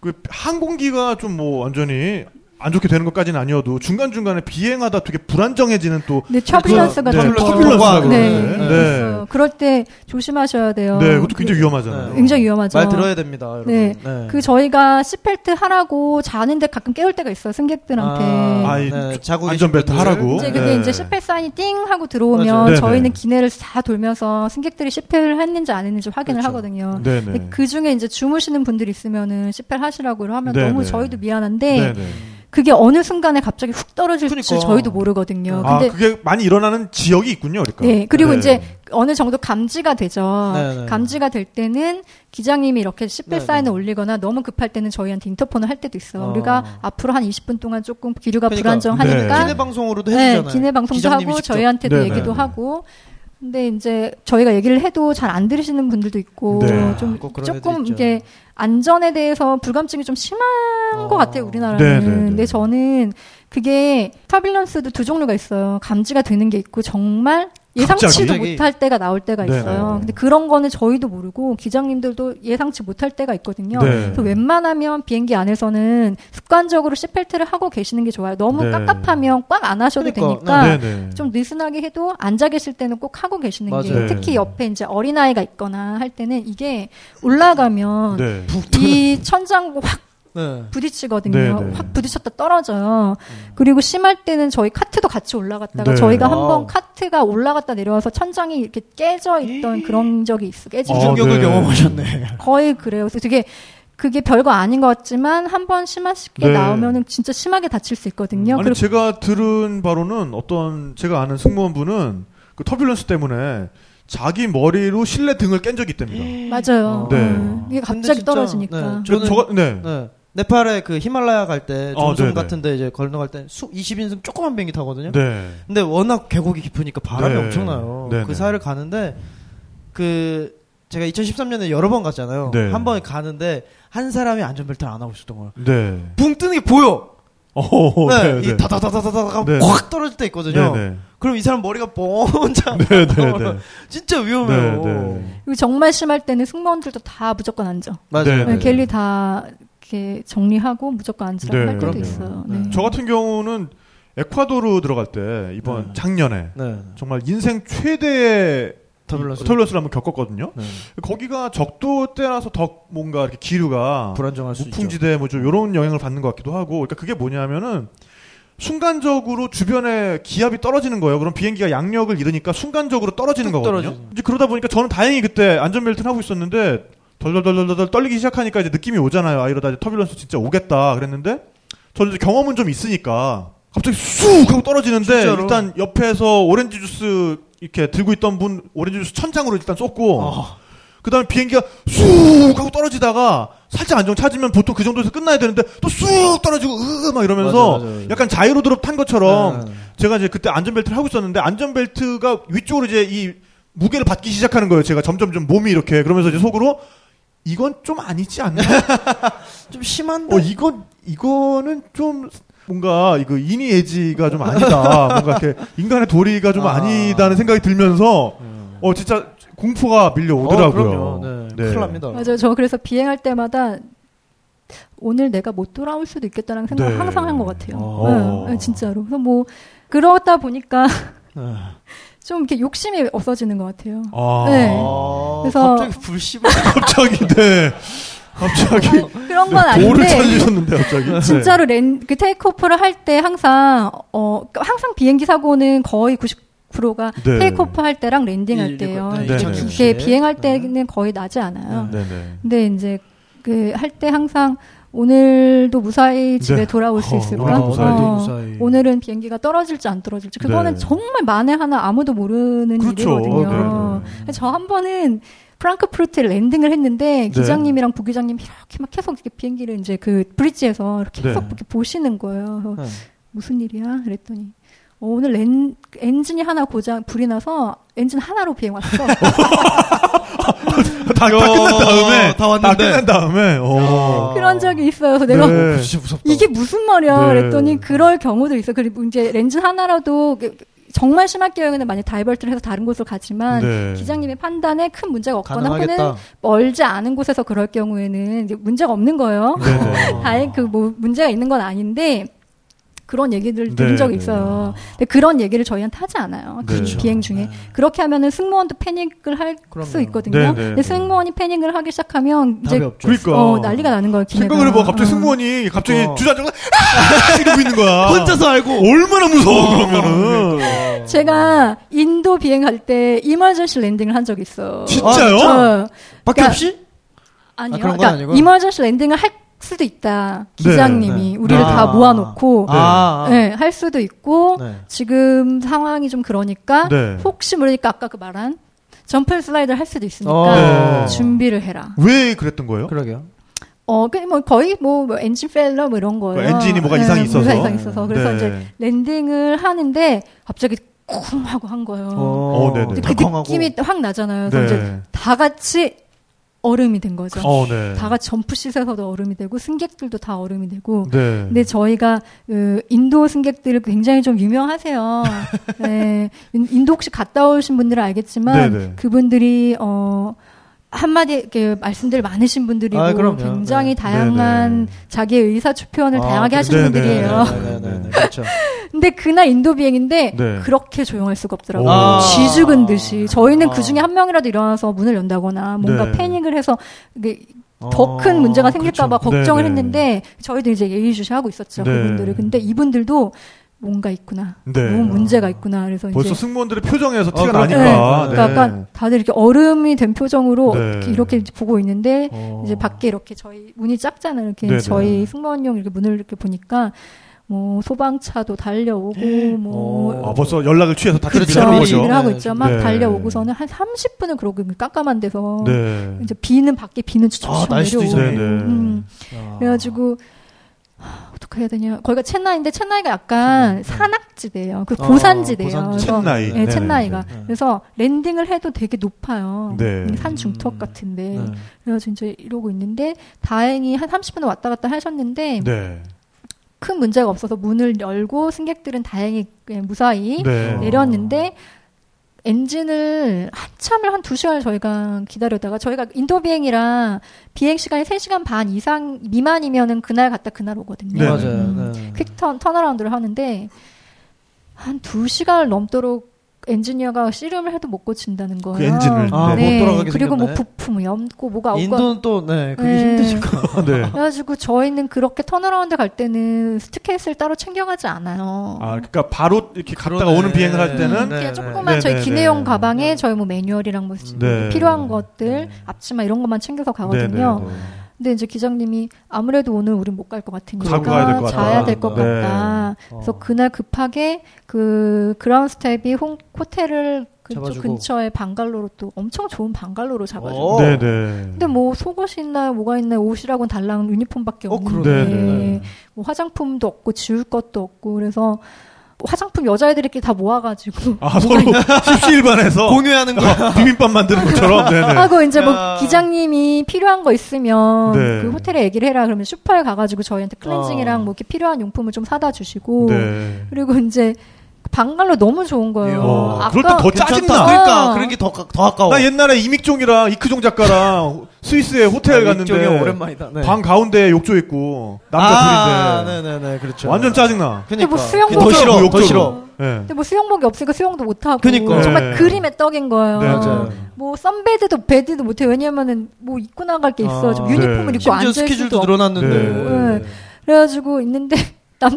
[SPEAKER 6] 그 항공기가 좀 뭐 완전히 안 좋게 되는 것까지는 아니어도 중간 중간에 비행하다 되게 불안정해지는 또
[SPEAKER 7] 네, 튜뷸런스가
[SPEAKER 6] 네,
[SPEAKER 7] 좀
[SPEAKER 5] 튜뷸런스.
[SPEAKER 6] 터뷸런스라고
[SPEAKER 7] 네.
[SPEAKER 6] 그러는데.
[SPEAKER 7] 있어요. 그럴 때 조심하셔야 돼요.
[SPEAKER 6] 네, 그것도 굉장히 위험하잖아요.
[SPEAKER 5] 네.
[SPEAKER 7] 굉장히 위험하죠.
[SPEAKER 5] 말 들어야 됩니다. 여러분.
[SPEAKER 7] 네.
[SPEAKER 5] 네.
[SPEAKER 7] 그 저희가 시펠트 하라고 자는데 가끔 깨울 때가 있어요 승객들한테.
[SPEAKER 5] 아,
[SPEAKER 6] 아이,
[SPEAKER 5] 네, 자고 계신
[SPEAKER 6] 안전벨트
[SPEAKER 5] 분들.
[SPEAKER 6] 하라고.
[SPEAKER 7] 이제 근데
[SPEAKER 6] 네.
[SPEAKER 7] 이제 시펠 사인이 띵 하고
[SPEAKER 5] 맞아요.
[SPEAKER 7] 들어오면
[SPEAKER 6] 네네.
[SPEAKER 7] 저희는 기내를 다 돌면서 승객들이 시펠을 했는지 안 했는지 확인을
[SPEAKER 5] 그렇죠.
[SPEAKER 7] 하거든요.
[SPEAKER 6] 네네.
[SPEAKER 7] 근데 그 중에 이제 주무시는 분들이 있으면은 시펠 하시라고 하면
[SPEAKER 6] 네네.
[SPEAKER 7] 너무 저희도 미안한데
[SPEAKER 6] 네네.
[SPEAKER 7] 그게 어느 순간에 갑자기 훅 떨어질 줄
[SPEAKER 5] 그러니까.
[SPEAKER 7] 저희도 모르거든요.
[SPEAKER 6] 아,
[SPEAKER 7] 어, 근데
[SPEAKER 6] 그게 많이 일어나는 지역이 있군요, 그러니까.
[SPEAKER 7] 네, 그리고
[SPEAKER 6] 네.
[SPEAKER 7] 이제 어느 정도 감지가 되죠.
[SPEAKER 5] 네네.
[SPEAKER 7] 감지가 될 때는 기장님이 이렇게
[SPEAKER 5] 네네.
[SPEAKER 7] 10배 사인을 올리거나 너무 급할 때는 저희한테 인터폰을 할 때도 있어요.
[SPEAKER 5] 어.
[SPEAKER 7] 우리가 앞으로 한 20분 동안 조금 기류가
[SPEAKER 5] 그러니까.
[SPEAKER 7] 불안정하니까
[SPEAKER 5] 기내 방송으로도
[SPEAKER 7] 네,
[SPEAKER 5] 해주잖아요.
[SPEAKER 7] 기내 방송도
[SPEAKER 5] 기장님이
[SPEAKER 7] 하고
[SPEAKER 5] 직접.
[SPEAKER 7] 저희한테도
[SPEAKER 6] 네네.
[SPEAKER 7] 얘기도
[SPEAKER 6] 네네.
[SPEAKER 7] 하고 근데 이제 저희가 얘기를 해도 잘 안 들으시는 분들도 있고
[SPEAKER 6] 네.
[SPEAKER 7] 좀
[SPEAKER 5] 꼭 그런 애들
[SPEAKER 7] 조금
[SPEAKER 5] 있죠.
[SPEAKER 7] 이게 안전에 대해서 불감증이 좀 심한
[SPEAKER 5] 어.
[SPEAKER 7] 것
[SPEAKER 6] 네네네.
[SPEAKER 7] 같아요 우리나라는. 근데 저는 그게 타빌런스도 두 종류가 있어요. 감지가 되는 게 있고 정말 예상치도
[SPEAKER 5] 갑자기?
[SPEAKER 7] 못할 때가 나올 때가
[SPEAKER 6] 네네.
[SPEAKER 7] 있어요. 근데 그런 거는 저희도 모르고 기장님들도 예상치 못할 때가 있거든요.
[SPEAKER 6] 네.
[SPEAKER 7] 그래서 웬만하면 비행기 안에서는 습관적으로 시펠트를 하고 계시는 게 좋아요. 너무
[SPEAKER 6] 네.
[SPEAKER 7] 깝깝하면 꽉 안 하셔도
[SPEAKER 5] 그러니까,
[SPEAKER 7] 되니까
[SPEAKER 6] 네네.
[SPEAKER 7] 좀 느슨하게 해도 앉아 계실 때는 꼭 하고 계시는
[SPEAKER 5] 맞아요.
[SPEAKER 7] 게 특히
[SPEAKER 6] 네.
[SPEAKER 7] 옆에 이제 어린아이가 있거나 할 때는 이게 올라가면
[SPEAKER 6] 네.
[SPEAKER 7] 이 천장하고 확
[SPEAKER 5] 네.
[SPEAKER 7] 부딪히거든요.
[SPEAKER 6] 네, 네.
[SPEAKER 7] 확 부딪혔다 떨어져요. 그리고 심할 때는 저희 카트도 같이 올라갔다가
[SPEAKER 6] 네.
[SPEAKER 7] 저희가
[SPEAKER 5] 와우.
[SPEAKER 7] 한번 카트가 올라갔다 내려와서 천장이 이렇게 깨져 있던 그런 적이 있어. 깨진
[SPEAKER 6] 어,
[SPEAKER 7] 적
[SPEAKER 5] 충격을
[SPEAKER 6] 네. <laughs>
[SPEAKER 5] 경험하셨네.
[SPEAKER 7] 거의 그래요. 그래서 되게 그게 별거 아닌 것 같지만 한 번 심하게
[SPEAKER 6] 네.
[SPEAKER 7] 나오면은 진짜 심하게 다칠 수 있거든요.
[SPEAKER 6] 아니
[SPEAKER 7] 그리고
[SPEAKER 6] 제가 들은 바로는 어떤 제가 아는 승무원분은 그 터뷸런스 때문에 자기 머리로 실내 등을 깬 적이 있답니다.
[SPEAKER 7] 맞아요.
[SPEAKER 6] 네.
[SPEAKER 7] 음,
[SPEAKER 5] 근데
[SPEAKER 7] 이게 갑자기
[SPEAKER 5] 진짜,
[SPEAKER 7] 떨어지니까.
[SPEAKER 5] 네,
[SPEAKER 6] 저,
[SPEAKER 5] 저는-
[SPEAKER 6] 저가 네.
[SPEAKER 5] 네. 네팔에 그 히말라야 갈 때
[SPEAKER 6] 아,
[SPEAKER 5] 정선
[SPEAKER 6] 네네.
[SPEAKER 5] 같은데 이제 건너갈 때 수- 20인승 조그만 비행기 타거든요.
[SPEAKER 6] 네.
[SPEAKER 5] 근데 워낙 계곡이 깊으니까 바람이
[SPEAKER 6] 네.
[SPEAKER 5] 엄청나요.
[SPEAKER 6] 네네.
[SPEAKER 5] 그 사이를 가는데 그 제가 2013년에 여러 번 갔잖아요.
[SPEAKER 6] 네.
[SPEAKER 5] 한 번 가는데 한 사람이 안전벨트를 안 하고 있었던 거예요.
[SPEAKER 6] 네.
[SPEAKER 5] 붕 뜨는 게 보여.
[SPEAKER 6] 어,
[SPEAKER 5] 네,
[SPEAKER 6] 네.
[SPEAKER 5] 이 다다다다다다가
[SPEAKER 6] 네.
[SPEAKER 5] 확 떨어질 때 있거든요.
[SPEAKER 6] 네.
[SPEAKER 5] 그럼 이 사람 머리가 번쩍
[SPEAKER 6] 네, 네, 네.
[SPEAKER 5] 진짜
[SPEAKER 6] 네,
[SPEAKER 5] 위험해요.
[SPEAKER 6] 네.
[SPEAKER 7] 그리고 정말 심할 때는 승무원들도 다 무조건 앉아.
[SPEAKER 5] 맞아요.
[SPEAKER 6] 네.
[SPEAKER 7] 네. 갤리 다 이렇게 정리하고 무조건 앉으라고
[SPEAKER 6] 네,
[SPEAKER 7] 할 때도
[SPEAKER 5] 그럼요.
[SPEAKER 7] 있어요.
[SPEAKER 5] 네.
[SPEAKER 7] 네.
[SPEAKER 6] 저 같은 경우는 에콰도르 들어갈 때 이번
[SPEAKER 5] 네.
[SPEAKER 6] 작년에
[SPEAKER 5] 네.
[SPEAKER 6] 정말 인생 최대의
[SPEAKER 5] 터블런스.
[SPEAKER 6] 터블런스를 한번 겪었거든요.
[SPEAKER 5] 네.
[SPEAKER 6] 거기가 적도 때라서 더 뭔가 이렇게 기류가
[SPEAKER 5] 불안정할 수 있죠.
[SPEAKER 6] 무풍지대 뭐좀 이런 영향을 받는 것 같기도 하고 그러니까 그게 뭐냐면은 순간적으로 주변에 기압이 떨어지는 거예요. 그럼 비행기가 양력을 잃으니까 순간적으로 떨어지는
[SPEAKER 5] 뚝
[SPEAKER 6] 거거든요.
[SPEAKER 5] 떨어지죠.
[SPEAKER 6] 이제 그러다 보니까 저는 다행히 그때 안전벨트를 하고 있었는데 덜덜덜덜덜 떨리기 시작하니까 이제 느낌이 오잖아요. 아 이러다 이제 터뷸런스 진짜 오겠다 그랬는데 저는 이제 경험은 좀 있으니까 갑자기 쑥 하고 떨어지는데
[SPEAKER 5] 진짜로?
[SPEAKER 6] 일단 옆에서 오렌지 주스 이렇게 들고 있던 분 오렌지 주스 천장으로 일단 쏟고
[SPEAKER 5] 아.
[SPEAKER 6] 그다음에 비행기가 쑥 하고 떨어지다가 살짝 안정 찾으면 보통 그 정도에서 끝나야 되는데 또 쑥 떨어지고 으막 이러면서
[SPEAKER 5] 맞아, 맞아, 맞아.
[SPEAKER 6] 약간 자이로 드롭 탄 것처럼
[SPEAKER 5] 네.
[SPEAKER 6] 제가 이제 그때 안전벨트를 하고 있었는데 안전벨트가 위쪽으로 이제 이 무게를 받기 시작하는 거예요. 제가 점점 좀 몸이 이렇게 그러면서 이제 속으로 이건 좀 아니지 않나?
[SPEAKER 5] 좀 심한데.
[SPEAKER 6] 어 이건 이거는 좀 뭔가 이거 인이예지가 좀 아니다. 뭔가 이렇게 인간의 도리가 좀
[SPEAKER 5] 아.
[SPEAKER 6] 아. 아니다는 생각이 들면서 어 진짜 공포가 밀려오더라고요.
[SPEAKER 5] 네. 어, 그럼요. 네. 큰일 납니다.
[SPEAKER 7] 맞아요. 저 그래서 비행할 때마다 오늘 내가 못 돌아올 수도 있겠다라는 생각을
[SPEAKER 6] 네.
[SPEAKER 7] 항상 한 것 같아요.
[SPEAKER 6] 어.
[SPEAKER 7] 네, 네, 진짜로. 그래서 뭐 그러다 보니까 <laughs>
[SPEAKER 5] 네.
[SPEAKER 7] 좀 이렇게 욕심이 없어지는 것 같아요.
[SPEAKER 6] 아.
[SPEAKER 7] 네.
[SPEAKER 5] 아,
[SPEAKER 7] 그래서-
[SPEAKER 5] 갑자기 불씨발.
[SPEAKER 6] <laughs> 갑자기 네. 갑자기
[SPEAKER 7] 그런 건
[SPEAKER 6] 돌을
[SPEAKER 7] 아닌데
[SPEAKER 6] 살리셨는데
[SPEAKER 7] <laughs>
[SPEAKER 6] 갑자기.
[SPEAKER 7] 어,
[SPEAKER 6] 네.
[SPEAKER 7] 진짜로 랜, 그 테이크오프를 할 때 항상 어 항상 비행기 사고는 거의 90%가
[SPEAKER 6] 네.
[SPEAKER 7] 테이크오프 할 때랑 랜딩
[SPEAKER 5] 이-
[SPEAKER 7] 할 때요.
[SPEAKER 5] 네,
[SPEAKER 6] 네.
[SPEAKER 5] 이천육십 시에.
[SPEAKER 7] 이게 비행할 때는 거의 나지 않아요.
[SPEAKER 5] 네.
[SPEAKER 6] 네. 네네.
[SPEAKER 7] 근데 이제 그 할 때 항상 오늘도 무사히 집에
[SPEAKER 6] 네.
[SPEAKER 7] 돌아올 수
[SPEAKER 6] 어,
[SPEAKER 7] 있을까?
[SPEAKER 6] 오늘도 무사히.
[SPEAKER 7] 어,
[SPEAKER 5] 무사히.
[SPEAKER 7] 오늘은 비행기가 떨어질지 안 떨어질지 그거는
[SPEAKER 6] 네.
[SPEAKER 7] 정말 만에 하나 아무도 모르는
[SPEAKER 6] 그렇죠. 네.
[SPEAKER 7] 일이거든요. 저 한 번은 프랑크푸르트에 랜딩을
[SPEAKER 6] 네.
[SPEAKER 7] 했는데 기장님이랑 부기장님 이렇게 막 계속 이렇게 비행기를 이제 그 브릿지에서 이렇게 계속
[SPEAKER 6] 네.
[SPEAKER 7] 이렇게 보시는 거예요. 그래서
[SPEAKER 5] 네.
[SPEAKER 7] 무슨 일이야? 그랬더니 어, 오늘 렌, 엔진이 하나 고장 불이 나서 엔진 하나로
[SPEAKER 6] <laughs>
[SPEAKER 7] 비행 왔어.
[SPEAKER 6] 다, 다 끝난 다음에
[SPEAKER 5] 어, 다 왔는데.
[SPEAKER 6] 다 끝난 다음에. 어.
[SPEAKER 7] 그런 적이 있어요. 그래서 내가
[SPEAKER 6] 네.
[SPEAKER 5] 진짜 무섭다.
[SPEAKER 7] 이게 무슨 말이야?
[SPEAKER 6] 네.
[SPEAKER 7] 그랬더니 그럴 경우도 있어. 그리고 이제 렌즈 하나라도 그- 정말 심할 경우에는 만약 다이버트를 해서 다른 곳으로 가지만
[SPEAKER 6] 네.
[SPEAKER 7] 기장님의 판단에 큰 문제가 없거나
[SPEAKER 5] 가능하겠다.
[SPEAKER 7] 혹은 멀지 않은 곳에서 그럴 경우에는 이제 문제가 없는 거예요.
[SPEAKER 6] 네네.
[SPEAKER 5] 어,
[SPEAKER 7] 다행 그 뭐 문제가 있는 건 아닌데 그런 얘기들 들은
[SPEAKER 6] 네,
[SPEAKER 7] 적이
[SPEAKER 6] 네.
[SPEAKER 7] 있어요. 근데 그런 얘기를 저희한테 하지 않아요. 그
[SPEAKER 6] 그렇죠.
[SPEAKER 7] 비행 중에 그렇게 하면은 승무원도 패닉을 할 수
[SPEAKER 5] 그럼요.
[SPEAKER 7] 있거든요.
[SPEAKER 6] 네, 네,
[SPEAKER 7] 근데
[SPEAKER 6] 네.
[SPEAKER 7] 승무원이 패닉을 하기 시작하면
[SPEAKER 5] 답이
[SPEAKER 7] 이제
[SPEAKER 5] 없죠.
[SPEAKER 6] 그러니까
[SPEAKER 7] 어, 난리가 나는 거예요. 기내가.
[SPEAKER 6] 생각을 해봐 갑자기
[SPEAKER 7] 어.
[SPEAKER 6] 승무원이 갑자기
[SPEAKER 5] 어.
[SPEAKER 6] 주저앉아서 아! 이러고 있는 거야.
[SPEAKER 5] <laughs> 혼자서 알고.
[SPEAKER 6] 얼마나 무서워 그러면은
[SPEAKER 7] 어. 제가 인도 비행할 때 이멀전시 랜딩을 한 적이 있어.
[SPEAKER 6] 진짜요? 아,
[SPEAKER 7] 어.
[SPEAKER 5] 밖에
[SPEAKER 7] 그러니까-
[SPEAKER 5] 없이?
[SPEAKER 7] 아니요.
[SPEAKER 5] 그런 건
[SPEAKER 7] 그러니까
[SPEAKER 5] 아니고?
[SPEAKER 7] 이멀전시 랜딩을 할 수도 있다.
[SPEAKER 6] 네,
[SPEAKER 7] 기장님이
[SPEAKER 5] 네.
[SPEAKER 7] 우리를
[SPEAKER 5] 아.
[SPEAKER 7] 다 모아놓고
[SPEAKER 5] 아, 아.
[SPEAKER 7] 네, 할 수도 있고
[SPEAKER 5] 네.
[SPEAKER 7] 지금 상황이 좀 그러니까
[SPEAKER 6] 네.
[SPEAKER 7] 혹시 모르니까 아까 그 말한 점프 슬라이드를 할 수도 있으니까
[SPEAKER 5] 어.
[SPEAKER 6] 네.
[SPEAKER 7] 그러니까 준비를 해라.
[SPEAKER 6] 왜 그랬던 거예요?
[SPEAKER 5] 그러게요.
[SPEAKER 7] 어, 그 뭐 거의 뭐, 뭐 엔진 펠러 뭐 이런 거예요.
[SPEAKER 6] 그러니까 엔진이 뭐가 이상이 있어서.
[SPEAKER 7] 뭐가 이상이 있어서. 그래서
[SPEAKER 6] 네.
[SPEAKER 7] 이제 랜딩을 하는데 갑자기 쿵 하고 한 거예요.
[SPEAKER 6] 어, 네네. 네.
[SPEAKER 7] 근데 그
[SPEAKER 5] 덜컹하고.
[SPEAKER 7] 느낌이 확 나잖아요. 그래서 이제 다 같이 얼음이 된 거죠.
[SPEAKER 6] 어, 네.
[SPEAKER 7] 다 같이 점프 시에서도 얼음이 되고 승객들도 다 얼음이 되고
[SPEAKER 6] 네.
[SPEAKER 7] 근데 저희가 그 인도 승객들을 굉장히
[SPEAKER 6] <laughs>
[SPEAKER 7] 좀 유명하세요. 네. 인- 인도 혹시 갔다 오신 분들은 알겠지만
[SPEAKER 6] 네네.
[SPEAKER 7] 그분들이 어 한마디 이렇게 말씀들 많으신 분들이고
[SPEAKER 5] 아, 그럼요. 네.
[SPEAKER 7] 굉장히 다양한
[SPEAKER 6] 네네.
[SPEAKER 7] 자기의 의사 표현을
[SPEAKER 5] 아,
[SPEAKER 7] 다양하게 하시는
[SPEAKER 6] 네네.
[SPEAKER 7] 분들이에요.
[SPEAKER 6] 네네.
[SPEAKER 5] 네네네. 그렇죠.
[SPEAKER 7] 근데 그날 인도 비행인데
[SPEAKER 6] 네.
[SPEAKER 7] 그렇게 조용할 수가 없더라고요.
[SPEAKER 6] 오.
[SPEAKER 5] 아.
[SPEAKER 7] 쥐죽은 듯이 저희는 그 중에
[SPEAKER 5] 아.
[SPEAKER 7] 한 명이라도 일어나서 문을 연다거나 뭔가
[SPEAKER 6] 네.
[SPEAKER 7] 패닉을 해서 이게 <laughs> 더 큰
[SPEAKER 5] 어,
[SPEAKER 7] 문제가 생길까봐
[SPEAKER 6] 아, 그렇죠.
[SPEAKER 7] 걱정을
[SPEAKER 6] 네네.
[SPEAKER 7] 했는데 저희도 이제 예의주시하고 있었죠
[SPEAKER 6] 네.
[SPEAKER 7] 그분들을. 근데 이분들도 뭔가 있구나,
[SPEAKER 6] 네.
[SPEAKER 7] 뭔 문제가 있구나. 그래서
[SPEAKER 6] 벌써
[SPEAKER 7] 이제 네.
[SPEAKER 6] 승무원들의 표정에서 티가
[SPEAKER 5] 그러니까.
[SPEAKER 6] 나니까.
[SPEAKER 5] 네.
[SPEAKER 7] 그러니까 약간 다들 이렇게 얼음이 된 표정으로
[SPEAKER 6] 네.
[SPEAKER 7] 이렇게- 이렇게 이제 보고 있는데
[SPEAKER 5] 어.
[SPEAKER 7] 이제 밖에 이렇게 저희 문이 작잖아요. 이렇게
[SPEAKER 6] 네네.
[SPEAKER 7] 저희 승무원용 이렇게 문을 이렇게 보니까 뭐 소방차도 달려오고 뭐
[SPEAKER 5] 어.
[SPEAKER 6] 아, 벌써 연락을 취해서 다
[SPEAKER 5] 그렇죠.
[SPEAKER 6] 준비를 하는
[SPEAKER 7] 그렇죠.
[SPEAKER 5] 미리
[SPEAKER 6] 거죠.
[SPEAKER 7] 준비를
[SPEAKER 5] 미리
[SPEAKER 7] 하고
[SPEAKER 5] 네.
[SPEAKER 7] 있죠. 막
[SPEAKER 6] 네.
[SPEAKER 7] 달려오고서는 한 30분을 그러고 깜깜한 데서
[SPEAKER 6] 네.
[SPEAKER 7] 이제 비는 밖에 비는 쫙
[SPEAKER 5] 아, 날씨도
[SPEAKER 7] 내려오고.
[SPEAKER 5] 이상해.
[SPEAKER 6] 네네.
[SPEAKER 7] 음.
[SPEAKER 5] 아.
[SPEAKER 7] 그래가지고 하, 어떻게 해야 되냐? 거기가 첸나이인데 첸나이가 약간
[SPEAKER 5] 음.
[SPEAKER 7] 산악지대예요. 그
[SPEAKER 5] 어,
[SPEAKER 7] 고산지대예요.
[SPEAKER 5] 고산지대.
[SPEAKER 7] 그래서
[SPEAKER 6] 첸나이.
[SPEAKER 7] 예,
[SPEAKER 5] 네,
[SPEAKER 6] 네네.
[SPEAKER 7] 첸나이가.
[SPEAKER 5] 네.
[SPEAKER 7] 그래서 랜딩을 해도 되게 높아요.
[SPEAKER 6] 네.
[SPEAKER 7] 산 중턱 같은데.
[SPEAKER 5] 네.
[SPEAKER 7] 그래서 이제 이러고 있는데 다행히 한 30분 왔다 갔다 하셨는데
[SPEAKER 6] 네.
[SPEAKER 7] 큰 문제가 없어서 문을 열고 승객들은 다행히 그냥 무사히
[SPEAKER 6] 네.
[SPEAKER 7] 내렸는데 엔진을 한참을 한 두시간을 저희가 기다려다가 저희가 인도 비행이라 비행 시간이 세시간반 이상 미만이면은 그날 갔다 그날 오거든요.
[SPEAKER 6] 네.
[SPEAKER 5] 맞아요.
[SPEAKER 7] 음.
[SPEAKER 5] 네.
[SPEAKER 7] 퀵턴 턴어라운드를 하는데 한 두시간을 넘도록 엔지니어가 씨름을 해도 못 고친다는 거예요.
[SPEAKER 6] 그 엔진을.
[SPEAKER 5] 아,
[SPEAKER 6] 네.
[SPEAKER 5] 못 돌아가게
[SPEAKER 7] 그리고 뭐
[SPEAKER 5] 생겼네.
[SPEAKER 7] 부품을 엮고 뭐가 없고
[SPEAKER 5] 인도는 또, 네, 그게
[SPEAKER 7] 네.
[SPEAKER 5] 힘드니까.
[SPEAKER 6] 네.
[SPEAKER 7] 그래가지고 저희는 그렇게 턴어라운드 갈 때는 스트케이스를 따로 챙겨가지 않아요.
[SPEAKER 6] 아, 그러니까 바로 이렇게 갔다가
[SPEAKER 5] 그러네.
[SPEAKER 6] 오는 비행을 할 때는
[SPEAKER 5] 네,
[SPEAKER 7] 그냥
[SPEAKER 5] 네.
[SPEAKER 7] 조그만
[SPEAKER 6] 네,
[SPEAKER 7] 저희
[SPEAKER 6] 네,
[SPEAKER 7] 기내용
[SPEAKER 6] 네.
[SPEAKER 7] 가방에 저희 뭐 매뉴얼이랑 뭐
[SPEAKER 6] 네.
[SPEAKER 7] 필요한 것들 앞치마 이런 것만 챙겨서 가거든요.
[SPEAKER 6] 네, 네, 네.
[SPEAKER 7] 근데 이제 기장님이 아무래도 오늘 우린 못 갈 것 같으니까
[SPEAKER 6] 자고 가야 될것 같다.
[SPEAKER 7] 자야 될 것
[SPEAKER 6] 네.
[SPEAKER 7] 같다. 그래서
[SPEAKER 5] 어.
[SPEAKER 7] 그날 급하게 그 그라운 스텝이 홍, 호텔을 그쪽
[SPEAKER 5] 잡아주고.
[SPEAKER 7] 근처에 방갈로로 또 엄청 좋은 방갈로로 잡아줘.
[SPEAKER 5] 어.
[SPEAKER 6] 네, 네.
[SPEAKER 7] 근데 뭐 속옷이 있나요, 뭐가 있나요, 옷이라고는 달랑 유니폼밖에
[SPEAKER 5] 어,
[SPEAKER 7] 없는데
[SPEAKER 6] 그러네. 네, 네.
[SPEAKER 7] 뭐 화장품도 없고 지울 것도 없고 그래서 화장품 여자애들끼리 다 모아가지고
[SPEAKER 6] 아, 서로 <laughs> 십시일반에서
[SPEAKER 5] 공유하는 거.
[SPEAKER 6] 어, 비빔밥 만드는 것처럼. 네, 네.
[SPEAKER 7] 하고 이제
[SPEAKER 5] 야.
[SPEAKER 7] 뭐 기장님이 필요한 거 있으면
[SPEAKER 6] 네.
[SPEAKER 7] 그 호텔에 얘기를 해라 그러면 슈퍼에 가가지고 저희한테 클렌징이랑
[SPEAKER 5] 어.
[SPEAKER 7] 뭐 이렇게 필요한 용품을 좀 사다 주시고
[SPEAKER 6] 네.
[SPEAKER 7] 그리고 이제 방갈로 너무 좋은 거예요.
[SPEAKER 5] 어,
[SPEAKER 6] 어, 그럴 땐더 짜증나.
[SPEAKER 5] 그러니까,
[SPEAKER 7] 아.
[SPEAKER 5] 그런 게 더, 가- 더 아까워.
[SPEAKER 6] 나 옛날에 이믹종이랑 이크종 작가랑 스위스에 호텔
[SPEAKER 5] 아,
[SPEAKER 6] 갔는데
[SPEAKER 5] 이쪽이 오랜만이다. 네.
[SPEAKER 6] 방 가운데 욕조 있고 남자
[SPEAKER 5] 아,
[SPEAKER 6] 둘인데
[SPEAKER 5] 네네네, 그렇죠.
[SPEAKER 6] 완전 짜증나.
[SPEAKER 5] 그니까.
[SPEAKER 7] 뭐 수영
[SPEAKER 5] 더
[SPEAKER 7] 모자.
[SPEAKER 5] 싫어,
[SPEAKER 6] 욕조로.
[SPEAKER 5] 더 싫어.
[SPEAKER 6] 예.
[SPEAKER 7] 근데 뭐 수영복이 없으니까 수영도 못 하고
[SPEAKER 5] 그니까.
[SPEAKER 6] 네.
[SPEAKER 7] 정말 그림의 떡인 거예요.
[SPEAKER 6] 네,
[SPEAKER 5] 맞아요.
[SPEAKER 7] 뭐 선베드도 베드도 못해 요 왜냐면은 뭐 입고 나갈 게 있어.
[SPEAKER 5] 아.
[SPEAKER 7] 좀 유니폼을
[SPEAKER 6] 네.
[SPEAKER 7] 입고 앉을
[SPEAKER 5] 심지어
[SPEAKER 7] 수도
[SPEAKER 5] 스케줄도
[SPEAKER 7] 없고.
[SPEAKER 5] 늘어났는데.
[SPEAKER 7] 네. 그래가지고 있는데 <laughs>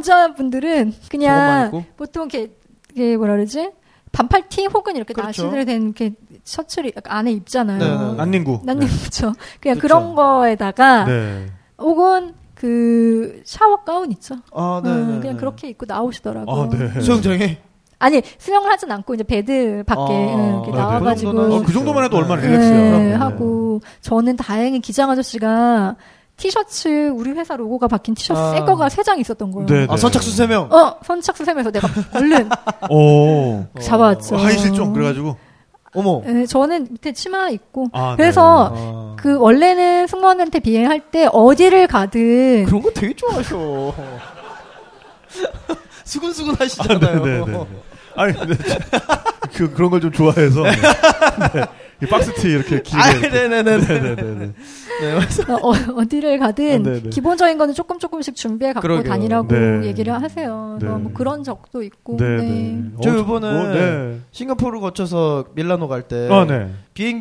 [SPEAKER 7] 남자분들은
[SPEAKER 5] 저것만
[SPEAKER 7] 그냥
[SPEAKER 5] 입고?
[SPEAKER 7] 보통 이렇게, 이게 뭐라 그러지 반팔 티 혹은 이렇게
[SPEAKER 5] 그렇죠.
[SPEAKER 7] 나시들 된 이렇게 셔츠를 안에 입잖아요.
[SPEAKER 5] 네네네.
[SPEAKER 6] 난닝구.
[SPEAKER 7] 난님 그렇죠. 그냥
[SPEAKER 5] 그쵸.
[SPEAKER 7] 그런 거에다가
[SPEAKER 6] 네.
[SPEAKER 7] 혹은 그 샤워 가운 있죠.
[SPEAKER 5] 아, 네.
[SPEAKER 7] 음,
[SPEAKER 5] 네,
[SPEAKER 7] 그냥
[SPEAKER 5] 네.
[SPEAKER 7] 그렇게 입고
[SPEAKER 6] 아,
[SPEAKER 7] 나오시더라고요.
[SPEAKER 6] 네.
[SPEAKER 5] 수영장에.
[SPEAKER 7] 아니 수영을 하진 않고 이제 베드 밖에
[SPEAKER 5] 아,
[SPEAKER 7] 음,
[SPEAKER 5] 네,
[SPEAKER 7] 이렇게
[SPEAKER 5] 네.
[SPEAKER 7] 나와가지고
[SPEAKER 5] 그 정도는
[SPEAKER 6] 어, 그 정도만 해도 얼마나
[SPEAKER 5] 네.
[SPEAKER 6] 릴렉스야.
[SPEAKER 7] 네,
[SPEAKER 6] 그럼요.
[SPEAKER 7] 하고 저는 다행히 기장 아저씨가 티셔츠 우리 회사 로고가 박힌 티셔츠
[SPEAKER 5] 아.
[SPEAKER 7] 새 거가 세 장 있었던 거예요.
[SPEAKER 6] 네,
[SPEAKER 5] 아, 선착순 세명
[SPEAKER 7] 어 선착순 세면서 내가
[SPEAKER 5] <laughs>
[SPEAKER 7] 얼른
[SPEAKER 5] 어.
[SPEAKER 6] 오.
[SPEAKER 7] 잡아왔죠.
[SPEAKER 6] 하이 실종 그래가지고.
[SPEAKER 5] 어머.
[SPEAKER 7] 네, 저는 밑에 치마 입고
[SPEAKER 6] 아,
[SPEAKER 7] 그래서
[SPEAKER 5] 아.
[SPEAKER 7] 그 원래는 승무원한테 비행할 때 어디를
[SPEAKER 5] <laughs>
[SPEAKER 7] 가든
[SPEAKER 5] 그런 거 되게 좋아하셔. <laughs> 수근수근 하시잖아요.
[SPEAKER 6] 아, 네, 네, 네, 네. 아니 근데 참, <laughs> 그 그런 걸 좀 좋아해서 네. 이 박스티 이렇게 길게
[SPEAKER 5] 아,
[SPEAKER 6] 이렇게.
[SPEAKER 5] 네네네네.
[SPEAKER 6] 네네네.
[SPEAKER 5] 네, 맞습니다.
[SPEAKER 7] 어, 어, 디를 가든
[SPEAKER 6] 아, 네네.
[SPEAKER 7] 기본적인 거는 조금 조금씩 준비해 갖고
[SPEAKER 5] 그러게요.
[SPEAKER 7] 다니라고
[SPEAKER 6] 네.
[SPEAKER 7] 얘기를 하세요.
[SPEAKER 6] 네.
[SPEAKER 7] 그래서 뭐 그런 적도 있고. 네.
[SPEAKER 6] 네네.
[SPEAKER 5] 저
[SPEAKER 6] 어,
[SPEAKER 5] 요번에
[SPEAKER 6] 뭐, 네.
[SPEAKER 5] 싱가포르 거쳐서 밀라노 갈 때
[SPEAKER 6] 아 네.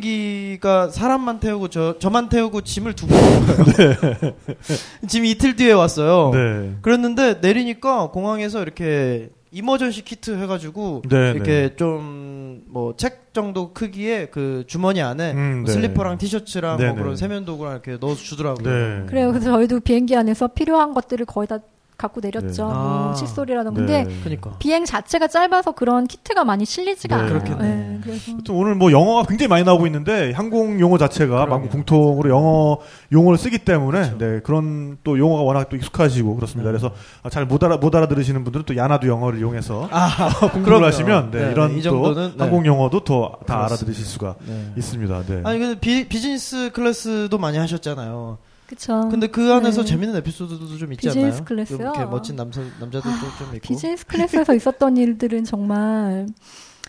[SPEAKER 5] 비행기가 사람만 태우고 저 저만 태우고 짐을 두고 네. <laughs> 짐 이틀 뒤에 왔어요.
[SPEAKER 6] 네.
[SPEAKER 5] 그랬는데 내리니까 공항에서 이렇게 이머전시 키트 해가지고
[SPEAKER 6] 네,
[SPEAKER 5] 이렇게 좀 뭐 책 정도 크기의 그 주머니 안에
[SPEAKER 6] 음,
[SPEAKER 5] 뭐
[SPEAKER 6] 네.
[SPEAKER 5] 슬리퍼랑 티셔츠랑
[SPEAKER 6] 네,
[SPEAKER 5] 뭐
[SPEAKER 6] 네.
[SPEAKER 5] 그런 세면도구랑 이렇게 넣어서 주더라고요.
[SPEAKER 6] 네.
[SPEAKER 7] 그래요. 그래서 저희도 비행기 안에서 필요한 것들을 거의 다 갖고 내렸죠.
[SPEAKER 5] 네.
[SPEAKER 7] 뭐
[SPEAKER 5] 아.
[SPEAKER 7] 칫솔이라든가.
[SPEAKER 6] 네.
[SPEAKER 7] 근데
[SPEAKER 5] 그러니까
[SPEAKER 7] 비행 자체가 짧아서 그런 키트가 많이 실리지가
[SPEAKER 6] 네.
[SPEAKER 7] 않아요.
[SPEAKER 5] 그렇겠네.
[SPEAKER 7] 네, 그래서
[SPEAKER 6] 아무튼 오늘 뭐 영어가 굉장히 많이 나오고 있는데 항공 용어 자체가 만국 공통으로 영어 용어를 쓰기 때문에
[SPEAKER 5] 그렇죠.
[SPEAKER 6] 그네 그런 또 용어가 워낙 또 익숙하시고
[SPEAKER 5] 네.
[SPEAKER 6] 그렇습니다. 그래서 잘 못 알아 못 알아들으시는 분들은 또 야나두 영어를 이용해서
[SPEAKER 7] 아,
[SPEAKER 6] 공부를
[SPEAKER 5] 아, <laughs> 그럼요.
[SPEAKER 6] 하시면 네,
[SPEAKER 5] 네,
[SPEAKER 6] 이런
[SPEAKER 5] 이
[SPEAKER 6] 또
[SPEAKER 5] 정도는, 네.
[SPEAKER 6] 항공 용어도 더 다
[SPEAKER 5] 그렇습니다.
[SPEAKER 6] 알아들으실 수가
[SPEAKER 5] 네.
[SPEAKER 6] 있습니다. 네.
[SPEAKER 5] 아니 근데 비, 비즈니스 클래스도 많이 하셨잖아요.
[SPEAKER 7] 그쵸.
[SPEAKER 5] 근데 그 안에서
[SPEAKER 7] 네.
[SPEAKER 5] 재밌는 에피소드도 좀 있지
[SPEAKER 7] 비즈니스
[SPEAKER 5] 않나요?
[SPEAKER 7] 클래스요? 아,
[SPEAKER 5] 이렇게 멋진 남자 남자들도 좀 있고.
[SPEAKER 7] 비즈니스 클래스에서 있었던 일들은 정말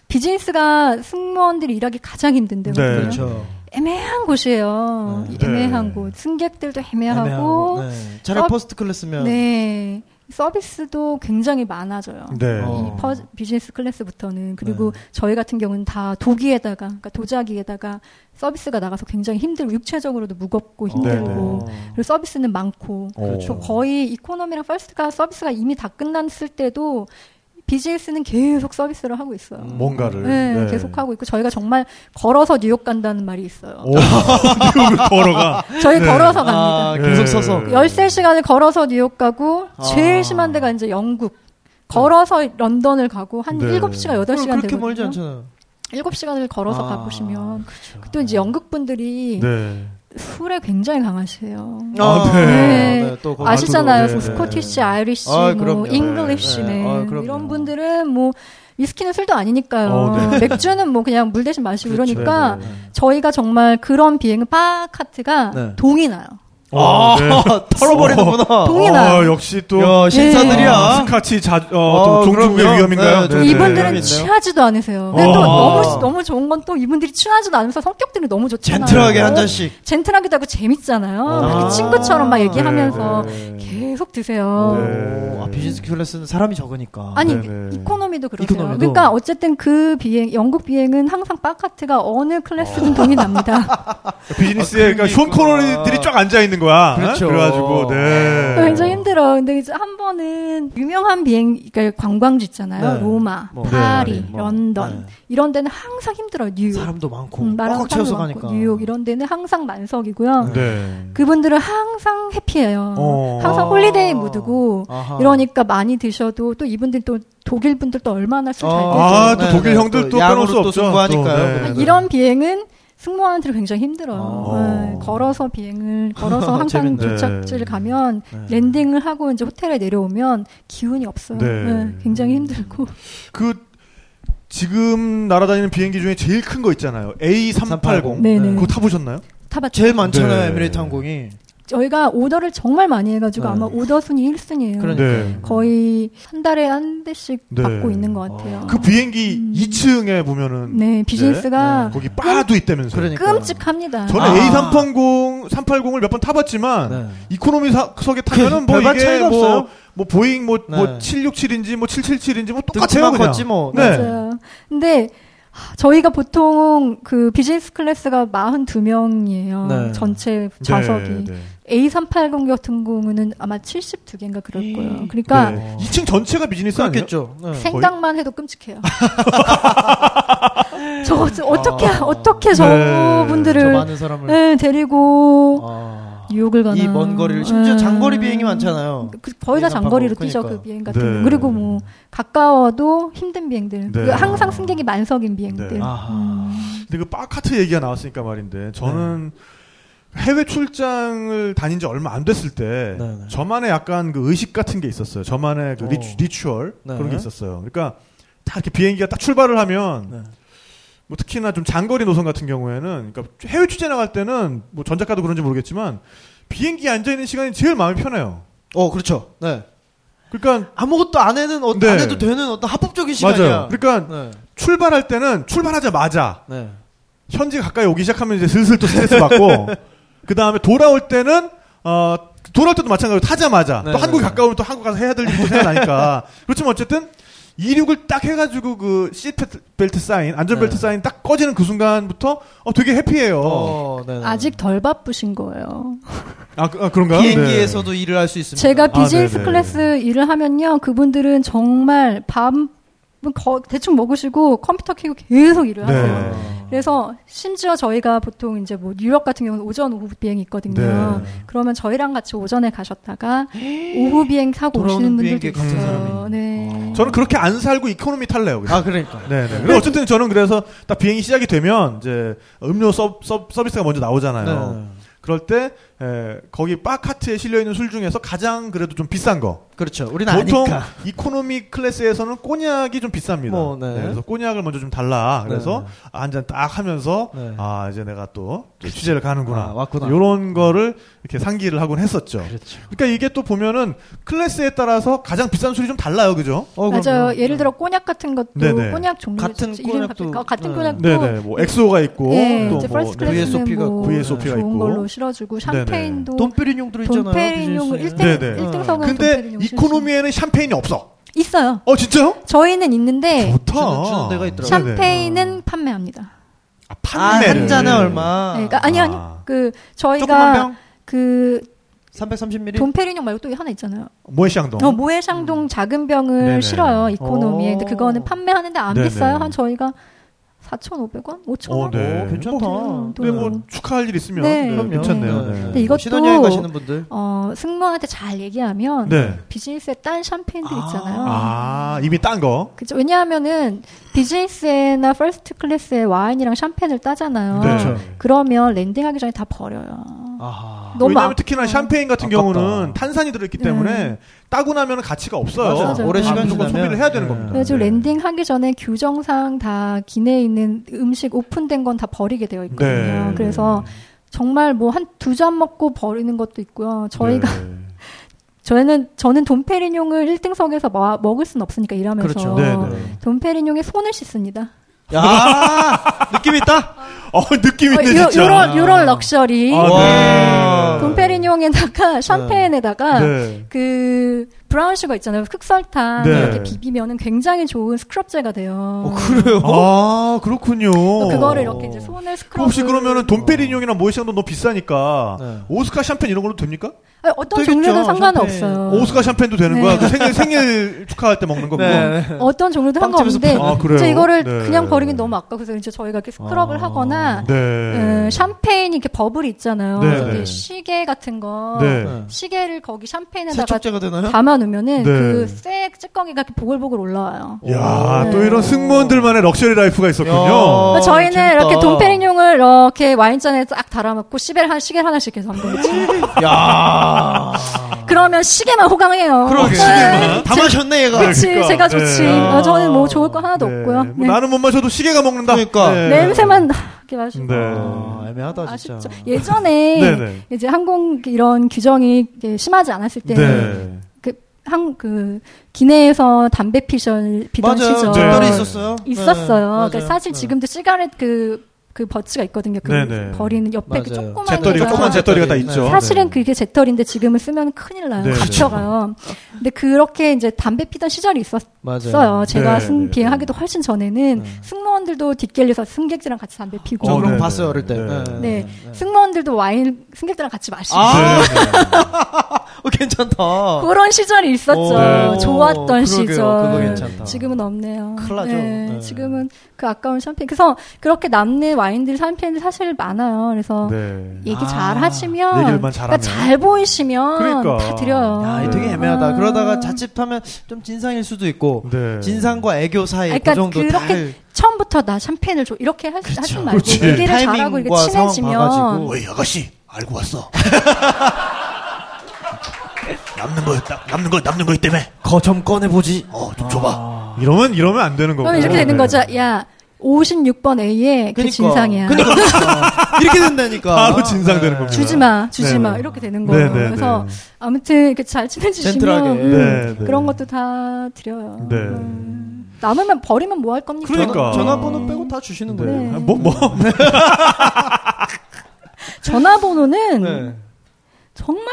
[SPEAKER 7] 비즈니스가 승무원들이 일하기 가장 힘든데
[SPEAKER 6] 네.
[SPEAKER 7] 거든요
[SPEAKER 5] 그렇죠.
[SPEAKER 7] 애매한 곳이에요.
[SPEAKER 5] 네.
[SPEAKER 7] 애매한
[SPEAKER 6] 네.
[SPEAKER 7] 곳. 승객들도 애매하고,
[SPEAKER 5] 네. 차라리
[SPEAKER 7] 어,
[SPEAKER 5] 퍼스트 클래스면
[SPEAKER 7] 네. 서비스도 굉장히 많아져요.
[SPEAKER 6] 네.
[SPEAKER 5] 어.
[SPEAKER 7] 이 퍼- 비즈니스 클래스부터는 그리고 저희 같은 경우는 다 도기에다가 그러니까 도자기에다가 서비스가 나가서 굉장히 힘들고 육체적으로도 무겁고 힘들고
[SPEAKER 5] 네, 네.
[SPEAKER 7] 그리고 서비스는 많고
[SPEAKER 6] 그렇죠.
[SPEAKER 7] 저 거의 이코노미랑 퍼스트가 서비스가 이미 다 끝났을 때도 비즈니스는 계속 서비스를 하고 있어요.
[SPEAKER 6] 뭔가를
[SPEAKER 7] 네, 계속 하고 있고 저희가 정말 걸어서 뉴욕 간다는 말이 있어요.
[SPEAKER 6] 오, <laughs> 뉴욕을 걸어가.
[SPEAKER 7] 저희
[SPEAKER 6] 네.
[SPEAKER 7] 걸어서 갑니다.
[SPEAKER 5] 아,
[SPEAKER 6] 갑니다.
[SPEAKER 5] 계속
[SPEAKER 6] 네.
[SPEAKER 5] 서서
[SPEAKER 6] 네.
[SPEAKER 7] 13시간을 걸어서 뉴욕 가고
[SPEAKER 5] 아.
[SPEAKER 7] 제일 심한 데가 이제 영국. 걸어서 런던을 가고 한
[SPEAKER 6] 네.
[SPEAKER 7] 일곱 시간 여덟 시간
[SPEAKER 5] 그렇게 멀지
[SPEAKER 7] 되거든요.
[SPEAKER 5] 않잖아요.
[SPEAKER 7] 일곱 시간을 걸어서
[SPEAKER 5] 아,
[SPEAKER 7] 가보시면
[SPEAKER 5] 그렇죠.
[SPEAKER 7] 또 이제 영국 분들이
[SPEAKER 6] 네.
[SPEAKER 7] 술에 굉장히 강하시요.
[SPEAKER 5] 어.
[SPEAKER 6] 아, 네.
[SPEAKER 5] 또 거기
[SPEAKER 7] 아시잖아요. 뭐
[SPEAKER 6] 네.
[SPEAKER 5] 가서-
[SPEAKER 7] 스코티시, 아이리시,
[SPEAKER 5] 아, 그럼요.
[SPEAKER 7] 뭐 잉글리시,
[SPEAKER 5] 네, 네. 아, 그럼요.
[SPEAKER 7] 이런 분들은 뭐 위스키는 술도 아니니까요.
[SPEAKER 6] 어, 네.
[SPEAKER 7] <laughs> 맥주는 뭐 그냥 물 대신 마시고
[SPEAKER 5] 그렇죠.
[SPEAKER 7] 이러니까
[SPEAKER 6] 네, 네.
[SPEAKER 7] 저희가 정말 그런 비행은 파카트가
[SPEAKER 5] 네.
[SPEAKER 7] 동이 나요.
[SPEAKER 6] 아,
[SPEAKER 5] 아,
[SPEAKER 6] 네.
[SPEAKER 5] <laughs> 털어버리는구나.
[SPEAKER 7] 동이 나요.
[SPEAKER 6] 어, 역시 또
[SPEAKER 7] 네.
[SPEAKER 5] 야, 신사들이야.
[SPEAKER 6] 아, 스카치 자, 어,
[SPEAKER 5] 아,
[SPEAKER 6] 좀 종주의
[SPEAKER 5] 그럼요.
[SPEAKER 6] 위험인가요?
[SPEAKER 5] 네, 아. 좀
[SPEAKER 6] 네, 네.
[SPEAKER 7] 이분들은
[SPEAKER 5] 네.
[SPEAKER 7] 취하지도 않으세요. 근데 또
[SPEAKER 6] 어.
[SPEAKER 7] 너무 너무 좋은 건 또 이분들이 취하지도 않으면서 성격들이 너무 좋잖아요.
[SPEAKER 5] 젠틀하게 한 잔씩.
[SPEAKER 7] 젠틀하기도 하고 재밌잖아요.
[SPEAKER 5] 아.
[SPEAKER 7] 이렇게 친구처럼 막 얘기하면서
[SPEAKER 6] 네, 네.
[SPEAKER 7] 계속 드세요.
[SPEAKER 6] 네.
[SPEAKER 5] 오, 아, 비즈니스 클래스는 사람이 적으니까.
[SPEAKER 7] 아니
[SPEAKER 6] 네, 네.
[SPEAKER 7] 이코노미도 그러세요.
[SPEAKER 5] 이코노미도.
[SPEAKER 7] 그러니까 어쨌든 그 비행 영국 비행은 항상 바카트가 어느 클래스든
[SPEAKER 5] <laughs>
[SPEAKER 7] 동이 납니다.
[SPEAKER 6] 비즈니스에
[SPEAKER 5] 아, 그런
[SPEAKER 6] 그러니까
[SPEAKER 5] 게
[SPEAKER 6] 쇼 코너리들이
[SPEAKER 5] 있구나.
[SPEAKER 6] 쫙 앉아 있는 거야.
[SPEAKER 5] 그렇죠.
[SPEAKER 6] 그래가지고 네.
[SPEAKER 7] 굉장히 힘들어. 근데 이제 한 번은 유명한 비행 그러니까 관광지 있잖아요.
[SPEAKER 5] 네.
[SPEAKER 7] 로마,
[SPEAKER 5] 뭐,
[SPEAKER 7] 파리,
[SPEAKER 5] 네, 뭐.
[SPEAKER 7] 런던
[SPEAKER 5] 네.
[SPEAKER 7] 이런 데는 항상 힘들어. 뉴욕.
[SPEAKER 5] 사람도 많고
[SPEAKER 7] 음, 나랑
[SPEAKER 5] 꽉꽉 채워서
[SPEAKER 7] 사람도 많고,
[SPEAKER 5] 가니까.
[SPEAKER 7] 뉴욕 이런 데는 항상 만석이고요.
[SPEAKER 6] 네.
[SPEAKER 7] 그분들은 항상 해피해요.
[SPEAKER 6] 어.
[SPEAKER 7] 항상
[SPEAKER 5] 아.
[SPEAKER 7] 홀리데이 무드고
[SPEAKER 5] 아하.
[SPEAKER 7] 이러니까 많이 드셔도 또 이분들 또 독일 분들도 얼마나 술
[SPEAKER 5] 어.
[SPEAKER 7] 잘 네, 드세요.
[SPEAKER 6] 아, 또 독일 형들 또
[SPEAKER 5] 양으로
[SPEAKER 6] 빼놓을 수
[SPEAKER 5] 또
[SPEAKER 6] 없죠.
[SPEAKER 5] 승부하니까요.
[SPEAKER 6] 또, 네.
[SPEAKER 7] 아,
[SPEAKER 5] 그러면은.
[SPEAKER 7] 이런 비행은 승무원한테 굉장히 힘들어요.
[SPEAKER 5] 아.
[SPEAKER 7] 네, 걸어서 비행을 걸어서 항상
[SPEAKER 5] 재밌네.
[SPEAKER 7] 도착지를 가면
[SPEAKER 5] 네.
[SPEAKER 7] 랜딩을 하고 이제 호텔에 내려오면 기운이 없어요.
[SPEAKER 6] 네.
[SPEAKER 7] 네, 굉장히 힘들고
[SPEAKER 6] 그 지금 날아다니는 비행기 중에 제일 큰 거 있잖아요. A380.
[SPEAKER 7] 네, 네.
[SPEAKER 6] 그거 타보셨나요?
[SPEAKER 7] 타봤죠.
[SPEAKER 5] 제일 많잖아요.
[SPEAKER 6] 네.
[SPEAKER 5] 에미레이트 항공이.
[SPEAKER 7] 저희가 오더를 정말 많이 해가지고
[SPEAKER 5] 네.
[SPEAKER 7] 아마 오더 순위 1순위예요.
[SPEAKER 5] 그러니까.
[SPEAKER 6] 네.
[SPEAKER 7] 거의 한 달에 한 대씩
[SPEAKER 6] 네.
[SPEAKER 7] 받고 있는 것 같아요.
[SPEAKER 6] 그 비행기 2층에 보면은
[SPEAKER 7] 네, 비즈니스가
[SPEAKER 6] 거기 바도 있다면서요.
[SPEAKER 5] 그러니까.
[SPEAKER 7] 끔찍합니다.
[SPEAKER 6] 네. 저는
[SPEAKER 5] 아.
[SPEAKER 6] A380, 380을 몇 번 타봤지만
[SPEAKER 5] 네. 그
[SPEAKER 6] 이코노미 사- 석에 타면은 뭐
[SPEAKER 5] 별반
[SPEAKER 6] 이게
[SPEAKER 5] 차이가
[SPEAKER 6] 뭐,
[SPEAKER 5] 없어요.
[SPEAKER 6] 뭐 보잉 뭐,
[SPEAKER 5] 네.
[SPEAKER 6] 뭐 767인지 뭐 777인지 뭐 똑같아요
[SPEAKER 5] 똑같아요,
[SPEAKER 6] 그냥.
[SPEAKER 5] 걷지 뭐.
[SPEAKER 6] 네.
[SPEAKER 7] 맞아요. 근데 저희가 보통 그 비즈니스 클래스가 42명이에요.
[SPEAKER 5] 네.
[SPEAKER 7] 전체
[SPEAKER 6] 네,
[SPEAKER 7] 좌석이.
[SPEAKER 6] 네.
[SPEAKER 7] A380 같은 경우는 아마 72개인가 그럴 거예요. 그러니까
[SPEAKER 6] 네. 2층 전체가 비즈니스 아니에요?
[SPEAKER 5] 그렇겠죠. 네.
[SPEAKER 7] 생각만
[SPEAKER 6] <laughs>
[SPEAKER 7] 해도 끔찍해요. 저, 저 어떻게 어떻게 저
[SPEAKER 6] 네.
[SPEAKER 5] 아. 저
[SPEAKER 7] 분들을
[SPEAKER 5] 많은 사람을.
[SPEAKER 7] 네, 데리고
[SPEAKER 5] 아.
[SPEAKER 7] 뉴욕을 가나
[SPEAKER 5] 이 먼 거리를 심지어
[SPEAKER 7] 네.
[SPEAKER 5] 장거리 비행이 많잖아요.
[SPEAKER 7] 그- 거의 다
[SPEAKER 5] 비행선
[SPEAKER 7] 장거리로
[SPEAKER 5] 타고,
[SPEAKER 7] 뛰죠
[SPEAKER 5] 그러니까.
[SPEAKER 7] 그 비행 같은
[SPEAKER 6] 네.
[SPEAKER 7] 거 그리고 뭐 가까워도 힘든
[SPEAKER 6] 네.
[SPEAKER 7] 비행들 그 항상 승객이 만석인 비행들
[SPEAKER 6] 네.
[SPEAKER 5] 아하.
[SPEAKER 6] 근데 그 바카트 얘기가 나왔으니까 말인데 저는 해외 출장을 다닌 지 얼마 안 됐을 때
[SPEAKER 5] 네, 네.
[SPEAKER 6] 저만의 약간 그 의식 같은 게 있었어요. 저만의 그
[SPEAKER 5] 어.
[SPEAKER 6] 리추, 리추얼
[SPEAKER 5] 네.
[SPEAKER 6] 그런 게 있었어요. 그러니까 딱 이렇게 비행기가 딱 출발을 하면
[SPEAKER 5] 네.
[SPEAKER 6] 뭐 특히나 좀 장거리 노선 같은 경우에는 그러니까 해외 취재 나갈 때는 뭐 전작가도 그런지 모르겠지만 비행기에 앉아 있는 시간이 제일 마음이 편해요.
[SPEAKER 5] 어, 그렇죠. 네.
[SPEAKER 6] 그러니까
[SPEAKER 5] 아무것도 안 해는 어,
[SPEAKER 6] 네.
[SPEAKER 5] 안 해도 되는 어떤 합법적인
[SPEAKER 6] 맞아요.
[SPEAKER 5] 시간이야.
[SPEAKER 6] 그러니까
[SPEAKER 5] 네.
[SPEAKER 6] 출발할 때는 출발하자마자
[SPEAKER 5] 네.
[SPEAKER 6] 현지 가까이 오기 시작하면 이제 슬슬 또 스트레스 받고 <laughs> 그 다음에 돌아올 때는 어 돌아올 때도 마찬가지로 타자마자
[SPEAKER 5] 네,
[SPEAKER 6] 또 한국
[SPEAKER 5] 네, 네.
[SPEAKER 6] 가까우면 또 한국 가서 해야 될 일도
[SPEAKER 5] <laughs>
[SPEAKER 6] 생각나니까 그렇지만 어쨌든 이륙을 딱 해가지고 그 시트벨트 사인 안전벨트
[SPEAKER 5] 네.
[SPEAKER 6] 사인 딱 꺼지는 그 순간부터 어 되게 해피해요.
[SPEAKER 5] 어, 네, 네.
[SPEAKER 8] 아직 덜 바쁘신 거예요.
[SPEAKER 6] 아, 그- 아, 그런가요?
[SPEAKER 5] 비행기에서도
[SPEAKER 6] 네.
[SPEAKER 5] 일을 할 수 있습니다.
[SPEAKER 7] 제가 비즈니스
[SPEAKER 6] 아, 네네.
[SPEAKER 7] 클래스 일을 하면요, 그분들은 정말 밤 거- 대충 먹으시고 컴퓨터 켜고 계속 일을
[SPEAKER 6] 네.
[SPEAKER 7] 하세요.
[SPEAKER 5] 아,
[SPEAKER 6] 네.
[SPEAKER 7] 그래서 심지어 저희가 보통 이제 뭐 유럽 같은 경우는 오전 오후 비행이 있거든요.
[SPEAKER 6] 네.
[SPEAKER 7] 그러면 저희랑 같이 오전에 가셨다가 오후 비행 타고
[SPEAKER 5] 돌아오는
[SPEAKER 7] 오시는 분들도
[SPEAKER 5] 비행기에 같은
[SPEAKER 7] 있어요.
[SPEAKER 5] 사람이.
[SPEAKER 7] 네.
[SPEAKER 6] 저는 그렇게 안 살고 이코노미 탈래요. 그냥.
[SPEAKER 5] 아 그러니까.
[SPEAKER 6] 네, 네. 근데 어쨌든 저는 그래서 딱 비행이 시작이 되면 이제 음료 서, 서, 서비스가 먼저 나오잖아요.
[SPEAKER 5] 네.
[SPEAKER 6] 그럴 때 에, 거기 바 카트에 실려 있는 술 중에서 가장 그래도 좀 비싼 거.
[SPEAKER 5] 그렇죠. 우리는
[SPEAKER 6] 보통
[SPEAKER 5] 아니까.
[SPEAKER 6] 이코노미 클래스에서는 꼬냑이 좀 비쌉니다.
[SPEAKER 5] 뭐, 네.
[SPEAKER 6] 그래서 꼬냑을 먼저 좀 달라. 그래서 한 잔 딱 하면서
[SPEAKER 5] 네.
[SPEAKER 6] 아 이제 내가 또 취재를 가는구나.
[SPEAKER 5] 아, 왔구나.
[SPEAKER 6] 이런 거를 이렇게 상기를 하곤 했었죠.
[SPEAKER 5] 그렇죠.
[SPEAKER 6] 그러니까 이게 또 보면은 클래스에 따라서 가장 비싼 술이 좀 달라요, 그죠?
[SPEAKER 5] 어,
[SPEAKER 7] 맞아요.
[SPEAKER 5] 그럼요.
[SPEAKER 7] 예를 들어 꼬냑 같은 것도
[SPEAKER 6] 네네.
[SPEAKER 7] 꼬냑 종류
[SPEAKER 5] 같은 꼬냑도-
[SPEAKER 7] 같은
[SPEAKER 5] 네.
[SPEAKER 7] 꼬냑도
[SPEAKER 6] 네네, 뭐 엑소가 있고
[SPEAKER 7] 예,
[SPEAKER 6] 또
[SPEAKER 7] 이제
[SPEAKER 6] 뭐 네,
[SPEAKER 7] 퍼스트 클래스는
[SPEAKER 5] VSOP 가
[SPEAKER 7] 뭐
[SPEAKER 6] VSOP 가
[SPEAKER 7] 좋은
[SPEAKER 6] 있고.
[SPEAKER 7] 걸로 실어주고 샴페인도
[SPEAKER 5] 네. 돈페리뇽들 있잖아요.
[SPEAKER 7] 돈페리뇽을
[SPEAKER 5] 비즈니스에.
[SPEAKER 7] 1등
[SPEAKER 6] 네네.
[SPEAKER 7] 등석은
[SPEAKER 6] 근데 이코노미에는 샴페인이 없어.
[SPEAKER 7] 있어요.
[SPEAKER 6] 어 진짜요?
[SPEAKER 7] 저희는 있는데
[SPEAKER 6] 좋다.
[SPEAKER 5] 주는- 주는 데가
[SPEAKER 6] 네.
[SPEAKER 5] 있더라고요.
[SPEAKER 7] 샴페인은 판매합니다.
[SPEAKER 6] 아,
[SPEAKER 5] 아,
[SPEAKER 6] 판매를.
[SPEAKER 5] 한 잔에 얼마?
[SPEAKER 7] 네, 그러니까 아니 아니
[SPEAKER 6] 아.
[SPEAKER 7] 그
[SPEAKER 5] 조금만
[SPEAKER 7] 저희가
[SPEAKER 5] 병?
[SPEAKER 7] 그
[SPEAKER 5] 330ml?
[SPEAKER 7] 돈페리뇽 말고 또 하나 있잖아요.
[SPEAKER 6] 모에샹동.
[SPEAKER 7] 어, 모해상동 작은 병을
[SPEAKER 6] 네네.
[SPEAKER 7] 실어요 이코노미에.
[SPEAKER 5] 오.
[SPEAKER 7] 근데 그거는 판매하는데 안
[SPEAKER 6] 네네.
[SPEAKER 7] 비싸요. 한 저희가 4,500원, 5,000원.
[SPEAKER 6] 어, 네.
[SPEAKER 5] 오, 괜찮다.
[SPEAKER 7] 뭐,
[SPEAKER 6] 근데
[SPEAKER 7] 네.
[SPEAKER 6] 뭐 축하할 일 있으면
[SPEAKER 7] 네.
[SPEAKER 6] 네,
[SPEAKER 7] 그럼요.
[SPEAKER 6] 괜찮네요.
[SPEAKER 5] 네.
[SPEAKER 6] 네.
[SPEAKER 7] 근데 이것도-
[SPEAKER 5] 신혼여행 가시는 분들.
[SPEAKER 7] 어, 승무원한테 잘 얘기하면
[SPEAKER 6] 네.
[SPEAKER 7] 비즈니스에 딴 샴페인들 있잖아요.
[SPEAKER 6] 아 이미 딴 거.
[SPEAKER 7] 그죠. 왜냐하면은 비즈니스나 퍼스트 클래스의 와인이랑 샴페인을 따잖아요.
[SPEAKER 6] 네.
[SPEAKER 5] 그렇죠.
[SPEAKER 7] 그러면 랜딩하기 전에 다 버려요.
[SPEAKER 5] 아하.
[SPEAKER 7] 너무
[SPEAKER 6] 왜냐하면
[SPEAKER 7] 아,
[SPEAKER 6] 특히나 샴페인 같은
[SPEAKER 5] 아깝다.
[SPEAKER 6] 경우는 탄산이 들어있기 때문에 따고 나면 가치가 없어요.
[SPEAKER 7] 맞아요. 맞아요.
[SPEAKER 5] 오래 시간 지나면
[SPEAKER 6] 무조건 소비를 해야 되는
[SPEAKER 5] 네.
[SPEAKER 6] 겁니다.
[SPEAKER 7] 그래서
[SPEAKER 6] 네.
[SPEAKER 7] 랜딩하기 전에 규정상 다 기내에 있는 음식 오픈된 건 다 버리게 되어 있거든요.
[SPEAKER 6] 네.
[SPEAKER 7] 그래서 정말 뭐 한 두 잔 먹고 버리는 것도 있고요. 저희가
[SPEAKER 6] 네.
[SPEAKER 7] 저희는 저는 돈페리뇽을 1등석에서 먹을 순 없으니까 일하면서
[SPEAKER 5] 그렇죠.
[SPEAKER 6] 네, 네.
[SPEAKER 7] 어. 돈페리뇽에 손을 씻습니다.
[SPEAKER 5] 야, 느낌 있다.
[SPEAKER 6] 어 느낌 있네
[SPEAKER 7] 요,
[SPEAKER 6] 진짜.
[SPEAKER 7] 요런 요런 럭셔리
[SPEAKER 6] 아,
[SPEAKER 5] 와.
[SPEAKER 7] 돈페리뇽에다가 샴페인에다가
[SPEAKER 6] 네.
[SPEAKER 7] 그 브라운 슈거 있잖아요. 흑설탕
[SPEAKER 6] 네.
[SPEAKER 7] 이렇게 비비면은 굉장히 좋은 스크럽제가 돼요.
[SPEAKER 5] 어, 그래요?
[SPEAKER 6] 아 그렇군요.
[SPEAKER 7] 그래서 그거를 이렇게 이제 손을
[SPEAKER 6] 그
[SPEAKER 7] 스크럽.
[SPEAKER 6] 혹시 그러면은
[SPEAKER 7] 어.
[SPEAKER 6] 돈페리뇽이나 모이샹도 너무 비싸니까
[SPEAKER 5] 네.
[SPEAKER 6] 오스카 샴페인 이런 걸로 됩니까?
[SPEAKER 7] 어떤
[SPEAKER 5] 되겠죠,
[SPEAKER 7] 종류든 상관은
[SPEAKER 5] 샴페인.
[SPEAKER 7] 없어요.
[SPEAKER 6] 오스카 샴페인도 되는
[SPEAKER 7] 네.
[SPEAKER 6] 거야? 그 생일 생일 축하할 때 먹는 거고.
[SPEAKER 7] 어떤 종류든
[SPEAKER 5] 빵집에서
[SPEAKER 7] 상관없는데
[SPEAKER 6] 파는- 아, 그래요?
[SPEAKER 7] 이제 이거를
[SPEAKER 6] 네.
[SPEAKER 7] 그냥 버리긴 너무 아까워 그래서 이제 저희가 이렇게 스크럽을 하거나
[SPEAKER 6] 네.
[SPEAKER 7] 음, 샴페인 이렇게 버블 있잖아요.
[SPEAKER 6] 네,
[SPEAKER 7] 이렇게
[SPEAKER 6] 네.
[SPEAKER 7] 시계 같은 거
[SPEAKER 6] 네.
[SPEAKER 7] 시계를 거기 네. 샴페인에다가
[SPEAKER 5] 세척제가 되나요?
[SPEAKER 7] 담아
[SPEAKER 6] 네.
[SPEAKER 7] 놓으면은 그쇠 찌꺼기가 이렇게 보글보글 올라와요.
[SPEAKER 6] 야,
[SPEAKER 7] 오.
[SPEAKER 6] 또 이런 승무원들만의 럭셔리 라이프가 있었군요.
[SPEAKER 5] 야. 어,
[SPEAKER 7] 그러니까 저희는
[SPEAKER 5] 재밌다.
[SPEAKER 7] 이렇게 동페리뇽을 이렇게 와인잔에 딱 달아놓고 시계를 한 시계 하나씩 계속 한 거지.
[SPEAKER 6] 아.
[SPEAKER 5] 야.
[SPEAKER 7] 그러면 시계만 호강해요.
[SPEAKER 5] 그러게.
[SPEAKER 7] 네.
[SPEAKER 5] 다 마셨네, 얘가.
[SPEAKER 7] 그치,
[SPEAKER 6] 그러니까.
[SPEAKER 7] 제가 좋지.
[SPEAKER 6] 네.
[SPEAKER 7] 어, 저는 뭐 좋을 거 하나도
[SPEAKER 6] 네.
[SPEAKER 7] 없고요.
[SPEAKER 6] 뭐
[SPEAKER 7] 네.
[SPEAKER 6] 나는 못 마셔도 시계가 먹는다.
[SPEAKER 5] 그러니까.
[SPEAKER 7] 냄새만 나게 마시고.
[SPEAKER 6] 네.
[SPEAKER 5] 아, 애매하다, 진짜.
[SPEAKER 7] 아쉽죠.
[SPEAKER 6] <laughs>
[SPEAKER 7] 예전에
[SPEAKER 6] 네네.
[SPEAKER 7] 이제 항공 이런 규정이 이게 심하지 않았을 때,
[SPEAKER 6] 네.
[SPEAKER 7] 한, 그, 기내에서 담배 피던, 피던
[SPEAKER 5] 맞아요.
[SPEAKER 6] 네.
[SPEAKER 7] 시절.
[SPEAKER 5] 적절히 있었어요.
[SPEAKER 7] 있었어요.
[SPEAKER 5] 네,
[SPEAKER 7] 그러니까
[SPEAKER 5] 맞아요.
[SPEAKER 7] 사실
[SPEAKER 5] 네.
[SPEAKER 7] 지금도 시가렛 그, 그 버츠가 있거든요. 그
[SPEAKER 6] 네네.
[SPEAKER 7] 버리는 옆에 그
[SPEAKER 5] 맞아요.
[SPEAKER 7] 조그만
[SPEAKER 6] 재떨이가
[SPEAKER 7] 애가.
[SPEAKER 6] 조그만 재떨이가 다
[SPEAKER 5] 네.
[SPEAKER 6] 있죠.
[SPEAKER 7] 사실은
[SPEAKER 6] 네.
[SPEAKER 7] 그게 제털인데 지금은 쓰면 큰일 나요.
[SPEAKER 6] 네, 네.
[SPEAKER 7] 갇혀가요. 근데 그렇게 이제 담배 피던 시절이 있었어요.
[SPEAKER 5] 맞아요. 네.
[SPEAKER 7] 제가
[SPEAKER 6] 네,
[SPEAKER 7] 승,
[SPEAKER 6] 네,
[SPEAKER 7] 비행하기도 훨씬 전에는 승무원들도 뒷길에서 승객들이랑 같이 담배 피고.
[SPEAKER 5] 저
[SPEAKER 6] 어,
[SPEAKER 5] 그런
[SPEAKER 6] 네,
[SPEAKER 5] 거 봤어요,
[SPEAKER 6] 네,
[SPEAKER 5] 어릴 때.
[SPEAKER 6] 네.
[SPEAKER 7] 네. 승무원들도 와인 승객들이랑 같이 마시고.
[SPEAKER 5] 아,
[SPEAKER 6] 네.
[SPEAKER 5] 어, 괜찮다.
[SPEAKER 7] 그런 시절이 있었죠.
[SPEAKER 5] 오, 네.
[SPEAKER 7] 좋았던
[SPEAKER 5] 그러게요.
[SPEAKER 7] 시절.
[SPEAKER 5] 그거 괜찮다.
[SPEAKER 7] 지금은 없네요.
[SPEAKER 5] 큰일 나죠. 네.
[SPEAKER 7] 지금은 그 아까운 샴페인. 그래서 그렇게 남는 와인들 샴페인들 사실 많아요. 그래서
[SPEAKER 6] 네.
[SPEAKER 7] 얘기
[SPEAKER 5] 아,
[SPEAKER 7] 잘 하시면
[SPEAKER 6] 얘기를만
[SPEAKER 7] 그러니까
[SPEAKER 6] 잘하면.
[SPEAKER 7] 잘 보이시면
[SPEAKER 6] 그러니까.
[SPEAKER 7] 다 드려요.
[SPEAKER 5] 야, 이거 되게 애매하다.
[SPEAKER 7] 아.
[SPEAKER 5] 그러다가 자칫하면 좀 진상일 수도 있고
[SPEAKER 6] 네.
[SPEAKER 5] 진상과 애교 사이
[SPEAKER 7] 그러니까
[SPEAKER 5] 그 정도
[SPEAKER 7] 그렇게
[SPEAKER 5] 달 그렇죠.
[SPEAKER 7] 처음부터 나 샴페인을 줘 이렇게 하, 하지 말고
[SPEAKER 6] 그렇지.
[SPEAKER 7] 얘기를
[SPEAKER 5] 타이밍과
[SPEAKER 7] 잘하고 이렇게
[SPEAKER 5] 상황
[SPEAKER 7] 친해지면
[SPEAKER 5] 봐가지고.
[SPEAKER 9] 어이 아가씨 알고 왔어. 남는 거 남- 남는 거 남는 거 때문에
[SPEAKER 5] 거점 꺼내 보지.
[SPEAKER 9] 어좀 줘봐.
[SPEAKER 6] 이러면 이러면 안 되는 거고.
[SPEAKER 7] 아. 그러면 이렇게
[SPEAKER 6] 네.
[SPEAKER 7] 되는 거죠. 야 56번 A에 그
[SPEAKER 6] 그러니까.
[SPEAKER 7] 진상이야. <laughs>
[SPEAKER 5] 그러니까. 이렇게 된다니까.
[SPEAKER 6] 뭐 바로 진상되는
[SPEAKER 5] 네.
[SPEAKER 6] 겁니다.
[SPEAKER 7] 아. 주지 마, 주지
[SPEAKER 6] 네.
[SPEAKER 7] 마 이렇게 되는
[SPEAKER 6] 네,
[SPEAKER 7] 거예요.
[SPEAKER 6] 네,
[SPEAKER 7] 그래서
[SPEAKER 6] 네.
[SPEAKER 7] 아무튼 이렇게 잘 친해지시면
[SPEAKER 5] 젠틀하게.
[SPEAKER 7] 음,
[SPEAKER 6] 네, 네.
[SPEAKER 7] 그런 것도 다 드려요.
[SPEAKER 6] 네.
[SPEAKER 7] 음. 남으면 버리면 뭐 할 겁니까?
[SPEAKER 6] 그러니까.
[SPEAKER 5] 전화, 번호 빼고 다 주시는 거예요.
[SPEAKER 7] 음. 네.
[SPEAKER 6] 아, 뭐, 뭐.
[SPEAKER 7] 전화번호는
[SPEAKER 5] 네.
[SPEAKER 7] 정말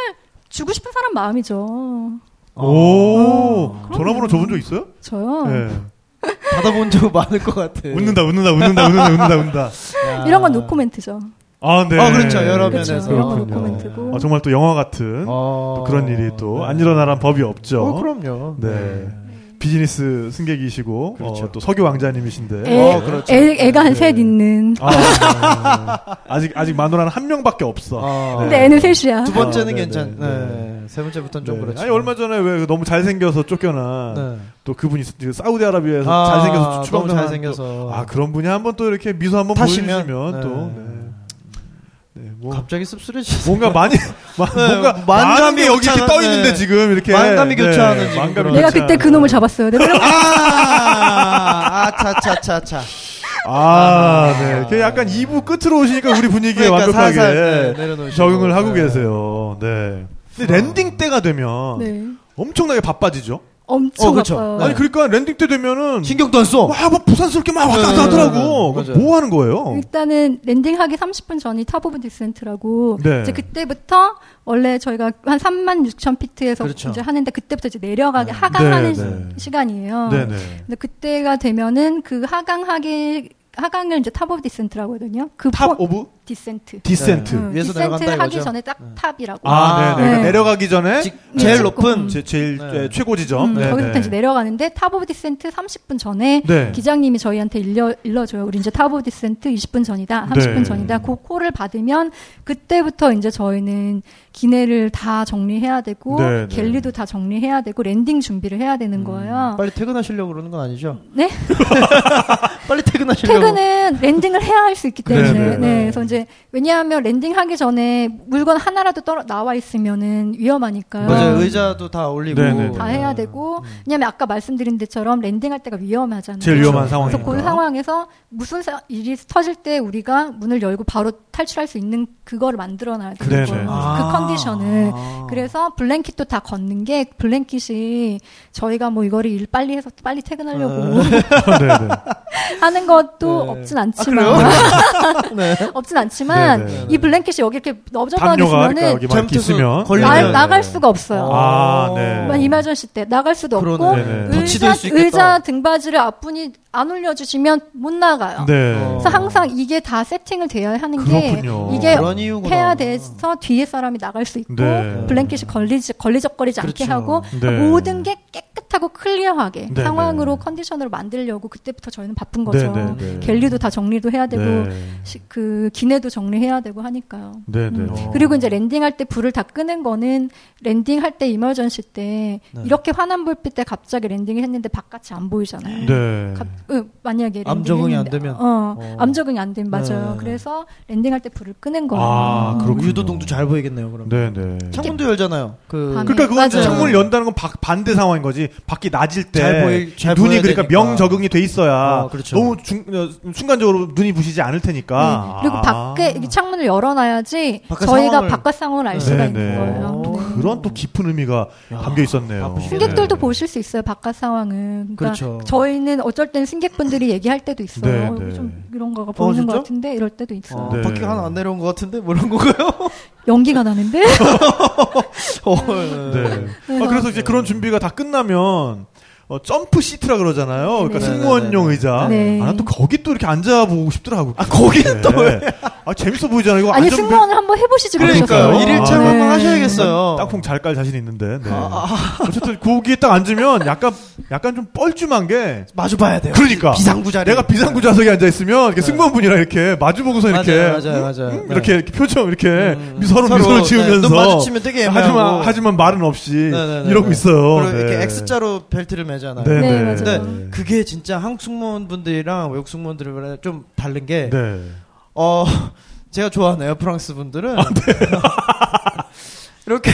[SPEAKER 7] 주고 싶은 사람 마음이죠.
[SPEAKER 6] 오.
[SPEAKER 5] 아,
[SPEAKER 6] 전화번호 줘본 적 있어요?
[SPEAKER 7] 저요.
[SPEAKER 6] 네.
[SPEAKER 5] 받아본 적 많을 것 같아.
[SPEAKER 6] 웃는다, 웃는다, 웃는다, 웃는다, 웃는다, 웃는다.
[SPEAKER 5] 야.
[SPEAKER 7] 이런 건 노코멘트죠.
[SPEAKER 6] 아, 네.
[SPEAKER 5] 아, 그렇죠. 여러
[SPEAKER 7] 그렇죠.
[SPEAKER 5] 면에서.
[SPEAKER 7] 이런 건
[SPEAKER 6] 그렇군요.
[SPEAKER 7] 노코멘트고.
[SPEAKER 6] 아, 정말 또 영화 같은 또 그런 일이 또 안 일어나란 법이 없죠.
[SPEAKER 5] 아. 네. 어, 그럼요.
[SPEAKER 6] 네. 비즈니스 승객이시고
[SPEAKER 5] 그렇죠.
[SPEAKER 6] 어, 또 석유 왕자님이신데
[SPEAKER 7] 애,
[SPEAKER 5] 어, 그렇죠.
[SPEAKER 7] 애,
[SPEAKER 6] 네.
[SPEAKER 7] 가 한 셋 있는.
[SPEAKER 6] 아직 아직 마누라는 한 명밖에 없어.
[SPEAKER 5] 아,
[SPEAKER 6] 네.
[SPEAKER 7] 근데 애는 셋이야.
[SPEAKER 5] 두 번째는
[SPEAKER 6] 아, 네,
[SPEAKER 5] 괜찮.
[SPEAKER 6] 네,
[SPEAKER 5] 네. 세 번째부터는 좀
[SPEAKER 6] 네.
[SPEAKER 5] 그렇지.
[SPEAKER 6] 아니 얼마 전에 왜 너무 잘생겨서 쫓겨난
[SPEAKER 5] 네.
[SPEAKER 6] 또 그분이 있- 잘사우디아라비아에서
[SPEAKER 5] 아,
[SPEAKER 6] 잘생겨서 추방
[SPEAKER 5] 너무 잘생겨서.
[SPEAKER 6] 아 그런 분이 한번 또 이렇게 미소 한번
[SPEAKER 5] 타시면? 네.
[SPEAKER 6] 보여주시면 또 네. 네, 뭐
[SPEAKER 5] 갑자기 씁쓸해지세요.
[SPEAKER 6] 뭔가 많이 마- <laughs> 뭔가
[SPEAKER 5] 네, 만감이
[SPEAKER 6] 만감이 여기 이렇게
[SPEAKER 5] 교차하는-
[SPEAKER 6] 떠 있는데
[SPEAKER 5] 네.
[SPEAKER 6] 지금 이렇게
[SPEAKER 5] 만감이 교차하는 지금
[SPEAKER 6] 만감이
[SPEAKER 5] 그런-
[SPEAKER 7] 내가
[SPEAKER 6] 교차하는.
[SPEAKER 7] 그때 그 놈을 잡았어요. 내가 그럼-
[SPEAKER 5] <laughs> 아, 아차차차차.
[SPEAKER 6] 아, 네. 그 약간 2부 끝으로 오시니까 우리 분위기에
[SPEAKER 5] 그러니까
[SPEAKER 6] 완벽하게
[SPEAKER 5] 살살, 네, 내려놓으시고.
[SPEAKER 6] 적응을 하고
[SPEAKER 5] 네.
[SPEAKER 6] 계세요. 네. 근데 랜딩 때가 되면
[SPEAKER 7] 네.
[SPEAKER 6] 엄청나게 바빠지죠.
[SPEAKER 7] 엄청
[SPEAKER 5] 어, 그렇죠.
[SPEAKER 7] 아파요.
[SPEAKER 5] 네.
[SPEAKER 6] 아니 그러니까 랜딩 때 되면은
[SPEAKER 5] 신경도 안 써.
[SPEAKER 6] 와, 막 부산스럽게 막 왔다
[SPEAKER 5] 네,
[SPEAKER 6] 갔다
[SPEAKER 5] 네,
[SPEAKER 6] 하더라고.
[SPEAKER 5] 네, 네, 네.
[SPEAKER 6] 뭐 하는 거예요?
[SPEAKER 7] 음. 일단은 랜딩하기 30분 전이 타보브 디센트라고
[SPEAKER 6] 네.
[SPEAKER 7] 이제 그때부터 원래 저희가 한 3만 6천 피트에서
[SPEAKER 5] 그렇죠.
[SPEAKER 7] 이제 하는데 그때부터 이제 내려가게 하강하는
[SPEAKER 6] 네, 네.
[SPEAKER 7] 시- 시간이에요.
[SPEAKER 6] 네네.
[SPEAKER 7] 근데 그때가 되면은 그 하강하기 하강을 이제 탑오브 디센트라고 하거든요. 그
[SPEAKER 6] 탑
[SPEAKER 7] 포-
[SPEAKER 6] 오브
[SPEAKER 7] 디센트.
[SPEAKER 6] 디센트.
[SPEAKER 7] 응,
[SPEAKER 5] 위에서
[SPEAKER 7] 디센트
[SPEAKER 5] 내려간다
[SPEAKER 7] 하기
[SPEAKER 5] 이거죠?
[SPEAKER 7] 전에 딱 탑이라고.
[SPEAKER 6] 아, 네네.
[SPEAKER 7] 네.
[SPEAKER 6] 그러니까 내려가기 전에
[SPEAKER 5] 직- 제일
[SPEAKER 7] 네.
[SPEAKER 5] 높은
[SPEAKER 6] 제, 제일
[SPEAKER 5] 네.
[SPEAKER 6] 예, 최고 지점.
[SPEAKER 7] 음,
[SPEAKER 6] 네네.
[SPEAKER 7] 거기서부터 이제 내려가는데 탑오브 디센트 30분 전에
[SPEAKER 6] 네.
[SPEAKER 7] 기장님이 저희한테 일러, 일러줘요. 우리 이제 탑오브 디센트 20분 전이다, 30분
[SPEAKER 6] 네.
[SPEAKER 7] 전이다. 그 콜을 받으면 그때부터 이제 저희는 기내를 다 정리해야 되고
[SPEAKER 6] 네, 음, 네.
[SPEAKER 7] 갤리도 다 정리해야 되고 랜딩 준비를 해야 되는 거예요.
[SPEAKER 5] 빨리 퇴근하시려고 그러는 건 아니죠?
[SPEAKER 7] 네?
[SPEAKER 5] 빨리 퇴근하시려고.
[SPEAKER 7] 퇴근은 랜딩을 해야 할 수 있기 때문에
[SPEAKER 6] 네, 네,
[SPEAKER 7] 네,
[SPEAKER 6] 네.
[SPEAKER 7] 그래서 이제 왜냐하면 랜딩하기 전에 물건 하나라도 떨어 나와 있으면은 위험하니까요.
[SPEAKER 5] 맞아요. 의자도 다 올리고
[SPEAKER 6] 네, 네, 네.
[SPEAKER 7] 다
[SPEAKER 5] 음.
[SPEAKER 7] 해야 되고 왜냐하면 아까 말씀드린 데처럼 랜딩할 때가 위험하잖아요.
[SPEAKER 6] 제일 위험한 상황이니까.
[SPEAKER 7] 그래서 그 상황에서 무슨 사- 일이 터질 때 우리가 문을 열고 바로 탈출할 수 있는 그거를 만들어놔야 되는
[SPEAKER 6] 네네.
[SPEAKER 7] 거예요.
[SPEAKER 5] 아.
[SPEAKER 7] 그 컨디션을.
[SPEAKER 5] 아.
[SPEAKER 7] 그래서 블랭킷도 다 걷는 게 블랭킷이 저희가 뭐 이거를 일 빨리 해서 빨리 퇴근하려고
[SPEAKER 6] <laughs> 아. 네네.
[SPEAKER 7] <laughs> 하는 것도
[SPEAKER 5] 네.
[SPEAKER 7] 없진
[SPEAKER 5] 그래요?
[SPEAKER 7] 않지만
[SPEAKER 5] 네.
[SPEAKER 7] <laughs> 없진 않지만
[SPEAKER 6] 아, 네네.
[SPEAKER 7] 이 블랭킷이 여기 이렇게 넓적하게
[SPEAKER 6] 담요가 그러니까
[SPEAKER 7] 있으면은
[SPEAKER 6] 여기 막 이렇게
[SPEAKER 5] 잘못해서
[SPEAKER 6] 있으면
[SPEAKER 5] 걸리면-
[SPEAKER 7] 나,
[SPEAKER 5] 네.
[SPEAKER 7] 나갈 수가 없어요.
[SPEAKER 6] 아, 네.
[SPEAKER 7] 막 이말전시 때 나갈 수도 없고
[SPEAKER 5] 어. 그러네.
[SPEAKER 6] 네네.
[SPEAKER 5] 부치될
[SPEAKER 7] 의자,
[SPEAKER 5] 수 있겠다.
[SPEAKER 7] 의자 등받이를 앞분이 안 올려주시면 못 나가요.
[SPEAKER 6] 네.
[SPEAKER 5] 어.
[SPEAKER 7] 그래서 항상 이게 다 세팅을 돼야 하는
[SPEAKER 6] 그렇군요.
[SPEAKER 7] 게 이게
[SPEAKER 5] 그런 이유구나.
[SPEAKER 7] 해야 돼서 뒤에 사람이 나갈 수 있고
[SPEAKER 6] 네.
[SPEAKER 7] 블랭킷이 걸리지 걸리적거리지 않게
[SPEAKER 5] 그렇죠.
[SPEAKER 7] 하고
[SPEAKER 6] 네.
[SPEAKER 7] 모든 게 깨끗하고 클리어하게
[SPEAKER 6] 네,
[SPEAKER 7] 상황으로
[SPEAKER 6] 네.
[SPEAKER 7] 컨디션으로 만들려고 그때부터 저희는 바쁜 거죠.
[SPEAKER 6] 네, 네, 네.
[SPEAKER 7] 갤리도 다 정리도 해야 되고
[SPEAKER 6] 네.
[SPEAKER 7] 시- 그 기내도 정리해야 되고 하니까요.
[SPEAKER 6] 네네. 어.
[SPEAKER 5] 어.
[SPEAKER 7] 음. 그리고 이제 랜딩할 때 불을 다 끄는 거는 랜딩할 때 이머전시 때
[SPEAKER 5] 네.
[SPEAKER 7] 이렇게 환한 불빛 때 갑자기 랜딩을 했는데 바깥이 안 보이잖아요.
[SPEAKER 6] 네.
[SPEAKER 7] 갑- 응, 만약에
[SPEAKER 5] 암
[SPEAKER 7] 랜딩을
[SPEAKER 5] 적응이 안
[SPEAKER 7] 했는데-
[SPEAKER 5] 되면?
[SPEAKER 7] 어,
[SPEAKER 5] 어.
[SPEAKER 7] 암 적응이 안 되면 맞아요.
[SPEAKER 5] 네.
[SPEAKER 7] 그래서 랜딩할 때 불을 끄는 거예요. 음.
[SPEAKER 6] 아, 그렇군요.
[SPEAKER 5] 유도동도 잘 보이겠네요, 그럼.
[SPEAKER 6] 네네.
[SPEAKER 5] 창문도 열잖아요. 그
[SPEAKER 7] 밤에.
[SPEAKER 6] 그러니까 그건
[SPEAKER 7] 맞아요.
[SPEAKER 6] 창문을 연다는 건 바- 반대 상황인 거지. 밖이 낮일 때
[SPEAKER 5] 잘 보일- 잘
[SPEAKER 6] 네. 눈이
[SPEAKER 5] 보여야
[SPEAKER 6] 그러니까
[SPEAKER 5] 되니까.
[SPEAKER 6] 명 적응이 돼 있어야
[SPEAKER 5] 어, 그렇죠.
[SPEAKER 6] 너무 중- 어, 순간적으로 눈이 부시지 않을 테니까.
[SPEAKER 7] 네, 그리고
[SPEAKER 6] 아.
[SPEAKER 7] 밖에 이렇게 창문을 열어놔야지
[SPEAKER 5] 바깥
[SPEAKER 7] 저희가
[SPEAKER 5] 상황을- 어,
[SPEAKER 7] 바깥 상황을 알 수가 있는
[SPEAKER 6] 네네.
[SPEAKER 7] 거예요.
[SPEAKER 6] 또
[SPEAKER 7] 네.
[SPEAKER 6] 그런 또 깊은 의미가 담겨 있었네요.
[SPEAKER 5] 바쁘시겠네요.
[SPEAKER 7] 승객들도
[SPEAKER 6] 네.
[SPEAKER 7] 보실 수 있어요 바깥 상황은. 그러니까
[SPEAKER 5] 그렇죠.
[SPEAKER 7] 저희는 어쩔 땐 승객분들이 얘기할 때도 있어요.
[SPEAKER 6] 네,
[SPEAKER 7] 어,
[SPEAKER 6] 네.
[SPEAKER 7] 좀 이런 거가 보이는
[SPEAKER 5] 진짜?
[SPEAKER 7] 것 같은데 이럴 때도 있어요.
[SPEAKER 5] 어,
[SPEAKER 6] 네.
[SPEAKER 5] 바퀴가 하나 안 내려온 것 같은데 뭐 이런 거가요? <laughs>
[SPEAKER 7] 연기가 나는데
[SPEAKER 5] 어,
[SPEAKER 6] 네. 아, 그래서 이제 그런 준비가 다 끝나면 어, 점프 시트라 그러잖아요. 그러니까
[SPEAKER 5] 네.
[SPEAKER 6] 승무원용
[SPEAKER 5] 네.
[SPEAKER 6] 의자.
[SPEAKER 7] 네.
[SPEAKER 6] 아, 난또 거기 또 이렇게 앉아보고 싶더라고.
[SPEAKER 5] 아, 거기
[SPEAKER 6] 네.
[SPEAKER 5] 또 왜?
[SPEAKER 6] 아, 재밌어 보이잖아. 이거
[SPEAKER 7] 아니
[SPEAKER 6] 안전벨-
[SPEAKER 7] 승무원을 한번 네. 해보시지
[SPEAKER 5] 그러니까요.
[SPEAKER 7] 그러셨어요.
[SPEAKER 5] 일일차
[SPEAKER 6] 아,
[SPEAKER 5] 한번 하셔야겠어요. 아.
[SPEAKER 6] 땅콩 잘 깔 자신 있는데. 네. 어쨌든 거기에 딱 앉으면 약간 약간 좀 뻘쭘한 게
[SPEAKER 5] 마주 봐야 돼요.
[SPEAKER 6] 그러니까
[SPEAKER 5] 비상구 자리. 네.
[SPEAKER 6] 내가 비상구 좌석에 앉아 있으면 이렇게 승무원분이랑 이렇게 마주 보고서 이렇게
[SPEAKER 5] 맞아요, 맞아요, 맞아요.
[SPEAKER 6] 음,
[SPEAKER 5] 네. 음,
[SPEAKER 6] 이렇게, 이렇게 표정 이렇게 미- 서로,
[SPEAKER 5] 서로,
[SPEAKER 6] 미소를
[SPEAKER 5] 네,
[SPEAKER 6] 지으면서
[SPEAKER 5] 눈 마주치면 되게 애매하고.
[SPEAKER 6] 하지만 하지만 말은 없이
[SPEAKER 5] 네네네.
[SPEAKER 6] 이러고 있어요.
[SPEAKER 5] 그리고 이렇게
[SPEAKER 6] 네.
[SPEAKER 5] X자로 벨트를 매잖아요.
[SPEAKER 6] 네,
[SPEAKER 7] 네,
[SPEAKER 6] 네.
[SPEAKER 7] 맞아요.
[SPEAKER 5] 근데
[SPEAKER 7] 네.
[SPEAKER 5] 그게 진짜 한국 승무원분들이랑 외국 승무원들이랑 좀 다른 게
[SPEAKER 6] 네.
[SPEAKER 5] 어, <laughs> 제가 좋아하는 에어프랑스 분들은
[SPEAKER 6] 네.
[SPEAKER 5] <laughs> 이렇게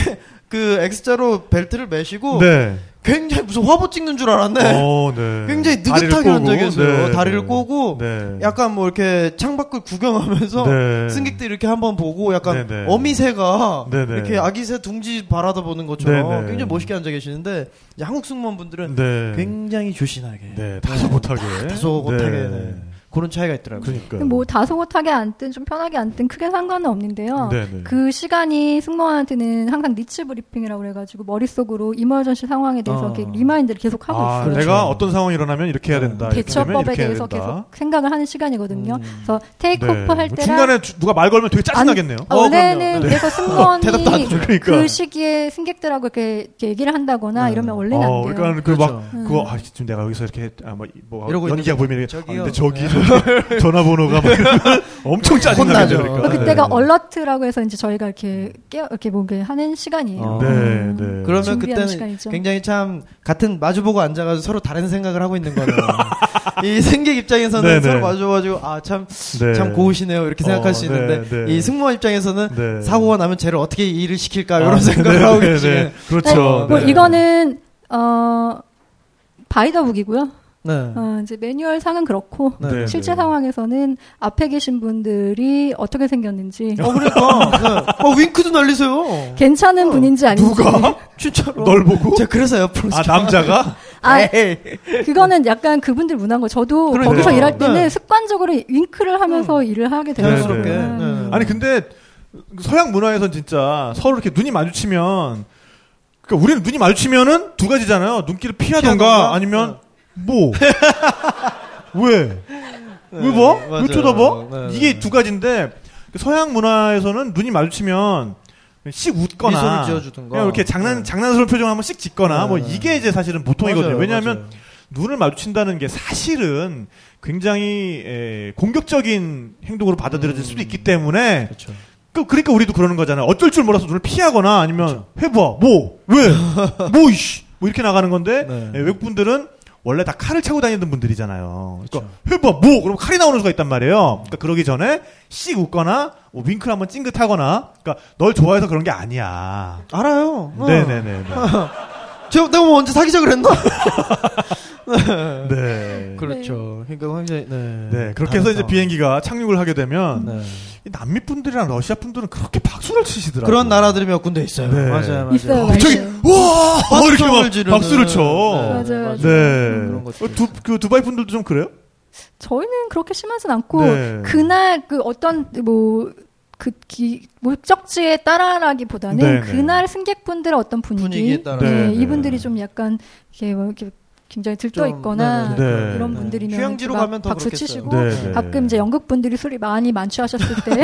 [SPEAKER 5] 그 X자로 벨트를 매시고
[SPEAKER 6] 네.
[SPEAKER 5] 굉장히 무슨 화보 찍는 줄 알았네.
[SPEAKER 6] 어, 네.
[SPEAKER 5] 굉장히
[SPEAKER 6] 다리를
[SPEAKER 5] 느긋하게
[SPEAKER 6] 꼬고,
[SPEAKER 5] 앉아 계세요.
[SPEAKER 6] 네,
[SPEAKER 5] 다리를
[SPEAKER 6] 네.
[SPEAKER 5] 꼬고
[SPEAKER 6] 네.
[SPEAKER 5] 약간 뭐 이렇게 창밖을 구경하면서
[SPEAKER 6] 네.
[SPEAKER 5] 승객들 이렇게 한번 보고 약간
[SPEAKER 6] 네, 네.
[SPEAKER 5] 어미새가
[SPEAKER 6] 네, 네.
[SPEAKER 5] 이렇게 아기새 둥지 바라다 보는 것처럼
[SPEAKER 6] 네, 네.
[SPEAKER 5] 굉장히 멋있게 앉아 계시는데 이제 한국 승무원분들은
[SPEAKER 6] 네.
[SPEAKER 5] 굉장히 조신하게
[SPEAKER 6] 네, 다소 못하게.
[SPEAKER 5] 다소 못하게
[SPEAKER 6] 네.
[SPEAKER 5] 네. 그런 차이가 있더라고요.
[SPEAKER 6] 그러니까.
[SPEAKER 7] 뭐 다소곳하게 앉든 좀 편하게 앉든 크게 상관은 없는데요.
[SPEAKER 6] 네네.
[SPEAKER 7] 그 시간이 승무원한테는 항상 니치 브리핑이라고 그래가지고 머릿속으로 이머전시 상황에 대해서
[SPEAKER 5] 어.
[SPEAKER 7] 이렇게 리마인드를 계속 하고
[SPEAKER 6] 아,
[SPEAKER 7] 있어요.
[SPEAKER 6] 내가 어떤 상황이 일어나면 이렇게 해야 된다. 이렇게 되면
[SPEAKER 7] 대처법에
[SPEAKER 6] 이렇게 해야
[SPEAKER 7] 대해서
[SPEAKER 6] 된다. 음.
[SPEAKER 7] 계속 생각을 하는 시간이거든요. 그래서 테이크오프
[SPEAKER 6] 네.
[SPEAKER 7] 할
[SPEAKER 6] 뭐
[SPEAKER 7] 때랑
[SPEAKER 6] 중간에 주- 누가 말 걸면 되게 짜증나겠네요.
[SPEAKER 7] 아, 원래는 그래서
[SPEAKER 6] <laughs>
[SPEAKER 7] 승무원이
[SPEAKER 6] 대답도 안 해줘. 그러니까.
[SPEAKER 7] 그 시기에 승객들하고 이렇게, 이렇게 얘기를 한다거나 이러면
[SPEAKER 6] 어,
[SPEAKER 7] 원래는 안 돼요. 음.
[SPEAKER 6] 그러니까 그
[SPEAKER 5] 그렇죠.
[SPEAKER 6] 막 그거 아 지금 내가 여기서 이렇게 아뭐 뭐,
[SPEAKER 5] 이러고
[SPEAKER 6] 연기가
[SPEAKER 5] 있는데
[SPEAKER 6] 보이면 이렇게,
[SPEAKER 5] 저기요. 네.
[SPEAKER 6] 아, 근데 저기 전화번호가 막
[SPEAKER 5] <laughs>
[SPEAKER 6] 이러면 엄청 짜증나죠.
[SPEAKER 5] 혼나죠.
[SPEAKER 6] 그러니까.
[SPEAKER 7] 어, 그때가 얼러트라고 해서 이제 저희가 이렇게 깨 이렇게 뭔가 하는 시간이에요.
[SPEAKER 5] 어.
[SPEAKER 6] 음. 네, 네.
[SPEAKER 5] 그러면
[SPEAKER 7] 준비하는
[SPEAKER 5] 그때는
[SPEAKER 7] 시간이죠.
[SPEAKER 5] 굉장히 참 같은 마주보고 앉아가지고 서로 다른 생각을 하고 있는 거네요. <laughs> 이 승객 입장에서는
[SPEAKER 6] 네, 네.
[SPEAKER 5] 서로 마주봐가지고 아참
[SPEAKER 6] 네.
[SPEAKER 5] 참 고우시네요 이렇게 생각할
[SPEAKER 6] 어,
[SPEAKER 5] 수
[SPEAKER 6] 네,
[SPEAKER 5] 있는데
[SPEAKER 6] 네.
[SPEAKER 5] 이 승무원 입장에서는
[SPEAKER 6] 네.
[SPEAKER 5] 사고가 나면 쟤를 어떻게 일을 시킬까
[SPEAKER 6] 아,
[SPEAKER 5] 이런
[SPEAKER 6] 네,
[SPEAKER 5] 생각을
[SPEAKER 6] 네,
[SPEAKER 5] 하고
[SPEAKER 6] 네,
[SPEAKER 5] 계시네.
[SPEAKER 6] 네. 그렇죠.
[SPEAKER 7] 뭐
[SPEAKER 6] 네.
[SPEAKER 7] 이거는 어 바이더북이고요.
[SPEAKER 5] 네.
[SPEAKER 7] 어, 이제 매뉴얼 상은 그렇고
[SPEAKER 5] 네.
[SPEAKER 6] 네,
[SPEAKER 7] 실제
[SPEAKER 6] 네.
[SPEAKER 7] 상황에서는 앞에 계신 분들이 어떻게 생겼는지
[SPEAKER 5] 어 그러니까 네. 어 윙크도 날리세요.
[SPEAKER 7] 괜찮은 분인지 아닌지 <laughs> 어.
[SPEAKER 5] 진짜로.
[SPEAKER 6] 널 보고?
[SPEAKER 5] 제가 그래서 옆으로.
[SPEAKER 6] 아 남자가
[SPEAKER 7] 아
[SPEAKER 5] 에이.
[SPEAKER 7] 그거는 약간 그분들 문화인 거. 저도
[SPEAKER 5] 그러니까요.
[SPEAKER 7] 거기서 일할 때는
[SPEAKER 5] 네.
[SPEAKER 7] 습관적으로 윙크를 하면서 일을 하게 되더라고요.
[SPEAKER 5] 자연스럽게.
[SPEAKER 6] 네.
[SPEAKER 7] 음.
[SPEAKER 5] 네.
[SPEAKER 6] 아니 근데 서양 문화에선 진짜 서로 이렇게 눈이 마주치면 그러니까 우리는 눈이 마주치면은 두 가지잖아요. 눈길을 피하던가,
[SPEAKER 5] 피하던가?
[SPEAKER 7] 어.
[SPEAKER 6] 아니면
[SPEAKER 7] <laughs>
[SPEAKER 6] 뭐 왜? 왜 봐?
[SPEAKER 5] 네. 맞아요.
[SPEAKER 6] 왜 쳐다봐?
[SPEAKER 5] 네,
[SPEAKER 6] 이게
[SPEAKER 5] 네.
[SPEAKER 6] 두 가지인데 그 서양 문화에서는 눈이 마주치면 씩 웃거나
[SPEAKER 5] 미소를 지어주든가.
[SPEAKER 6] 그냥 이렇게 장난
[SPEAKER 5] 네.
[SPEAKER 6] 장난스러운 표정을 한번 씩 짓거나
[SPEAKER 5] 네,
[SPEAKER 6] 뭐
[SPEAKER 5] 네.
[SPEAKER 6] 이게 이제 사실은 보통이거든요.
[SPEAKER 5] 맞아요,
[SPEAKER 6] 왜냐하면
[SPEAKER 5] 맞아요.
[SPEAKER 6] 눈을 마주친다는 게 사실은 굉장히 에, 공격적인 행동으로 받아들여질 수도 있기 때문에
[SPEAKER 5] 음. 그렇죠.
[SPEAKER 6] 그, 그러니까 우리도 그러는 거잖아요. 어쩔 줄 몰라서 눈을 피하거나 아니면 해봐 뭐
[SPEAKER 5] <laughs>
[SPEAKER 6] 왜 뭐 이씨 뭐 이렇게 나가는 건데
[SPEAKER 5] 네.
[SPEAKER 6] 예, 외국 분들은 원래 다 칼을 차고 다니던 분들이잖아요. 그러니까 해봐 뭐 그럼 칼이 나오는 수가 있단 말이에요. 그러니까 그러기 전에 씩 웃거나 뭐 윙크를 한번 찡긋하거나 그러니까 널 좋아해서 그런 게 아니야.
[SPEAKER 5] 알아요. 어.
[SPEAKER 6] 네네네.
[SPEAKER 5] <laughs> 제가 내가 뭐 언제 사귀자 그랬나? 네.
[SPEAKER 6] 네.
[SPEAKER 5] 그렇죠. 그러니까 굉장히 네.
[SPEAKER 6] 네, 그렇게 해서 이제
[SPEAKER 5] 다른
[SPEAKER 6] 비행기가 착륙을 하게 되면
[SPEAKER 5] 상황. 네.
[SPEAKER 6] 이 남미 분들이랑 러시아 분들은 그렇게 박수를 치시더라고요.
[SPEAKER 5] 그런 나라들이 몇 군데 있어요.
[SPEAKER 6] 네.
[SPEAKER 5] 맞아요, 맞아요.
[SPEAKER 7] 있어요.
[SPEAKER 6] 갑자기
[SPEAKER 7] 맞아요.
[SPEAKER 6] 와뭐 이렇게
[SPEAKER 5] 박수를
[SPEAKER 6] 막
[SPEAKER 5] 지르는.
[SPEAKER 6] 박수를 쳐.
[SPEAKER 7] 맞아요, 맞아요.
[SPEAKER 6] 네.
[SPEAKER 5] 그런 것들.
[SPEAKER 6] 어, 두, 그 두바이 분들도 좀 그래요?
[SPEAKER 7] 저희는 그렇게 심하진
[SPEAKER 5] 뭐,
[SPEAKER 7] 않고
[SPEAKER 6] 네.
[SPEAKER 7] 그날 그 어떤 뭐 그 기, 목적지에 따라라기보다는
[SPEAKER 6] 네, 네.
[SPEAKER 7] 그날 승객분들의 어떤 분위기,
[SPEAKER 5] 분위기에 따라.
[SPEAKER 7] 네,
[SPEAKER 6] 네, 네.
[SPEAKER 7] 이분들이 좀 약간 이렇게, 뭐 이렇게 굉장히 들떠
[SPEAKER 5] 좀,
[SPEAKER 6] 네,
[SPEAKER 7] 있거나
[SPEAKER 6] 네, 네.
[SPEAKER 7] 이런
[SPEAKER 5] 네.
[SPEAKER 7] 분들이면
[SPEAKER 5] 휴양지로
[SPEAKER 7] 막
[SPEAKER 5] 가면 더
[SPEAKER 7] 박수
[SPEAKER 5] 그렇겠어요.
[SPEAKER 7] 치시고
[SPEAKER 6] 네, 네.
[SPEAKER 7] 가끔 이제 연극 분들이 술이 많이 만취하셨을 때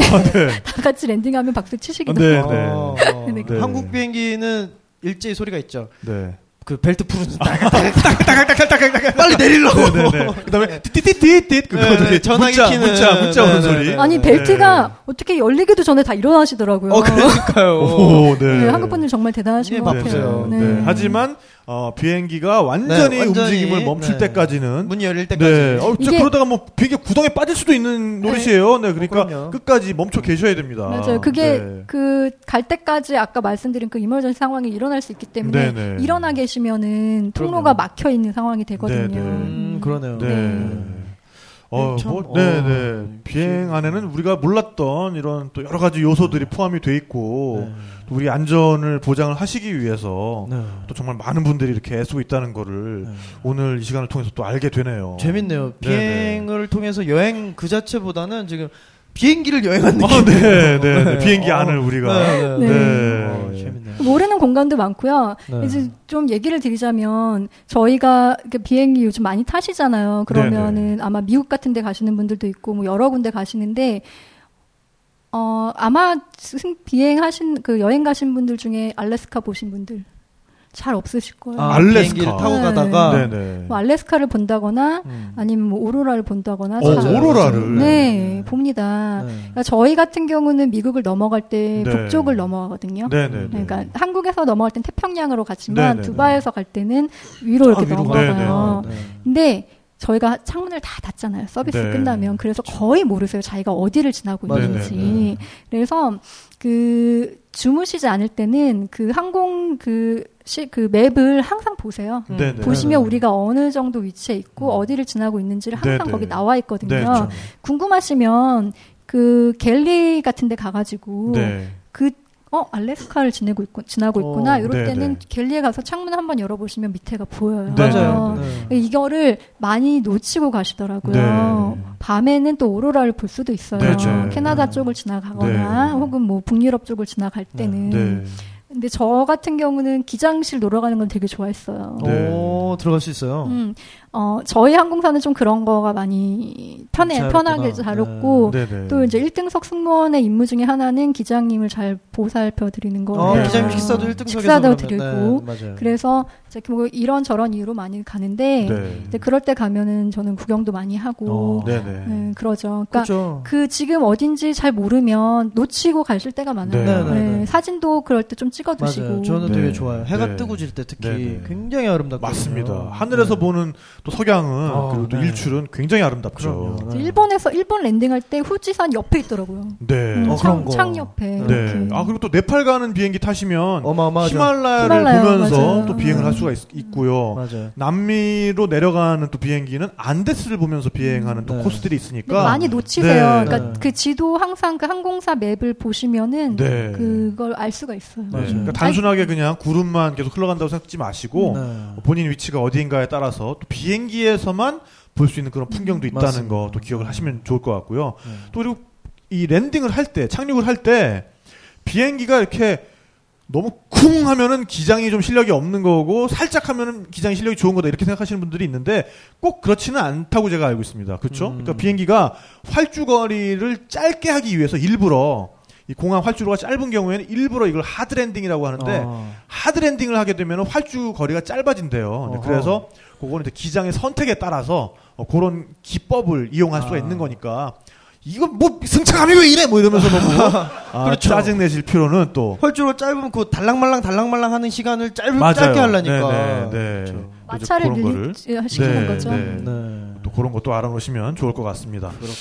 [SPEAKER 6] <laughs>
[SPEAKER 7] <laughs> 다
[SPEAKER 6] 네.
[SPEAKER 7] 같이 랜딩하면 박수 치시기도
[SPEAKER 6] 네.
[SPEAKER 7] 하고
[SPEAKER 5] 어,
[SPEAKER 7] 네.
[SPEAKER 5] 네. 한국 비행기는 일제히 소리가 있죠.
[SPEAKER 6] 네.
[SPEAKER 5] 그 벨트 푸르는 <laughs>
[SPEAKER 6] 딱딱딱딱딱딱딱 빨리 내리려고. 아, 네, 네. 그다음에 띠띠띠띠띠 그거
[SPEAKER 5] 뭐. 네, 네.
[SPEAKER 6] 되게
[SPEAKER 5] 전화기
[SPEAKER 6] 문자
[SPEAKER 5] 키는.
[SPEAKER 6] 문자 문자
[SPEAKER 5] 네,
[SPEAKER 6] 오는
[SPEAKER 5] 네,
[SPEAKER 6] 소리.
[SPEAKER 5] 네.
[SPEAKER 7] 아니 벨트가 어떻게 열리기도 전에 다 일어나시더라고요.
[SPEAKER 5] 어, 그러니까요.
[SPEAKER 6] 오, 네.
[SPEAKER 7] <laughs> 네, 한국 분들 정말 대단하신
[SPEAKER 5] 예,
[SPEAKER 7] 것
[SPEAKER 5] 바쁘세요.
[SPEAKER 7] 같아요.
[SPEAKER 6] 네. 네. 하지만 어, 비행기가 완전히,
[SPEAKER 5] 네, 완전히,
[SPEAKER 6] 움직임을 멈출
[SPEAKER 5] 네.
[SPEAKER 6] 때까지는
[SPEAKER 5] 문이 열릴 때까지.
[SPEAKER 6] 네. 어, 진짜
[SPEAKER 7] 이게-
[SPEAKER 6] 그러다가 뭐 비행기 구덩이에 빠질 수도 있는 노릇이에요. 네. 그러니까
[SPEAKER 5] 그럼요.
[SPEAKER 6] 끝까지 멈춰 계셔야 됩니다.
[SPEAKER 7] 맞아요. 그게
[SPEAKER 6] 네.
[SPEAKER 7] 그 갈 때까지 아까 말씀드린 그 이머전 상황이 일어날 수 있기 때문에
[SPEAKER 6] 네네.
[SPEAKER 7] 일어나 계시면은 통로가
[SPEAKER 5] 그럼요.
[SPEAKER 7] 막혀 있는 상황이 되거든요.
[SPEAKER 6] 네네.
[SPEAKER 5] 음, 그러네요.
[SPEAKER 6] 네. 어,
[SPEAKER 5] 네, 참,
[SPEAKER 6] 뭐,
[SPEAKER 5] 어,
[SPEAKER 6] 네, 네. 비행 안에는 우리가 몰랐던 이런 또 여러 가지
[SPEAKER 5] 네.
[SPEAKER 6] 요소들이 포함이 돼 있고, 또 우리 안전을 보장을 하시기 위해서,
[SPEAKER 5] 네.
[SPEAKER 6] 또 정말 많은 분들이 이렇게 애쓰고 있다는 거를
[SPEAKER 5] 네.
[SPEAKER 6] 오늘 이 시간을 통해서 또 알게 되네요.
[SPEAKER 5] 재밌네요.
[SPEAKER 6] 네네.
[SPEAKER 5] 비행을 통해서 여행 그 자체보다는 지금 비행기를 여행한 느낌.
[SPEAKER 6] 아, 네, 네,
[SPEAKER 5] <laughs>
[SPEAKER 6] 네.
[SPEAKER 5] 네.
[SPEAKER 6] 비행기
[SPEAKER 5] 어.
[SPEAKER 6] 안을 우리가.
[SPEAKER 5] 네.
[SPEAKER 7] 네.
[SPEAKER 6] 네.
[SPEAKER 5] 어, 재밌네요.
[SPEAKER 7] 모르는 공간도 많고요.
[SPEAKER 5] 네.
[SPEAKER 7] 이제 좀 얘기를 드리자면 저희가 이렇게 비행기 요즘 많이 타시잖아요. 그러면은 아마 미국 같은 데 가시는 분들도 있고 뭐 여러 군데 가시는데 어 아마 승- 비행하신 그 여행 가신 분들 중에 알래스카 보신 분들 잘 없으실 거예요.
[SPEAKER 5] 아,
[SPEAKER 6] 알래스카.
[SPEAKER 5] 비행기를 타고
[SPEAKER 7] 네.
[SPEAKER 5] 가다가
[SPEAKER 6] 네, 네.
[SPEAKER 7] 뭐 알래스카를 본다거나
[SPEAKER 5] 음.
[SPEAKER 7] 아니면 뭐 오로라를 본다거나
[SPEAKER 6] 어,
[SPEAKER 7] 잘-
[SPEAKER 6] 오로라를.
[SPEAKER 7] 네, 봅니다.
[SPEAKER 5] 네.
[SPEAKER 7] 그러니까 저희 같은 경우는 미국을 넘어갈 때
[SPEAKER 6] 네.
[SPEAKER 7] 북쪽을 넘어가거든요.
[SPEAKER 6] 네, 네. 네.
[SPEAKER 7] 그러니까 한국에서 넘어갈 땐 태평양으로 갔지만
[SPEAKER 6] 네, 아, 네, 네.
[SPEAKER 7] 두바이에서 갈 때는 위로 이렇게
[SPEAKER 5] 아, 위로
[SPEAKER 7] 넘어가요.
[SPEAKER 5] 네.
[SPEAKER 7] 근데 저희가 창문을 다 닫잖아요. 서비스
[SPEAKER 6] 네.
[SPEAKER 7] 끝나면. 그래서 거의 모르세요. 자기가 어디를 지나고
[SPEAKER 6] 맞아요.
[SPEAKER 7] 있는지.
[SPEAKER 6] 네, 네,
[SPEAKER 7] 그래서 그 주무시지 않을 때는 그 항공 그, 시, 그 맵을 항상 보세요.
[SPEAKER 6] 네, 네.
[SPEAKER 7] 보시면 우리가 어느 정도 위치에 있고 어디를 지나고 있는지를 항상
[SPEAKER 6] 네, 네.
[SPEAKER 7] 거기 나와 있거든요.
[SPEAKER 6] 네, 그렇죠.
[SPEAKER 7] 궁금하시면 그 갤리 같은 데 가가지고
[SPEAKER 6] 네.
[SPEAKER 7] 그, 어, 알래스카를 지내고 있구, 지나고 있구나.
[SPEAKER 5] 어,
[SPEAKER 7] 이럴
[SPEAKER 6] 네,
[SPEAKER 7] 때는
[SPEAKER 6] 네.
[SPEAKER 7] 갤리에 가서 창문 한번 열어보시면 밑에가 보여요.
[SPEAKER 6] 네,
[SPEAKER 5] 맞아요.
[SPEAKER 7] 어,
[SPEAKER 5] 네.
[SPEAKER 7] 이거를 많이 놓치고 가시더라고요.
[SPEAKER 6] 네.
[SPEAKER 7] 밤에는 또 오로라를 볼 수도 있어요.
[SPEAKER 6] 네, 네.
[SPEAKER 7] 캐나다 쪽을 지나가거나
[SPEAKER 6] 네.
[SPEAKER 7] 혹은 뭐 북유럽 쪽을 지나갈 때는.
[SPEAKER 6] 네.
[SPEAKER 7] 근데 저 같은 경우는 기장실 놀러 가는 건 되게 좋아했어요.
[SPEAKER 6] 네.
[SPEAKER 5] 오, 들어갈 수 있어요.
[SPEAKER 7] 음, 어, 저희 항공사는 좀 그런 거가 많이 편해,
[SPEAKER 5] 자유롭구나.
[SPEAKER 7] 편하게 자롭고,
[SPEAKER 6] 네, 네.
[SPEAKER 7] 또 이제 1등석 승무원의 임무 중에 하나는 기장님을 잘 보살펴 드리는 거예요.
[SPEAKER 5] 어,
[SPEAKER 6] 네.
[SPEAKER 5] 기자님 식사도 1등석에서 네,
[SPEAKER 7] 식사도 드리고.
[SPEAKER 5] 맞아요.
[SPEAKER 7] 그래서 이제 뭐 이런 저런 이유로 많이 가는데
[SPEAKER 6] 네.
[SPEAKER 7] 이제 그럴 때 가면은 저는 구경도 많이 하고
[SPEAKER 5] 어.
[SPEAKER 6] 네, 네.
[SPEAKER 7] 음, 그러죠. 그러니까
[SPEAKER 5] 그렇죠.
[SPEAKER 7] 그 지금 어딘지 잘 모르면 놓치고 가실 때가 많아요.
[SPEAKER 6] 네,
[SPEAKER 5] 네, 네.
[SPEAKER 7] 사진도 그럴 때 좀 찍어
[SPEAKER 5] 맞아요.
[SPEAKER 7] 두시고.
[SPEAKER 5] 저는
[SPEAKER 6] 네.
[SPEAKER 5] 되게 좋아요. 해가
[SPEAKER 6] 네.
[SPEAKER 5] 뜨고 질 때 특히
[SPEAKER 6] 네, 네.
[SPEAKER 5] 굉장히 네. 아름답고
[SPEAKER 6] 맞습니다. 하늘에서 뭐 보는 또 석양은
[SPEAKER 5] 어,
[SPEAKER 6] 그리고 또
[SPEAKER 5] 네.
[SPEAKER 6] 일출은 굉장히 아름답죠.
[SPEAKER 5] 그럼요. 네.
[SPEAKER 7] 일본에서 일본 랜딩할 때 후지산 옆에 있더라고요.
[SPEAKER 6] 네.
[SPEAKER 7] 음,
[SPEAKER 5] 어,
[SPEAKER 7] 창,
[SPEAKER 5] 그런 거.
[SPEAKER 7] 창 옆에.
[SPEAKER 6] 네.
[SPEAKER 7] 이렇게.
[SPEAKER 6] 아 그리고 또 네팔 가는 비행기 타시면
[SPEAKER 5] 어마어마하죠.
[SPEAKER 6] 히말라야를
[SPEAKER 7] 히말라야,
[SPEAKER 6] 보면서
[SPEAKER 7] 맞아요.
[SPEAKER 6] 또 비행을 할 수가 있, 고요
[SPEAKER 5] 음. 맞아요.
[SPEAKER 6] 남미로 내려가는 또 비행기는 안데스를 보면서 비행하는 또
[SPEAKER 5] 네.
[SPEAKER 6] 코스들이
[SPEAKER 7] 근데
[SPEAKER 6] 있으니까
[SPEAKER 7] 많이 놓치세요.
[SPEAKER 6] 그러니까 네.
[SPEAKER 7] 그러니까
[SPEAKER 5] 네.
[SPEAKER 7] 그 지도 항상 그 항공사 맵을 보시면은
[SPEAKER 6] 네.
[SPEAKER 7] 그걸 알 수가 있어요.
[SPEAKER 6] 네.
[SPEAKER 5] 맞아요.
[SPEAKER 6] 그러니까 뭐. 단순하게 그냥 구름만 계속 흘러간다고 생각하지 마시고
[SPEAKER 5] 네.
[SPEAKER 6] 본인 위치가 어디인가에 따라서 또 비행기에서만 볼 수 있는 그런 풍경도 있다는
[SPEAKER 5] 맞습니다.
[SPEAKER 6] 거 또 기억을 하시면 좋을 것 같고요.
[SPEAKER 5] 네.
[SPEAKER 6] 또 그리고 이 랜딩을 할 때, 착륙을 할 때 비행기가 이렇게 너무 쿵 하면은 기장이 좀 실력이 없는 거고 살짝 하면은 기장이 실력이 좋은 거다 이렇게 생각하시는 분들이 있는데 꼭 그렇지는 않다고 제가 알고 있습니다. 그렇죠?
[SPEAKER 5] 음.
[SPEAKER 6] 그러니까 비행기가 활주거리를 짧게 하기 위해서 일부러 이 공항 활주로가 짧은 경우에는 일부러 이걸 하드 랜딩이라고 하는데
[SPEAKER 5] 어.
[SPEAKER 6] 하드 랜딩을 하게 되면 활주 거리가 짧아진대요. 근데
[SPEAKER 5] 어허.
[SPEAKER 6] 그래서 그거는 이제 기장의 선택에 따라서 어, 그런 기법을 이용할 수가
[SPEAKER 5] 아.
[SPEAKER 6] 있는 거니까 이건 뭐 승차감이 왜 이래 뭐
[SPEAKER 5] <laughs>
[SPEAKER 6] 이러면서 너무 아,
[SPEAKER 5] 그렇죠.
[SPEAKER 6] 짜증 내실 필요는 또
[SPEAKER 5] 펄주로 짧으면 그 달랑말랑 달랑말랑 하는 시간을 짧,
[SPEAKER 6] 맞아요.
[SPEAKER 5] 음, 짧게 하려니까. 그렇죠.
[SPEAKER 6] 네, 네, 네.
[SPEAKER 7] 마찰을
[SPEAKER 6] 그런 거를.
[SPEAKER 7] 밀리 시키는
[SPEAKER 6] 네,
[SPEAKER 7] 거죠.
[SPEAKER 6] 네.
[SPEAKER 5] 네.
[SPEAKER 6] 또 그런 것도 알아놓으시면 좋을 것 같습니다.
[SPEAKER 5] 그렇군요.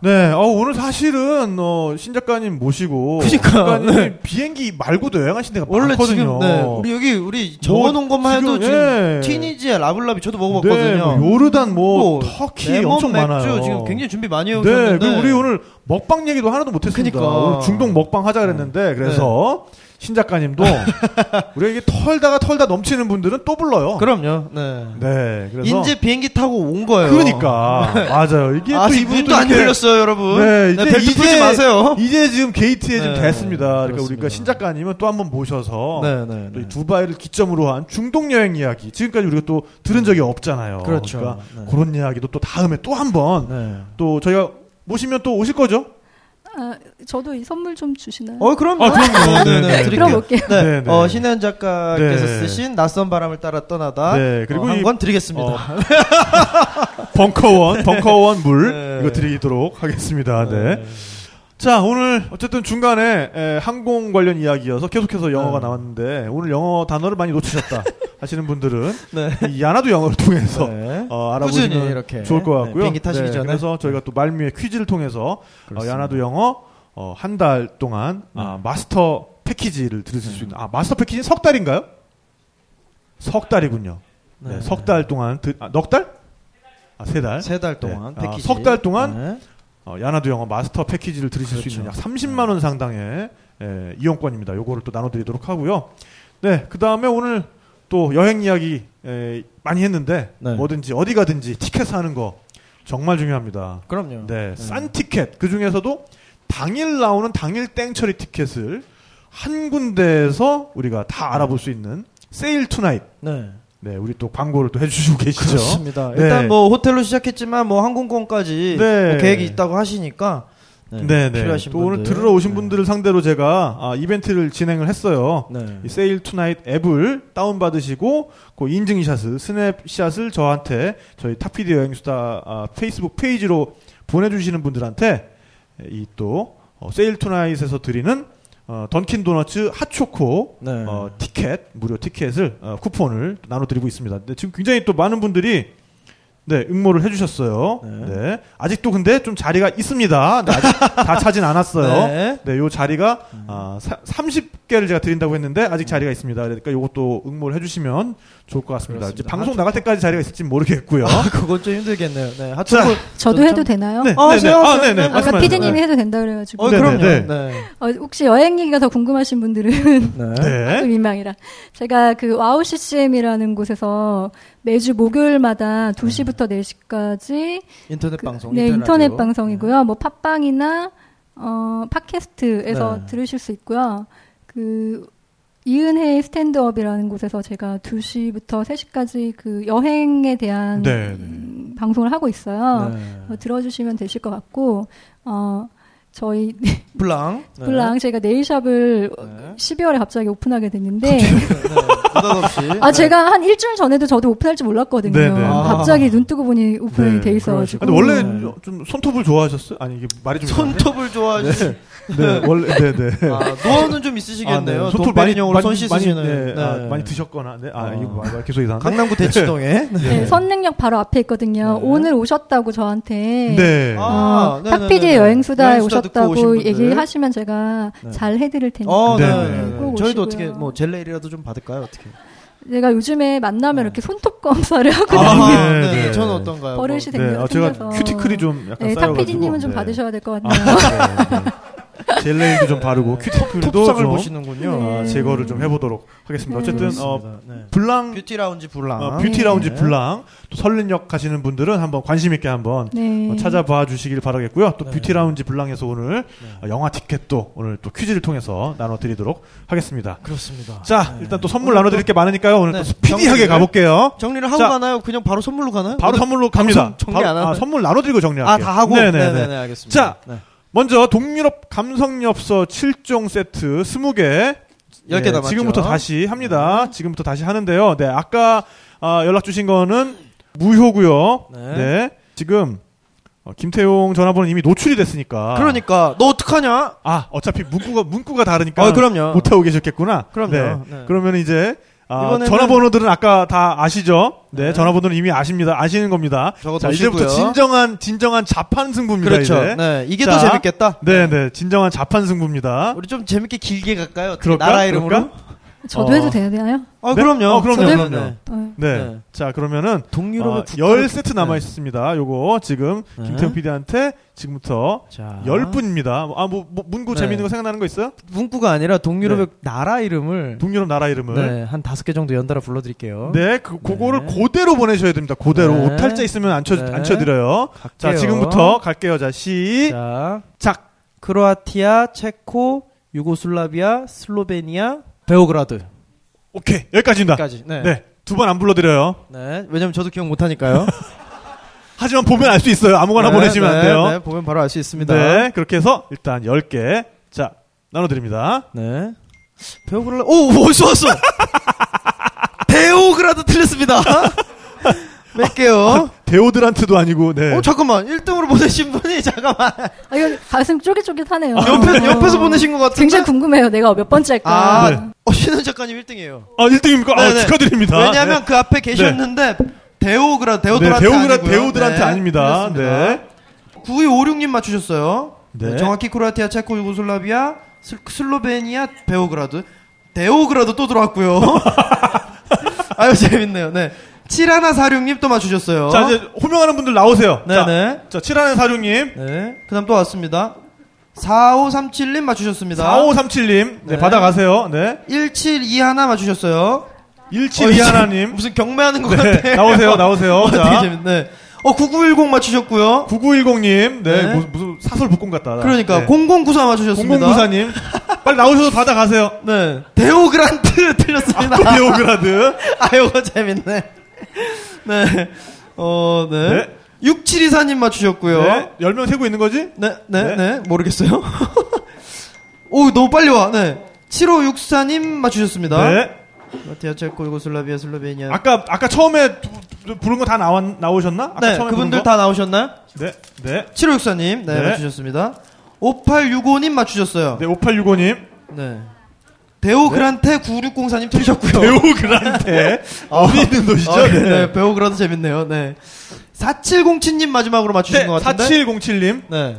[SPEAKER 6] 네, 어, 오늘 사실은 어, 신 작가님 모시고 신
[SPEAKER 5] 그러니까,
[SPEAKER 6] 작가님
[SPEAKER 5] 네.
[SPEAKER 6] 비행기 말고도 여행하신 데가
[SPEAKER 5] 원래
[SPEAKER 6] 많거든요.
[SPEAKER 5] 지금 네, 우리 여기 우리 적어놓은 것만 해도
[SPEAKER 6] 지금,
[SPEAKER 5] 지금
[SPEAKER 6] 예.
[SPEAKER 5] 티니지에 라블라비 저도
[SPEAKER 6] 네,
[SPEAKER 5] 먹어봤거든요.
[SPEAKER 6] 뭐 요르단 뭐,
[SPEAKER 5] 뭐,
[SPEAKER 6] 터키
[SPEAKER 5] 레몬
[SPEAKER 6] 엄청
[SPEAKER 5] 맥주
[SPEAKER 6] 많아요.
[SPEAKER 5] 지금 굉장히 준비 많이
[SPEAKER 6] 네,
[SPEAKER 5] 해오셨는데.
[SPEAKER 6] 그리고 우리 오늘 먹방 얘기도 하나도 못했습니다.
[SPEAKER 5] 그니까. 네.
[SPEAKER 6] 오늘 중독 먹방 하자 그랬는데 그래서 신
[SPEAKER 5] <laughs>
[SPEAKER 6] 작가님도 우리가 이게 털다가 털다 넘치는 분들은 또 불러요.
[SPEAKER 5] 그럼요. 네.
[SPEAKER 6] 네, 그래서
[SPEAKER 5] 인제 비행기 타고 온 거예요.
[SPEAKER 6] 그러니까 맞아요. 이게
[SPEAKER 5] 아,
[SPEAKER 6] 또
[SPEAKER 5] 이분이
[SPEAKER 6] 이분도
[SPEAKER 5] 또 안
[SPEAKER 6] 이렇게-
[SPEAKER 5] 열렸어요, 여러분.
[SPEAKER 6] 네, 이제
[SPEAKER 5] 벨트 풀지
[SPEAKER 6] 이제-
[SPEAKER 5] 마세요.
[SPEAKER 6] 이제 지금 게이트에 지금
[SPEAKER 5] 네,
[SPEAKER 6] 됐습니다. 그러니까 우리가
[SPEAKER 5] 그렇습니다.
[SPEAKER 6] 신 작가님은 또 한 번 모셔서
[SPEAKER 5] 네, 네,
[SPEAKER 6] 또이
[SPEAKER 5] 네.
[SPEAKER 6] 두바이를 기점으로 한 중동 여행 이야기 지금까지 우리가 또 들은 적이 없잖아요.
[SPEAKER 5] 그렇죠.
[SPEAKER 6] 러니까
[SPEAKER 5] 네.
[SPEAKER 6] 그런 이야기도 또 다음에 또 한번
[SPEAKER 5] 네.
[SPEAKER 6] 또 저희가 모시면 또 오실 거죠?
[SPEAKER 8] 아, 저도 이 선물 좀 주시나요?
[SPEAKER 5] 어, 그럼.
[SPEAKER 6] 아,
[SPEAKER 5] 네, 네,
[SPEAKER 6] 그럼요. 네, 네.
[SPEAKER 5] 드릴게요.
[SPEAKER 7] 들어볼게요.
[SPEAKER 5] 네,
[SPEAKER 6] 네, 네.
[SPEAKER 5] 어, 신혜연 작가께서
[SPEAKER 6] 네.
[SPEAKER 5] 쓰신 낯선 바람을 따라 떠나다.
[SPEAKER 6] 네, 그리고 이-
[SPEAKER 5] 한권 드리겠습니다.
[SPEAKER 6] 어, <laughs> 벙커원, 벙커원 물
[SPEAKER 5] 네.
[SPEAKER 6] 이거 드리도록 하겠습니다. 네.
[SPEAKER 5] 네.
[SPEAKER 6] 자 오늘 어쨌든 중간에 에, 항공 관련 이야기여서 계속해서 영어가
[SPEAKER 5] 네.
[SPEAKER 6] 나왔는데 오늘 영어 단어를
[SPEAKER 5] <laughs>
[SPEAKER 6] 많이 놓치셨다 하시는 분들은
[SPEAKER 5] 네.
[SPEAKER 6] 이 야나도 영어를 통해서
[SPEAKER 5] 네.
[SPEAKER 6] 어,
[SPEAKER 5] 꾸준히
[SPEAKER 6] 알아보시면
[SPEAKER 5] 이렇게.
[SPEAKER 6] 좋을 것 같고요.
[SPEAKER 5] 네, 비행기 타시기
[SPEAKER 6] 네,
[SPEAKER 5] 전에.
[SPEAKER 6] 그래서 저희가 또 말미의 퀴즈를 통해서 어,
[SPEAKER 5] 그렇습니다. 네.
[SPEAKER 6] 야나도 영어 어, 한 달 동안 아, 마스터 패키지를 들으실 수 있는 아 마스터 패키지는 석 달인가요? 석 달이군요. 네,
[SPEAKER 5] 네.
[SPEAKER 6] 석 달 동안 드, 아, 넉 달? 아, 세 달.
[SPEAKER 5] 세 달 동안
[SPEAKER 6] 네. 아,
[SPEAKER 5] 패키지.
[SPEAKER 6] 석달
[SPEAKER 5] 네.
[SPEAKER 6] 동안? 어, 야나도 영어 마스터 패키지를 들으실 수
[SPEAKER 5] 그렇죠.
[SPEAKER 6] 있는 약 30만 원 상당의 에, 이용권입니다. 요거를 또 나눠드리도록 하고요. 네, 그 다음에 오늘 또 여행 이야기 에, 많이 했는데
[SPEAKER 5] 네.
[SPEAKER 6] 뭐든지 어디 가든지 티켓 사는 거 정말 중요합니다.
[SPEAKER 5] 그럼요.
[SPEAKER 6] 네, 싼 티켓 그 중에서도 당일 나오는 당일 땡처리 티켓을 한 군데에서 우리가 다 알아볼 수 있는 세일 투나잇.
[SPEAKER 5] 네.
[SPEAKER 6] 네, 우리 또 광고를 또 해주시고 계시죠.
[SPEAKER 5] 그렇습니다.
[SPEAKER 6] 네.
[SPEAKER 5] 일단 뭐 호텔로 시작했지만 뭐 항공권까지
[SPEAKER 6] 네.
[SPEAKER 5] 뭐 계획이 있다고 하시니까 네.
[SPEAKER 6] 네, 네.
[SPEAKER 5] 필요하신
[SPEAKER 6] 또
[SPEAKER 5] 분들.
[SPEAKER 6] 오늘 들으러 오신
[SPEAKER 5] 네.
[SPEAKER 6] 분들을 상대로 제가 아, 이벤트를 진행을 했어요.
[SPEAKER 5] 네.
[SPEAKER 6] 이 세일 투나잇 앱을 다운 받으시고 그 인증샷을 스냅샷을 저한테 저희 탑피디 여행수다 아, 페이스북 페이지로 보내주시는 분들한테 이 또 어, 세일 투나잇에서 드리는 어, 던킨 도너츠 핫초코
[SPEAKER 5] 네.
[SPEAKER 6] 어, 티켓 무료 티켓을 어, 쿠폰을 나눠드리고 있습니다. 근데 지금 굉장히 또 많은 분들이 네, 응모를 해주셨어요. 네. 아직도 근데 좀 자리가 있습니다. 네, 아직 다 차진
[SPEAKER 5] <laughs>
[SPEAKER 6] 않았어요.
[SPEAKER 5] 네.
[SPEAKER 6] 네, 요 자리가 아, 사, 30개를 제가 드린다고 했는데
[SPEAKER 5] 음.
[SPEAKER 6] 아직 자리가 있습니다. 그러니까 요것도 응모를 해주시면 좋을 것 같습니다. 이제
[SPEAKER 5] 그렇습니다.
[SPEAKER 6] 방송 나갈 때까지 자리가 있을지 모르겠고요.
[SPEAKER 5] 아, <laughs> 그건 좀 힘들겠네요. 네. 하트볼.
[SPEAKER 7] 저도 해도 되나요? 어,
[SPEAKER 6] 네,
[SPEAKER 5] 아,
[SPEAKER 6] 네, 네.
[SPEAKER 5] 하세요,
[SPEAKER 6] 아,
[SPEAKER 5] 하세요.
[SPEAKER 6] 네, 네.
[SPEAKER 5] 아까
[SPEAKER 7] 아까
[SPEAKER 6] 말씀하세요.
[SPEAKER 7] 피디님이
[SPEAKER 6] 네.
[SPEAKER 7] 해도 된다 그래가지고
[SPEAKER 5] 어,
[SPEAKER 6] 네,
[SPEAKER 5] 그럼요.
[SPEAKER 6] 네,
[SPEAKER 5] 네.
[SPEAKER 6] 네.
[SPEAKER 7] 어, 혹시 여행 얘기가 더 궁금하신 분들은
[SPEAKER 5] 네.
[SPEAKER 6] 네.
[SPEAKER 7] 또 민망이라 제가 그 와우 CCM이라는 곳에서 매주 목요일마다
[SPEAKER 6] 네.
[SPEAKER 7] 2시부터 4시까지
[SPEAKER 5] 인터넷 방송.
[SPEAKER 7] 네, 인터넷
[SPEAKER 5] 라디오.
[SPEAKER 6] 네.
[SPEAKER 7] 방송이고요. 뭐 팟빵이나 어 팟캐스트에서
[SPEAKER 5] 네.
[SPEAKER 7] 들으실 수 있고요. 그 이은혜의 스탠드업이라는 곳에서 제가 2시부터 3시까지 그 여행에 대한
[SPEAKER 6] 네, 네.
[SPEAKER 7] 음, 방송을 하고 있어요.
[SPEAKER 5] 네.
[SPEAKER 7] 어, 들어주시면 되실 것 같고 어 저희
[SPEAKER 5] 블랑. 네.
[SPEAKER 7] 블랑 제가 네일샵을
[SPEAKER 5] 네.
[SPEAKER 7] 12월에 갑자기 오픈하게 됐는데
[SPEAKER 5] 네. 부담없이.
[SPEAKER 7] <laughs>
[SPEAKER 5] 네.
[SPEAKER 7] 아 제가 한 일주일 전에도 저도 오픈할 줄 몰랐거든요.
[SPEAKER 6] 네, 네.
[SPEAKER 5] 아.
[SPEAKER 7] 갑자기 눈 뜨고 보니 오픈이
[SPEAKER 6] 네,
[SPEAKER 7] 돼 있어가지고.
[SPEAKER 6] 근데 원래
[SPEAKER 5] 네.
[SPEAKER 6] 좀 손톱을 좋아하셨어요? 아니 이게 말이 좀
[SPEAKER 5] 손톱을 좋아하시는.
[SPEAKER 6] 이상하네. 네, 원래 네, 네. 아,
[SPEAKER 5] 아, 노하우는 좀 있으시겠네요. 손톱 많이용으로 손 씻으시는.
[SPEAKER 6] 많이, 네,
[SPEAKER 5] 네.
[SPEAKER 6] 아, 많이 드셨거나 네. 아,
[SPEAKER 5] 어.
[SPEAKER 6] 이거 말- 말 계속 이상한데.
[SPEAKER 5] 강남구 대치동에. 네.
[SPEAKER 7] 네, 선능력 바로 앞에 있거든요. 오늘 오셨다고 저한테.
[SPEAKER 6] 네.
[SPEAKER 5] 아,
[SPEAKER 7] 어,
[SPEAKER 5] 네네네네.
[SPEAKER 7] 탁피디의 여행수다에
[SPEAKER 5] 여행수다 듣고 오신
[SPEAKER 7] 오셨다고
[SPEAKER 5] 분들.
[SPEAKER 7] 얘기하시면 제가
[SPEAKER 5] 네.
[SPEAKER 7] 잘 해드릴 테니까.
[SPEAKER 5] 어, 네.
[SPEAKER 6] 네,
[SPEAKER 5] 네.
[SPEAKER 6] 네, 네.
[SPEAKER 5] 저희도
[SPEAKER 7] 오시고요.
[SPEAKER 5] 어떻게 뭐 젤레일이라도 좀 받을까요? 어떻게?
[SPEAKER 7] 제가 요즘에 만나면 이렇게 손톱 검사를 하고
[SPEAKER 5] 아,
[SPEAKER 6] 네,
[SPEAKER 5] 네,
[SPEAKER 6] 네.
[SPEAKER 5] 네. 저는 어떤가요?
[SPEAKER 7] 버릇이
[SPEAKER 5] 뭐,
[SPEAKER 6] 네,
[SPEAKER 7] 생겨,
[SPEAKER 6] 아, 제가
[SPEAKER 7] 생겨서.
[SPEAKER 6] 큐티클이 좀 약간
[SPEAKER 7] 네,
[SPEAKER 6] 쌓여가지고.
[SPEAKER 7] 탁피디님은 좀
[SPEAKER 6] 네.
[SPEAKER 7] 받으셔야 될 것
[SPEAKER 6] 아,
[SPEAKER 7] 같네요.
[SPEAKER 6] 네, 네. 젤레이도 좀 바르고 큐티클도
[SPEAKER 5] 톱상을
[SPEAKER 6] 좀
[SPEAKER 5] 보시는군요.
[SPEAKER 7] 네.
[SPEAKER 6] 아, 제거를 좀 해보도록 하겠습니다. 어쨌든 어,
[SPEAKER 5] 그렇습니다. 네.
[SPEAKER 6] 블랑
[SPEAKER 5] 뷰티 라운지 블랑.
[SPEAKER 6] 어, 뷰티 라운지
[SPEAKER 5] 네.
[SPEAKER 6] 블랑 또 설린역 가시는 분들은 한번 관심 있게 한번
[SPEAKER 7] 네.
[SPEAKER 6] 어, 찾아봐 주시길 바라겠고요. 또 뷰티 라운지 블랑에서 오늘 어, 영화 티켓도 오늘 또 퀴즈를 통해서 나눠드리도록 하겠습니다.
[SPEAKER 5] 그렇습니다.
[SPEAKER 6] 자, 일단 또 선물 나눠드릴 게 많으니까요. 오늘
[SPEAKER 5] 네,
[SPEAKER 6] 또 스피디하게
[SPEAKER 5] 정리를-
[SPEAKER 6] 가볼게요.
[SPEAKER 5] 정리를 하고
[SPEAKER 6] 자.
[SPEAKER 5] 가나요? 그냥 바로 선물로 가나요?
[SPEAKER 6] 바로 선물로 갑니다.
[SPEAKER 5] 정- 정리
[SPEAKER 6] 바로-
[SPEAKER 5] 안
[SPEAKER 6] 아,
[SPEAKER 5] 하나요?
[SPEAKER 6] 선물 나눠드리고 정리할게요.
[SPEAKER 5] 아, 다 하고?
[SPEAKER 6] 네네네.
[SPEAKER 5] 네네네, 알겠습니다.
[SPEAKER 6] 자.
[SPEAKER 5] 네.
[SPEAKER 6] 먼저 동유럽 감성엽서 7종 세트 20개
[SPEAKER 5] 10개
[SPEAKER 6] 예,
[SPEAKER 5] 남았죠. 네.
[SPEAKER 6] 지금부터 다시 합니다. 지금부터 다시 하는데요. 네, 아까 아, 연락 주신 거는 무효고요.
[SPEAKER 5] 네.
[SPEAKER 6] 네. 지금 어, 김태용 전화번호 이미 노출이 됐으니까.
[SPEAKER 5] 그러니까 너 어떡하냐?
[SPEAKER 6] 아, 어차피 문구가 문구가 다르니까
[SPEAKER 5] 어, 그럼요.
[SPEAKER 6] 그러니까 못 하고 계셨겠구나.
[SPEAKER 5] 그럼요.
[SPEAKER 6] 네.
[SPEAKER 5] 네.
[SPEAKER 6] 그러면 이제 아,
[SPEAKER 5] 이번에는-
[SPEAKER 6] 전화번호들은 아까 다 아시죠? 네,
[SPEAKER 5] 네.
[SPEAKER 6] 전화번호는 이미 아십니다. 아시는 겁니다.
[SPEAKER 5] 저거
[SPEAKER 6] 자,
[SPEAKER 5] 넣으시고요.
[SPEAKER 6] 이제부터 진정한 진정한 자판 승부입니다.
[SPEAKER 5] 그렇죠.
[SPEAKER 6] 이제.
[SPEAKER 5] 네. 이게
[SPEAKER 6] 자.
[SPEAKER 5] 더 재밌겠다.
[SPEAKER 6] 네, 네, 진정한 자판 승부입니다.
[SPEAKER 5] 우리 좀 재밌게 길게 갈까요? 어떻게
[SPEAKER 6] 그럴까?
[SPEAKER 5] 나라 이름으로?
[SPEAKER 6] 그럴까?
[SPEAKER 7] 저도
[SPEAKER 6] 어.
[SPEAKER 7] 해도 되나요?
[SPEAKER 5] 아,
[SPEAKER 6] 네?
[SPEAKER 5] 그럼요.
[SPEAKER 6] 어, 그럼요,
[SPEAKER 5] 저도
[SPEAKER 6] 그럼요.
[SPEAKER 5] 해볼게요.
[SPEAKER 7] 어,
[SPEAKER 6] 네.
[SPEAKER 5] 네.
[SPEAKER 6] 자, 그러면은
[SPEAKER 5] 동유럽의
[SPEAKER 6] 어,
[SPEAKER 5] 북-
[SPEAKER 6] 열 세트 남아 있습니다. 요거 지금
[SPEAKER 5] 네.
[SPEAKER 6] 김태형 PD한테 지금부터
[SPEAKER 5] 자.
[SPEAKER 6] 열 분입니다. 아, 뭐, 뭐 문구
[SPEAKER 5] 네.
[SPEAKER 6] 재밌는 거 생각나는 거 있어요?
[SPEAKER 5] 문구가 아니라 동유럽의 나라 이름을
[SPEAKER 6] 네. 동유럽 나라 이름을.
[SPEAKER 5] 네, 한 다섯 개 정도 연달아 불러드릴게요.
[SPEAKER 6] 네, 그 그거를 그대로 보내셔야 됩니다. 그대로
[SPEAKER 5] 네.
[SPEAKER 6] 오탈자 있으면 안 쳐
[SPEAKER 5] 네.
[SPEAKER 6] 안 쳐드려요. 자,
[SPEAKER 5] 갈게요.
[SPEAKER 6] 지금부터 갈게요. 자, 시작.
[SPEAKER 5] 자, 크로아티아, 체코, 유고슬라비아, 슬로베니아, 베오그라드까지.
[SPEAKER 6] 오케이 여기까지입니다.
[SPEAKER 5] 네. 네.
[SPEAKER 6] 네, 두 번 안 불러드려요.
[SPEAKER 5] 왜냐면 저도 기억 못
[SPEAKER 6] <laughs>
[SPEAKER 5] 하니까요.
[SPEAKER 6] 하지만 보면 알 수 있어요. 아무거나 보내시면 안 돼요.
[SPEAKER 5] 네, 보면 바로 알 수 있습니다.
[SPEAKER 6] 네, 그렇게 해서 일단 10개. 자, 나눠드립니다.
[SPEAKER 5] 네. 베오그라드, 오, 어디서 <laughs> 왔어? 베오그라드 틀렸습니다. <laughs> 뺄게요.
[SPEAKER 6] 데오드란트도 아니고, 네.
[SPEAKER 5] 어, 잠깐만. 1등으로 보내신 분이, <laughs> 잠깐만.
[SPEAKER 7] 아, 이거 가슴 쫄깃쫄깃하네요.
[SPEAKER 6] 아.
[SPEAKER 5] 옆에, 옆에서 보내신 것 같은데.
[SPEAKER 7] 굉장히 궁금해요. 내가 몇 번째 할까?
[SPEAKER 5] 아,
[SPEAKER 6] 네.
[SPEAKER 5] 어, 신은 작가님 1등이에요.
[SPEAKER 6] 아, 1등입니까? 아,
[SPEAKER 5] 네, 네.
[SPEAKER 6] 축하드립니다.
[SPEAKER 5] 왜냐하면
[SPEAKER 6] 네.
[SPEAKER 5] 그 앞에 계셨는데 데오그라
[SPEAKER 6] 네,
[SPEAKER 5] 데오드란트
[SPEAKER 6] 데오그라,
[SPEAKER 5] 아니고요.
[SPEAKER 6] 데오드란트
[SPEAKER 5] 네,
[SPEAKER 6] 아닙니다.
[SPEAKER 5] 그렇습니다.
[SPEAKER 6] 네.
[SPEAKER 5] 9256님 맞추셨어요.
[SPEAKER 6] 네.
[SPEAKER 5] 네, 정확히 크로아티아, 체코, 유고슬라비아, 슬, 슬로베니아, 베오그라드. 데오그라드 또 들어왔고요. <laughs> 아유 재밌네요. 네. 7146님 또 맞추셨어요.
[SPEAKER 6] 자, 이제 호명하는 분들 나오세요.
[SPEAKER 5] 네,
[SPEAKER 6] 자,
[SPEAKER 5] 네.
[SPEAKER 6] 자, 7하는 사륙님.
[SPEAKER 5] 네. 그다음 또 왔습니다. 4537님 맞추셨습니다.
[SPEAKER 6] 4537님. 네,
[SPEAKER 5] 네.
[SPEAKER 6] 받아가세요. 네.
[SPEAKER 5] 172 하나 맞추셨어요. 어,
[SPEAKER 6] 1721 하나님.
[SPEAKER 5] 무슨 경매하는 것
[SPEAKER 6] 네,
[SPEAKER 5] 같아.
[SPEAKER 6] 나오세요, 나오세요.
[SPEAKER 5] 어, 되게
[SPEAKER 6] 자,
[SPEAKER 5] 재밌네. 어, 9910 맞추셨고요.
[SPEAKER 6] 9910님. 네,
[SPEAKER 5] 네.
[SPEAKER 6] 무슨, 무슨 사설 복공 같다.
[SPEAKER 5] 그러니까
[SPEAKER 6] 네.
[SPEAKER 5] 0094 맞추셨습니다.
[SPEAKER 6] 0094님. 빨리 나오셔서
[SPEAKER 5] <laughs>
[SPEAKER 6] 받아가세요.
[SPEAKER 5] 네. 데오그란트 <laughs> 틀렸습니다.
[SPEAKER 6] 또 데오그라드.
[SPEAKER 5] 아, 요거 재밌네. 네. 어, 네.
[SPEAKER 6] 네.
[SPEAKER 5] 6724님 맞추셨고요.
[SPEAKER 6] 네. 10명 세고 있는 거지?
[SPEAKER 5] 네, 네,
[SPEAKER 6] 네.
[SPEAKER 5] 네. 모르겠어요. <laughs> 오, 너무 빨리 와. 네. 7564님 맞추셨습니다.
[SPEAKER 6] 네.
[SPEAKER 5] 러티아, 체코, 유고슬라비아, 슬로베니아.
[SPEAKER 6] 아까 아까 처음에 두- 두- 부른 거 다 나왔 나오셨나? 아까
[SPEAKER 5] 네,
[SPEAKER 6] 처음에
[SPEAKER 5] 그분들
[SPEAKER 6] 부른 거?
[SPEAKER 5] 다 나오셨나요?
[SPEAKER 6] 네, 네,
[SPEAKER 5] 7564님, 네,
[SPEAKER 6] 네.
[SPEAKER 5] 맞추셨습니다. 5865님 맞추셨어요.
[SPEAKER 6] 네, 5865님,
[SPEAKER 5] 네. 데오그란테 9604님 틀리셨고요.
[SPEAKER 6] 배우들한테 어디 있는 도시죠?
[SPEAKER 5] 아, 네.
[SPEAKER 6] 네. 네.
[SPEAKER 5] 배우그라도 재밌네요. 네. 4707님 마지막으로 맞추신 것 같은데.
[SPEAKER 6] 4707님
[SPEAKER 5] 네.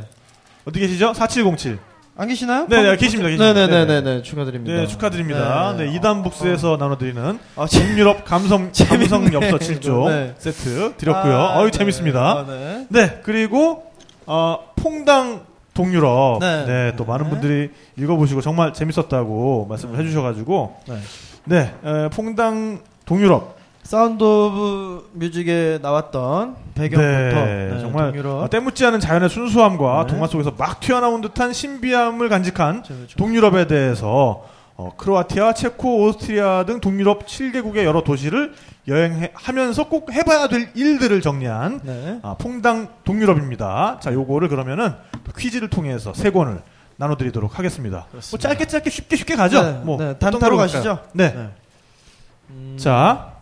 [SPEAKER 6] 어디 계시죠? 4707.
[SPEAKER 5] 안 계시나요?
[SPEAKER 6] 네, 네, 계십니다, 계십니다.
[SPEAKER 5] 네네네네.
[SPEAKER 6] 네,
[SPEAKER 5] 축하드립니다.
[SPEAKER 6] 네 축하드립니다. 네, 이단북스에서 나눠드리는
[SPEAKER 5] 아, 재-
[SPEAKER 6] 북유럽 감성
[SPEAKER 5] 재밌네.
[SPEAKER 6] 감성 엽서 7종
[SPEAKER 5] 네.
[SPEAKER 6] 세트 드렸고요. 어유
[SPEAKER 5] 네.
[SPEAKER 6] 재밌습니다.
[SPEAKER 5] 아, 네.
[SPEAKER 6] 네, 그리고 어, 퐁당 동유럽
[SPEAKER 5] 네.
[SPEAKER 6] 네,
[SPEAKER 5] 네.
[SPEAKER 6] 또
[SPEAKER 5] 음.
[SPEAKER 6] 많은 분들이 읽어보시고 정말 재밌었다고 말씀을 해주셔가지고
[SPEAKER 5] 네.
[SPEAKER 6] 네, 에, 퐁당 동유럽
[SPEAKER 5] 사운드 오브 뮤직에 나왔던 배경부터
[SPEAKER 6] 네,
[SPEAKER 5] 네,
[SPEAKER 6] 정말
[SPEAKER 5] 동유럽.
[SPEAKER 6] 아, 때묻지 않은 자연의 순수함과
[SPEAKER 5] 네. 그렇죠,
[SPEAKER 6] 동화 속에서 막 튀어나온 듯한 신비함을 간직한 동유럽에 대해서 어, 크로아티아, 체코, 오스트리아 등 동유럽 7개국의 여러 도시를 여행하면서 꼭 해봐야 될 일들을 정리한
[SPEAKER 5] 네.
[SPEAKER 6] 아, 퐁당 동유럽입니다. 자, 요거를 그러면은 또 퀴즈를 통해서 세 권을 나눠드리도록 하겠습니다. 뭐 짧게 짧게 쉽게 쉽게 가죠.
[SPEAKER 5] 네,
[SPEAKER 6] 뭐
[SPEAKER 5] 네,
[SPEAKER 6] 어떤
[SPEAKER 5] 단타로
[SPEAKER 6] 걸로 갈까요?
[SPEAKER 5] 가시죠.
[SPEAKER 6] 네.
[SPEAKER 5] 네.
[SPEAKER 6] 자,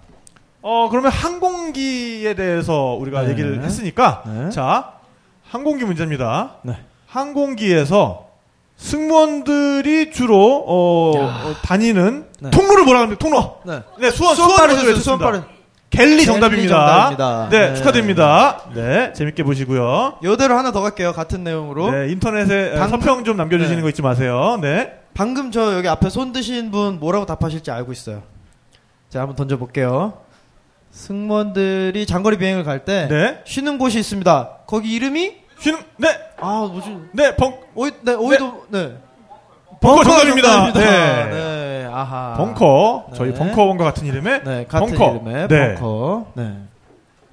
[SPEAKER 6] 어 그러면 항공기에 대해서 우리가
[SPEAKER 5] 네.
[SPEAKER 6] 얘기를 했으니까
[SPEAKER 5] 네.
[SPEAKER 6] 자 항공기 문제입니다.
[SPEAKER 5] 네.
[SPEAKER 6] 항공기에서 승무원들이 주로 어, 어, 다니는
[SPEAKER 5] 네.
[SPEAKER 6] 통로를 뭐라 합니까? 통로.
[SPEAKER 5] 네.
[SPEAKER 6] 네, 수원
[SPEAKER 5] 수원
[SPEAKER 6] 수원
[SPEAKER 5] 빠르셨어요,
[SPEAKER 6] 빠르셨어요.
[SPEAKER 5] 수원 빠르-
[SPEAKER 6] 갤리 정답입니다.
[SPEAKER 5] 정답입니다.
[SPEAKER 6] 네,
[SPEAKER 5] 네.
[SPEAKER 6] 축하드립니다. 네, 재밌게 보시고요.
[SPEAKER 5] 요대로 하나 더 갈게요. 같은 내용으로.
[SPEAKER 6] 네, 인터넷에
[SPEAKER 5] 당-
[SPEAKER 6] 선평 좀 남겨주시는
[SPEAKER 5] 네.
[SPEAKER 6] 거 잊지 마세요. 네.
[SPEAKER 5] 방금 저 여기 앞에 손 드신 분 뭐라고 답하실지 알고 있어요. 자, 한번 던져볼게요. 승무원들이 장거리 비행을 갈 때
[SPEAKER 6] 네.
[SPEAKER 5] 쉬는 곳이 있습니다. 거기 이름이
[SPEAKER 6] 쉬는, 네,
[SPEAKER 5] 아 뭐지?
[SPEAKER 6] 네, 벙,
[SPEAKER 5] 오이, 네, 오이도 네.
[SPEAKER 6] 벙커
[SPEAKER 5] 벙커가
[SPEAKER 6] 정답입니다.
[SPEAKER 5] 정답입니다.
[SPEAKER 6] 네.
[SPEAKER 5] 네, 아하.
[SPEAKER 6] 벙커. 저희
[SPEAKER 5] 네.
[SPEAKER 6] 벙커원과 같은 이름의
[SPEAKER 5] 네, 같은
[SPEAKER 6] 벙커.
[SPEAKER 5] 이름의
[SPEAKER 6] 네.
[SPEAKER 5] 벙커. 네.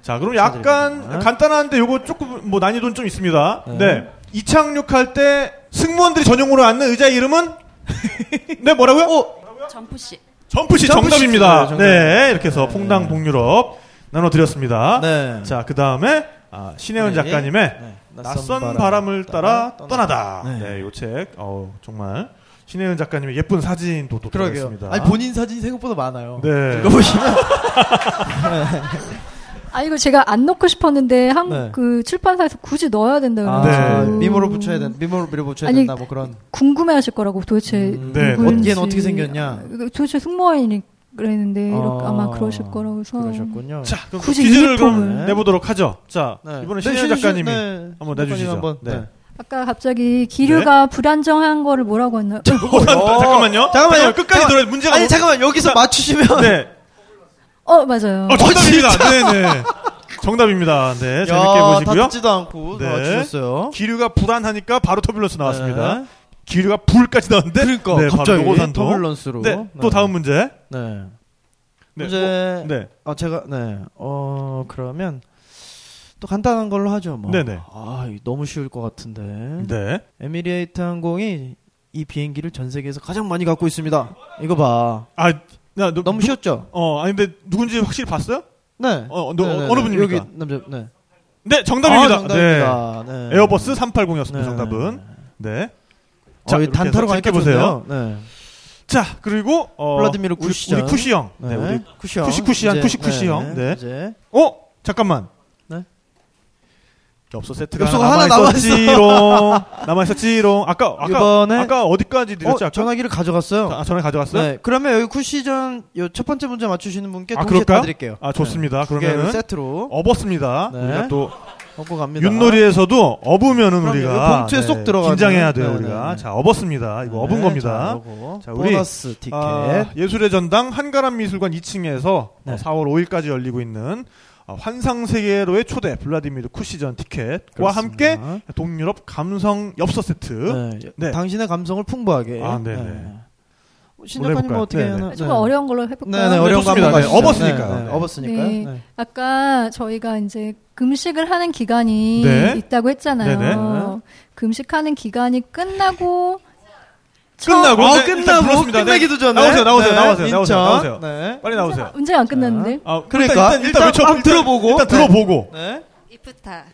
[SPEAKER 6] 자, 그럼 약간
[SPEAKER 5] 축하드립니다.
[SPEAKER 6] 간단한데 요거 조금 뭐 난이도는 좀 있습니다.
[SPEAKER 5] 네.
[SPEAKER 6] 네. 이착륙할 때 승무원들이 전용으로 앉는 의자의 이름은? <laughs> 네, 뭐라고요?
[SPEAKER 8] 점프씨.
[SPEAKER 6] 점프시
[SPEAKER 5] 점프시
[SPEAKER 6] 정답입니다.
[SPEAKER 5] 정답.
[SPEAKER 6] 네, 이렇게 해서 퐁당 동유럽 나눠드렸습니다.
[SPEAKER 5] 네.
[SPEAKER 6] 자, 그 다음에 아, 신혜원
[SPEAKER 5] 네.
[SPEAKER 6] 작가님의
[SPEAKER 5] 네.
[SPEAKER 6] 낯선 바람을 따라 떠나다.
[SPEAKER 5] 떠나다.
[SPEAKER 6] 네, 요 책 어, 정말 신혜은 작가님의 예쁜 사진도 또
[SPEAKER 5] 그러게요.
[SPEAKER 6] 들어있습니다.
[SPEAKER 5] 아니 본인 사진이 생각보다 많아요.
[SPEAKER 6] 네.
[SPEAKER 5] 읽어보시면
[SPEAKER 7] 아 이거 제가 안 넣고 싶었는데 한
[SPEAKER 5] 네.
[SPEAKER 7] 그 출판사에서 굳이 넣어야 된다
[SPEAKER 5] 아,
[SPEAKER 7] 그래가지고
[SPEAKER 6] 네.
[SPEAKER 5] 미모로 붙여야 된다. 미모로 밀어 붙여야
[SPEAKER 7] 아니,
[SPEAKER 5] 된다. 뭐 그런.
[SPEAKER 7] 궁금해하실 거라고 도대체
[SPEAKER 5] 음,
[SPEAKER 6] 네, 네.
[SPEAKER 7] 누구인지.
[SPEAKER 5] 얘는 어떻게
[SPEAKER 6] 아.
[SPEAKER 5] 생겼냐?
[SPEAKER 7] 이거 그, 도대체 승무원이니 그랬는데 이렇게
[SPEAKER 5] 아,
[SPEAKER 7] 아마 그러실 거라고 해서
[SPEAKER 5] 그러셨군요.
[SPEAKER 6] 네. 자, 그럼
[SPEAKER 7] 굳이
[SPEAKER 6] 퀴즈를
[SPEAKER 7] 유니폼을.
[SPEAKER 6] 그럼 내보도록 하죠. 자,
[SPEAKER 5] 네.
[SPEAKER 6] 이번에 신혜은 작가님이 한번 내주시죠.
[SPEAKER 5] 한번.
[SPEAKER 6] 네.
[SPEAKER 5] 네.
[SPEAKER 7] 아까 갑자기 기류가 불안정한 거를 뭐라고 했나요?
[SPEAKER 6] 어, 잠- 잠깐만요.
[SPEAKER 5] 잠깐만요.
[SPEAKER 6] 끝까지
[SPEAKER 5] 잠깐-
[SPEAKER 6] 들어야 문제가
[SPEAKER 5] 아니
[SPEAKER 6] 뭐-
[SPEAKER 5] 잠깐만 여기서 맞추시면 <laughs>
[SPEAKER 6] 네.
[SPEAKER 7] 어 맞아요.
[SPEAKER 6] 어, 정답입니다. 네, 네. 정답입니다. 네, 재밌게
[SPEAKER 5] 야,
[SPEAKER 6] 보시고요.
[SPEAKER 5] 다듣지도 않고
[SPEAKER 6] 네.
[SPEAKER 5] 다 맞추셨어요.
[SPEAKER 6] 기류가 불안하니까 바로 터뷸런스 나왔습니다.
[SPEAKER 5] 네.
[SPEAKER 6] 기류가 불까지 나왔는데
[SPEAKER 5] 그러니까
[SPEAKER 6] 네,
[SPEAKER 5] 갑자기
[SPEAKER 6] 바로 노고산도.
[SPEAKER 5] 터뷸런스로.
[SPEAKER 6] 네, 또 다음 문제.
[SPEAKER 5] 네.
[SPEAKER 6] 네.
[SPEAKER 5] 이제
[SPEAKER 6] 어, 네.
[SPEAKER 5] 아 제가 네. 어 그러면 또 간단한 걸로 하죠, 뭐.
[SPEAKER 6] 네네.
[SPEAKER 5] 아, 이거 너무 쉬울 것 같은데.
[SPEAKER 6] 네.
[SPEAKER 5] 에미레이트 항공이 이 비행기를 전 세계에서 가장 많이 갖고 있습니다. 이거 봐.
[SPEAKER 6] 아, 나 너-
[SPEAKER 5] 너무 쉬웠죠?
[SPEAKER 6] 어, 아니 근데 누군지 확실히 봤어요?
[SPEAKER 5] 네.
[SPEAKER 6] 어, 너-
[SPEAKER 5] 네네네.
[SPEAKER 6] 어느 분입니까?
[SPEAKER 5] 여기 남자. 네.
[SPEAKER 6] 네, 정답입니다.
[SPEAKER 5] 아, 정답입니다. 네.
[SPEAKER 6] 네. 에어버스 380이었습니다.
[SPEAKER 5] 네.
[SPEAKER 6] 정답은. 네.
[SPEAKER 5] 자, 어,
[SPEAKER 6] 이렇게
[SPEAKER 5] 단타로
[SPEAKER 6] 해서
[SPEAKER 5] 가니까
[SPEAKER 6] 재밌게
[SPEAKER 5] 보세요. 네.
[SPEAKER 6] 자, 그리고 어,
[SPEAKER 5] 블라디미르
[SPEAKER 6] 우리-
[SPEAKER 5] 쿠시장.
[SPEAKER 6] 우리 쿠시 형. 네, 우리
[SPEAKER 5] 쿠시 형.
[SPEAKER 6] 쿠시쿠시한
[SPEAKER 5] 이제,
[SPEAKER 6] 쿠시쿠시
[SPEAKER 5] 네,
[SPEAKER 6] 형. 네.
[SPEAKER 5] 이제
[SPEAKER 6] 어, 잠깐만.
[SPEAKER 5] 네.
[SPEAKER 6] 엽서 세트가
[SPEAKER 5] 엽서가
[SPEAKER 6] 하나
[SPEAKER 5] 하나 남아
[SPEAKER 6] <laughs> 남아있었지롱. 남아있었지롱. 아까, 아까,
[SPEAKER 5] 이번에-
[SPEAKER 6] 아까 어디까지
[SPEAKER 5] 어,
[SPEAKER 6] 드렸지? 아까?
[SPEAKER 5] 전화기를 가져갔어요.
[SPEAKER 6] 아, 전화 가져갔어요?
[SPEAKER 5] 네. 그러면 여기 쿠시전 요 첫 번째 문제 맞추시는 분께
[SPEAKER 6] 아,
[SPEAKER 5] 동시에
[SPEAKER 6] 그럴까요?
[SPEAKER 5] 다 드릴게요.
[SPEAKER 6] 아, 좋습니다.
[SPEAKER 5] 네. 두개
[SPEAKER 6] 그러면은
[SPEAKER 5] 세트로
[SPEAKER 6] 업었습니다.
[SPEAKER 5] 네.
[SPEAKER 6] 우리가 또
[SPEAKER 5] 얻고 갑니다.
[SPEAKER 6] 윷놀이에서도 업으면은
[SPEAKER 5] 그럼요.
[SPEAKER 6] 우리가 네,
[SPEAKER 5] 봉투에 쏙 들어가는.
[SPEAKER 6] 긴장해야 돼요
[SPEAKER 5] 네,
[SPEAKER 6] 우리가
[SPEAKER 5] 네, 네.
[SPEAKER 6] 자 업었습니다 이거 업은 겁니다
[SPEAKER 5] 자,
[SPEAKER 6] 자,
[SPEAKER 5] 우리
[SPEAKER 6] 우리-
[SPEAKER 5] 보너스 티켓.
[SPEAKER 6] 아, 예술의 전당 한가람 미술관 2층에서
[SPEAKER 5] 네.
[SPEAKER 6] 4월 5일까지 열리고 있는 어, 환상 세계로의 초대 블라디미르 쿠시전 티켓과
[SPEAKER 5] 그렇습니다.
[SPEAKER 6] 함께 동유럽 감성 엽서 세트
[SPEAKER 5] 네.
[SPEAKER 6] 네.
[SPEAKER 5] 당신의 감성을 풍부하게.
[SPEAKER 6] 아, 네네.
[SPEAKER 5] 신작가님 뭐
[SPEAKER 6] 해볼까요?
[SPEAKER 5] 어떻게
[SPEAKER 6] 네네.
[SPEAKER 5] 하나?
[SPEAKER 7] 좀 아, 어려운 걸로 해볼까요?
[SPEAKER 5] 네네 어려운 거
[SPEAKER 6] 좋습니다.
[SPEAKER 5] 한번
[SPEAKER 6] 네,
[SPEAKER 5] 가시죠.
[SPEAKER 6] 업었으니까요.
[SPEAKER 5] 네, 네,
[SPEAKER 6] 네.
[SPEAKER 5] 업었으니까요.
[SPEAKER 7] 네.
[SPEAKER 5] 네.
[SPEAKER 7] 아까 저희가 이제 금식을 하는 기간이
[SPEAKER 6] 네.
[SPEAKER 7] 있다고 했잖아요.
[SPEAKER 6] 네네.
[SPEAKER 7] 금식하는 기간이 끝나고
[SPEAKER 6] 끝나고
[SPEAKER 5] 아,
[SPEAKER 6] 네, 일단 불렀습니다. 네.
[SPEAKER 5] 끝나기도 전에
[SPEAKER 6] 나오세요 나오세요
[SPEAKER 5] 네,
[SPEAKER 6] 나오세요
[SPEAKER 5] 인천.
[SPEAKER 6] 나오세요 나오세요
[SPEAKER 5] 네.
[SPEAKER 6] 빨리 나오세요
[SPEAKER 7] 문제가 안 끝났는데
[SPEAKER 6] 아,
[SPEAKER 5] 그러니까
[SPEAKER 6] 일단, 일단, 일단 외쳐
[SPEAKER 5] 한번 들어보고.
[SPEAKER 6] 일단
[SPEAKER 5] 네.
[SPEAKER 6] 들어보고
[SPEAKER 5] 네.
[SPEAKER 1] 이프타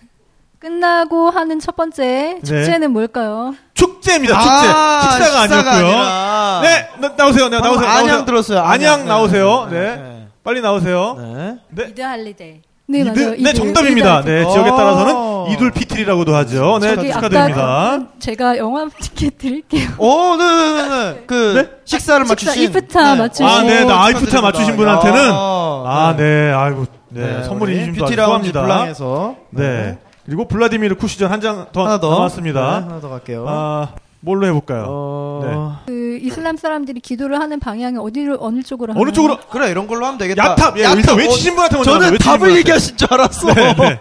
[SPEAKER 7] 끝나고 하는 첫 번째
[SPEAKER 6] 네.
[SPEAKER 7] 축제는 뭘까요?
[SPEAKER 6] 축제입니다 축제
[SPEAKER 5] 아,
[SPEAKER 6] 식사가 아니었고요
[SPEAKER 5] 아니라.
[SPEAKER 6] 네 나, 나오세요 네,
[SPEAKER 5] 방금
[SPEAKER 6] 나오세요
[SPEAKER 5] 안양
[SPEAKER 6] 나오세요.
[SPEAKER 5] 들었어요.
[SPEAKER 6] 안양,
[SPEAKER 5] 네,
[SPEAKER 6] 나오세요
[SPEAKER 5] 네,
[SPEAKER 6] 네,
[SPEAKER 5] 네.
[SPEAKER 6] 빨리 나오세요
[SPEAKER 5] 네.
[SPEAKER 6] 네
[SPEAKER 1] 이드 할리데이
[SPEAKER 7] 네
[SPEAKER 6] 이드-
[SPEAKER 7] 맞아요.
[SPEAKER 6] 네
[SPEAKER 7] 이드,
[SPEAKER 6] 정답입니다
[SPEAKER 7] 이드
[SPEAKER 6] 네 지역에 따라서는
[SPEAKER 5] 아.
[SPEAKER 6] 이둘 피틀이라고도 하죠. 네,
[SPEAKER 8] 저기
[SPEAKER 6] 축하드립니다.
[SPEAKER 8] 아까 제가
[SPEAKER 7] <laughs>
[SPEAKER 8] 영화 티켓 드릴게요.
[SPEAKER 5] 오, 어, 네네네. 그
[SPEAKER 8] 식사,
[SPEAKER 5] 식사를 맞추신
[SPEAKER 8] 이프타 맞추신
[SPEAKER 6] 아, 네, 나 아이프타
[SPEAKER 5] 축하드립니다.
[SPEAKER 6] 맞추신 분한테는
[SPEAKER 5] 야.
[SPEAKER 6] 아, 네, 아이고, 네,
[SPEAKER 5] 우리
[SPEAKER 6] 선물이 좀
[SPEAKER 5] 뷰티라운지
[SPEAKER 6] 수고합니다.
[SPEAKER 5] 블랑에서
[SPEAKER 6] 네, 그리고 블라디미르 쿠시전 한 장 더
[SPEAKER 5] 하나 더
[SPEAKER 6] 남았습니다.
[SPEAKER 5] 네, 하나 더 갈게요.
[SPEAKER 6] 아, 뭘로 해볼까요? 네.
[SPEAKER 5] 어...
[SPEAKER 7] 그 이슬람 사람들이 기도를 하는 방향이 어디로 어느 쪽으로
[SPEAKER 6] 어느
[SPEAKER 7] 하나요?
[SPEAKER 6] 쪽으로?
[SPEAKER 5] 그래 이런 걸로 하면 되겠다. 어,
[SPEAKER 6] 야탑, 예, 일단 외치신 분한테 먼저
[SPEAKER 5] 저는
[SPEAKER 6] 외치신
[SPEAKER 5] 답을
[SPEAKER 6] 분한테.
[SPEAKER 5] 얘기하신 줄 알았어.
[SPEAKER 6] <laughs> 네, 네.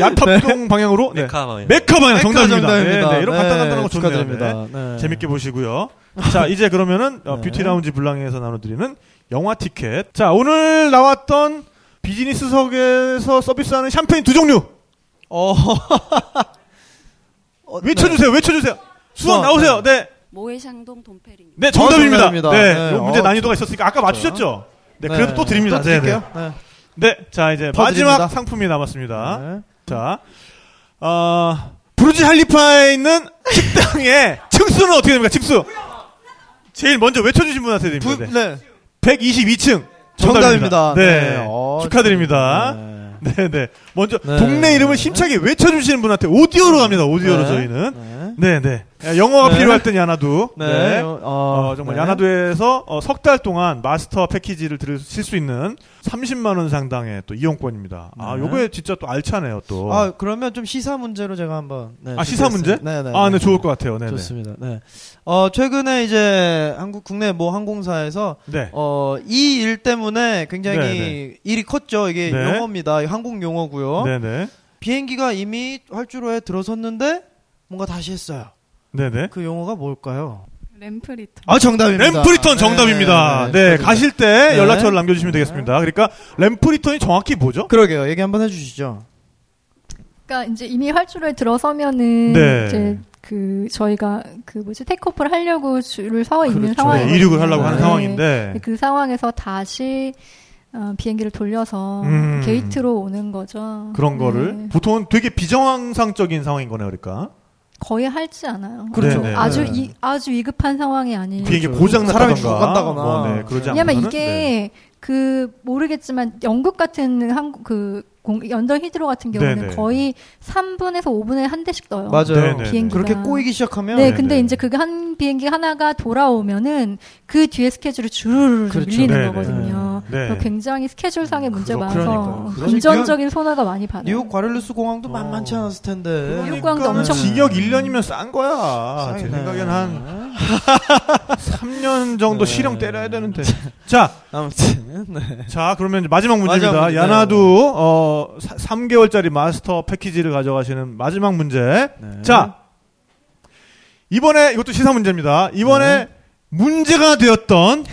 [SPEAKER 6] 야탑동 방향으로 네.
[SPEAKER 10] 메카 뭐 방향.
[SPEAKER 6] 메카 방향
[SPEAKER 5] 메카
[SPEAKER 6] 정답입니다.
[SPEAKER 5] 정답입니다.
[SPEAKER 6] 네, 네, 이런
[SPEAKER 5] 네,
[SPEAKER 6] 간단간단한 거 좋네요.
[SPEAKER 5] 축하드립니다.
[SPEAKER 6] 네.
[SPEAKER 5] 네.
[SPEAKER 6] 재밌게 보시고요.
[SPEAKER 5] <laughs>
[SPEAKER 6] 자, 이제 그러면은 어,
[SPEAKER 5] 네.
[SPEAKER 6] 뷰티 라운지 블랑에서 나눠드리는 영화 티켓. 자, 오늘 나왔던 비즈니스석에서 서비스하는 샴페인 두 종류
[SPEAKER 5] 어. 어,
[SPEAKER 6] 외쳐주세요. 외쳐주세요.
[SPEAKER 5] 수원,
[SPEAKER 6] 수원 나오세요. 네,
[SPEAKER 1] 모해샹동 돈페리님.
[SPEAKER 6] 네 정답입니다.
[SPEAKER 5] 정답입니다.
[SPEAKER 6] 네,
[SPEAKER 5] 네,
[SPEAKER 6] 요 문제
[SPEAKER 5] 어,
[SPEAKER 6] 난이도가 있었으니까 아까 맞추셨죠. 네, 그래도 또 드립니다.
[SPEAKER 5] 또
[SPEAKER 6] 네,
[SPEAKER 5] 드릴게요. 네.
[SPEAKER 6] 네, 네, 자 이제
[SPEAKER 5] 더
[SPEAKER 6] 마지막
[SPEAKER 5] 드립니다.
[SPEAKER 6] 상품이 남았습니다.
[SPEAKER 5] 네.
[SPEAKER 6] 자, 어, 브루지 할리파에 있는 식당의 <laughs> 층수는 어떻게 됩니까? 층수. 제일 먼저 외쳐주신 분한테
[SPEAKER 5] 부,
[SPEAKER 6] 드립니다.
[SPEAKER 5] 네.
[SPEAKER 6] 122층.
[SPEAKER 5] 정답입니다.
[SPEAKER 6] 네.
[SPEAKER 5] 네. 어,
[SPEAKER 6] 축하드립니다.
[SPEAKER 5] 네.
[SPEAKER 6] 네, 네. 먼저
[SPEAKER 5] 네.
[SPEAKER 6] 동네 이름을 힘차게 외쳐주시는 분한테 오디오로 갑니다. 오디오로
[SPEAKER 5] 네.
[SPEAKER 6] 저희는.
[SPEAKER 5] 네.
[SPEAKER 6] 네, 네. 영어가
[SPEAKER 5] 네.
[SPEAKER 6] 필요할 땐 야나두.
[SPEAKER 5] 네.
[SPEAKER 6] 어, 정말
[SPEAKER 5] 네.
[SPEAKER 6] 야나두에서 어, 석 달 동안 마스터 패키지를 들으실 수 있는 30만 원 상당의 또 이용권입니다. 아,
[SPEAKER 5] 네.
[SPEAKER 6] 요게 진짜 또 알차네요, 또.
[SPEAKER 5] 아, 그러면 좀 시사 문제로 제가 한번 네,
[SPEAKER 6] 아, 시사 문제?
[SPEAKER 5] 네, 네.
[SPEAKER 6] 아, 네, 좋을 것 같아요. 네, 네.
[SPEAKER 5] 좋습니다. 네. 어, 최근에 이제 한국 국내 뭐 항공사에서
[SPEAKER 6] 네.
[SPEAKER 5] 어, 이 일 때문에 굉장히
[SPEAKER 6] 네, 네.
[SPEAKER 5] 일이 컸죠. 이게
[SPEAKER 6] 네.
[SPEAKER 5] 용어입니다. 항공 용어고요.
[SPEAKER 6] 네, 네.
[SPEAKER 5] 비행기가 이미 활주로에 들어섰는데 뭔가 다시 했어요.
[SPEAKER 6] 네, 네.
[SPEAKER 5] 그 용어가 뭘까요?
[SPEAKER 8] 램프리터.
[SPEAKER 5] 아, 정답입니다.
[SPEAKER 6] 램프리턴 정답입니다. 네,
[SPEAKER 5] 네,
[SPEAKER 6] 가실 때
[SPEAKER 5] 네.
[SPEAKER 6] 연락처를 남겨주시면 되겠습니다. 그러니까 램프리턴이 정확히 뭐죠?
[SPEAKER 5] 그러게요. 얘기 한번 해주시죠.
[SPEAKER 7] 그러니까 이제 이미 활주로에 들어서면은
[SPEAKER 6] 네.
[SPEAKER 7] 이제 그 저희가 그 뭐지 테이크오프를 하려고 줄을 서그 있는
[SPEAKER 5] 그렇죠.
[SPEAKER 7] 상황이
[SPEAKER 6] 네, 이륙을 하려고 하는
[SPEAKER 5] 네.
[SPEAKER 6] 상황인데
[SPEAKER 7] 그 상황에서 다시 어, 비행기를 돌려서
[SPEAKER 6] 음.
[SPEAKER 7] 게이트로 오는 거죠.
[SPEAKER 6] 그런 거를
[SPEAKER 7] 네.
[SPEAKER 6] 보통은 되게 비정상적인 상황인 거네요, 그러니까
[SPEAKER 7] 거의 할지 않아요.
[SPEAKER 6] 그렇죠. 네, 네.
[SPEAKER 7] 아주
[SPEAKER 5] 네.
[SPEAKER 7] 이, 아주 위급한 상황이 아닌.
[SPEAKER 6] 비행기
[SPEAKER 5] 그렇죠.
[SPEAKER 6] 고장
[SPEAKER 5] 사람이
[SPEAKER 6] 났다던가,
[SPEAKER 5] 죽어간다거나.
[SPEAKER 6] 뭐, 네, 그러지 않고
[SPEAKER 7] 왜냐면 이게 그 모르겠지만 영국 같은 한국 그 공- 연정 히드로 같은 경우는
[SPEAKER 6] 네네.
[SPEAKER 7] 거의 3분에서 5분에 한 대씩 떠요.
[SPEAKER 5] 맞아요.
[SPEAKER 6] 네, 네.
[SPEAKER 7] 비행기가.
[SPEAKER 5] 그렇게 꼬이기 시작하면
[SPEAKER 7] 네,
[SPEAKER 6] 네네.
[SPEAKER 7] 근데 이제 그 한 비행기 하나가 돌아오면은 그 뒤에 스케줄이 주르르
[SPEAKER 5] 그렇죠.
[SPEAKER 7] 밀리는
[SPEAKER 6] 네네.
[SPEAKER 7] 거거든요.
[SPEAKER 6] 네.
[SPEAKER 7] 그래서 굉장히 스케줄상의 문제가
[SPEAKER 5] 그러-
[SPEAKER 7] 많아서
[SPEAKER 5] 그러니까요.
[SPEAKER 7] 금전적인 손해가 많이 받아요.
[SPEAKER 5] 뉴욕 과릴루스
[SPEAKER 6] 네.
[SPEAKER 5] 공항도 만만치 않았을 텐데.
[SPEAKER 7] 뉴욕 공항도
[SPEAKER 6] 그러니까
[SPEAKER 7] 엄청-
[SPEAKER 6] 징역 1년이면 싼 거야. 제
[SPEAKER 5] 네.
[SPEAKER 6] 생각엔 한 <laughs> 3년 정도
[SPEAKER 5] 네.
[SPEAKER 6] 실형 때려야 되는데. 자,
[SPEAKER 5] 아무튼 네.
[SPEAKER 6] 자, 그러면 이제 마지막 문제입니다.
[SPEAKER 5] 마지막 문제. 네.
[SPEAKER 6] 야나두 어 3개월짜리 마스터 패키지를 가져가시는 마지막 문제.
[SPEAKER 5] 네.
[SPEAKER 6] 자. 이번에 이것도 시사 문제입니다. 이번에
[SPEAKER 5] 네.
[SPEAKER 6] 문제가
[SPEAKER 5] <laughs>
[SPEAKER 6] 되었던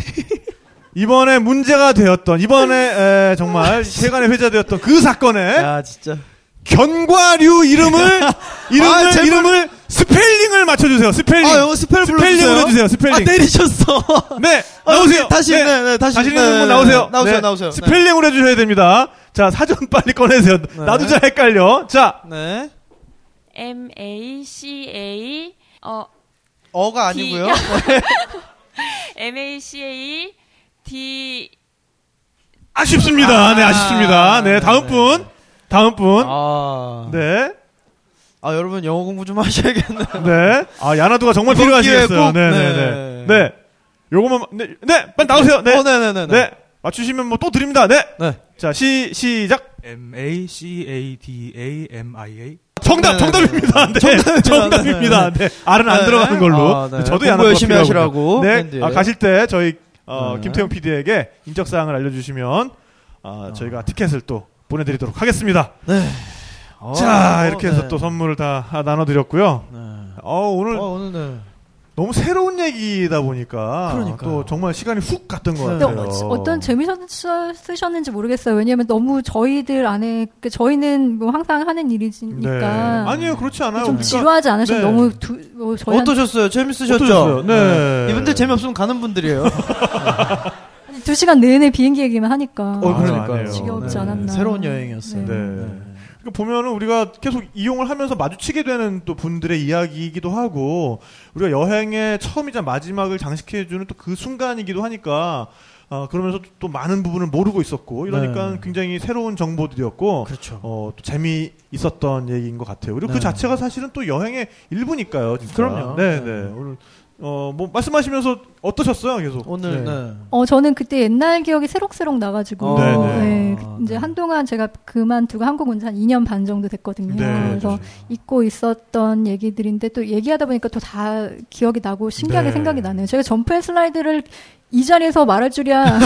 [SPEAKER 6] 이번에 문제가 되었던 이번에
[SPEAKER 5] <laughs>
[SPEAKER 6] 에, 정말 세간에 회자되었던 그 사건의
[SPEAKER 5] 야 진짜
[SPEAKER 6] 견과류 이름을 이름을
[SPEAKER 5] <laughs> 아, 제발.
[SPEAKER 6] 이름을 스펠링을 맞춰 주세요. 스펠링.
[SPEAKER 5] 아 영어 스펠 불러주세요
[SPEAKER 6] 스펠링으로 해주세요, 스펠링.
[SPEAKER 5] 아 <laughs> 때리셨어
[SPEAKER 6] 네.
[SPEAKER 5] 아,
[SPEAKER 6] 나오세요.
[SPEAKER 5] 여기 다시
[SPEAKER 6] 네.
[SPEAKER 5] 네, 네, 다시
[SPEAKER 6] 자신
[SPEAKER 5] 네,
[SPEAKER 6] 있는 분
[SPEAKER 5] 네,
[SPEAKER 6] 나오세요.
[SPEAKER 5] 네, 나오세요
[SPEAKER 6] 네.
[SPEAKER 5] 나오세요
[SPEAKER 6] 스펠링으로 해주셔야 됩니다. 자, 사전 <laughs> 빨리 꺼내세요. 나도 잘 헷갈려. 자,
[SPEAKER 5] 네
[SPEAKER 1] M A C A 어
[SPEAKER 5] 어가 아니고요
[SPEAKER 1] M A C A D
[SPEAKER 6] 아쉽습니다. 네, 아쉽습니다. 네, 다음 분. 다음 분.
[SPEAKER 5] 아,
[SPEAKER 6] 네.
[SPEAKER 5] 아 여러분 영어 공부 좀 <laughs> 하셔야겠네요
[SPEAKER 6] 네. 아, 야나두가 정말
[SPEAKER 5] 이번 기회에
[SPEAKER 6] 필요하시겠어요.
[SPEAKER 5] 꼭,
[SPEAKER 6] 네, 네,
[SPEAKER 5] 네.
[SPEAKER 6] 네. 네. 요거만, 네, 네, 빨리 나오세요. 네.
[SPEAKER 5] 어, 네네네
[SPEAKER 6] 네. 맞추시면 뭐 또 드립니다. 네.
[SPEAKER 5] 네.
[SPEAKER 6] 자, 시, 시작.
[SPEAKER 10] M A C A D A M I A
[SPEAKER 5] 네,
[SPEAKER 6] 정답,
[SPEAKER 5] 네,
[SPEAKER 6] 정답입니다. 네. 정답입니다. 네. 알은 안
[SPEAKER 5] 네,
[SPEAKER 6] 들어가는
[SPEAKER 5] 네.
[SPEAKER 6] 걸로.
[SPEAKER 5] 아, 네.
[SPEAKER 6] 저도
[SPEAKER 5] 공부
[SPEAKER 6] 야나두가
[SPEAKER 5] 열심히
[SPEAKER 6] 필요하거든요.
[SPEAKER 5] 하시라고.
[SPEAKER 6] 네.
[SPEAKER 5] 밴드에.
[SPEAKER 6] 아, 가실 때 저희, 어,
[SPEAKER 5] 네.
[SPEAKER 6] 김태형 PD에게 인적사항을 알려주시면, 아, 저희가 티켓을 또 보내드리도록 하겠습니다.
[SPEAKER 5] 어,
[SPEAKER 6] 자
[SPEAKER 5] 어,
[SPEAKER 6] 이렇게 해서
[SPEAKER 5] 네.
[SPEAKER 6] 또 선물을 다 나눠드렸고요.
[SPEAKER 5] 네.
[SPEAKER 6] 어 오늘
[SPEAKER 5] 어 오늘
[SPEAKER 6] 너무 새로운 얘기다 보니까
[SPEAKER 5] 그러니까요.
[SPEAKER 6] 또 정말 시간이 훅 갔던 것
[SPEAKER 5] 네.
[SPEAKER 7] 근데
[SPEAKER 6] 같아요.
[SPEAKER 7] 어- 어떤 재미있으셨는지 모르겠어요. 왜냐하면 너무 저희들 안에 그 저희는 뭐 항상 하는
[SPEAKER 6] 네.
[SPEAKER 7] 일이니까
[SPEAKER 6] 아니에요 그렇지 않아요.
[SPEAKER 7] 좀
[SPEAKER 6] 그러니까
[SPEAKER 7] 지루하지 않으시면
[SPEAKER 6] 네.
[SPEAKER 7] 너무 두, 뭐
[SPEAKER 5] 네.
[SPEAKER 7] 저희
[SPEAKER 5] 어떠셨어요 재밌으셨죠
[SPEAKER 6] 어떠셨어요? 네.
[SPEAKER 5] 이분들 재미없으면 가는 분들이에요
[SPEAKER 7] 두 시간 내내 비행기 얘기만 하니까.
[SPEAKER 5] 아,
[SPEAKER 6] 어, 그러니까요.
[SPEAKER 7] 지겹지 않았나.
[SPEAKER 5] 네. 새로운 여행이었어요
[SPEAKER 6] 네. 그러니까 보면은 우리가 계속 이용을 하면서 마주치게 되는 또 분들의 이야기이기도 하고 우리가 여행의 처음이자 마지막을 장식해주는 또 그 순간이기도 하니까 아, 그러면서 또 많은 부분을 모르고 있었고 이러니까
[SPEAKER 10] 네.
[SPEAKER 6] 굉장히 새로운 정보들이었고
[SPEAKER 5] 그렇죠.
[SPEAKER 6] 어, 또 재미 있었던 얘기인 것 같아요. 그리고
[SPEAKER 10] 네.
[SPEAKER 6] 그 자체가 사실은 또 여행의 일부니까요. 진짜.
[SPEAKER 10] 그럼요.
[SPEAKER 6] 네, 네. 오늘 어, 뭐 말씀하시면서 어떠셨어요? 계속
[SPEAKER 5] 오늘, 네.
[SPEAKER 7] 어, 저는 그때 옛날 기억이 새록새록 나가지고,
[SPEAKER 6] 어, 네네.
[SPEAKER 7] 네, 그- 이제 한동안 제가 그만두고 한국 온 지 한 2년 반 정도 됐거든요.
[SPEAKER 6] 네,
[SPEAKER 7] 그래서 잊고 있었던 얘기들인데 또 얘기하다 보니까 또 다 기억이 나고 신기하게
[SPEAKER 6] 네.
[SPEAKER 7] 생각이 나네요. 제가 점프 앤 슬라이드를 이 자리에서
[SPEAKER 6] <laughs>
[SPEAKER 7] 말할 줄이야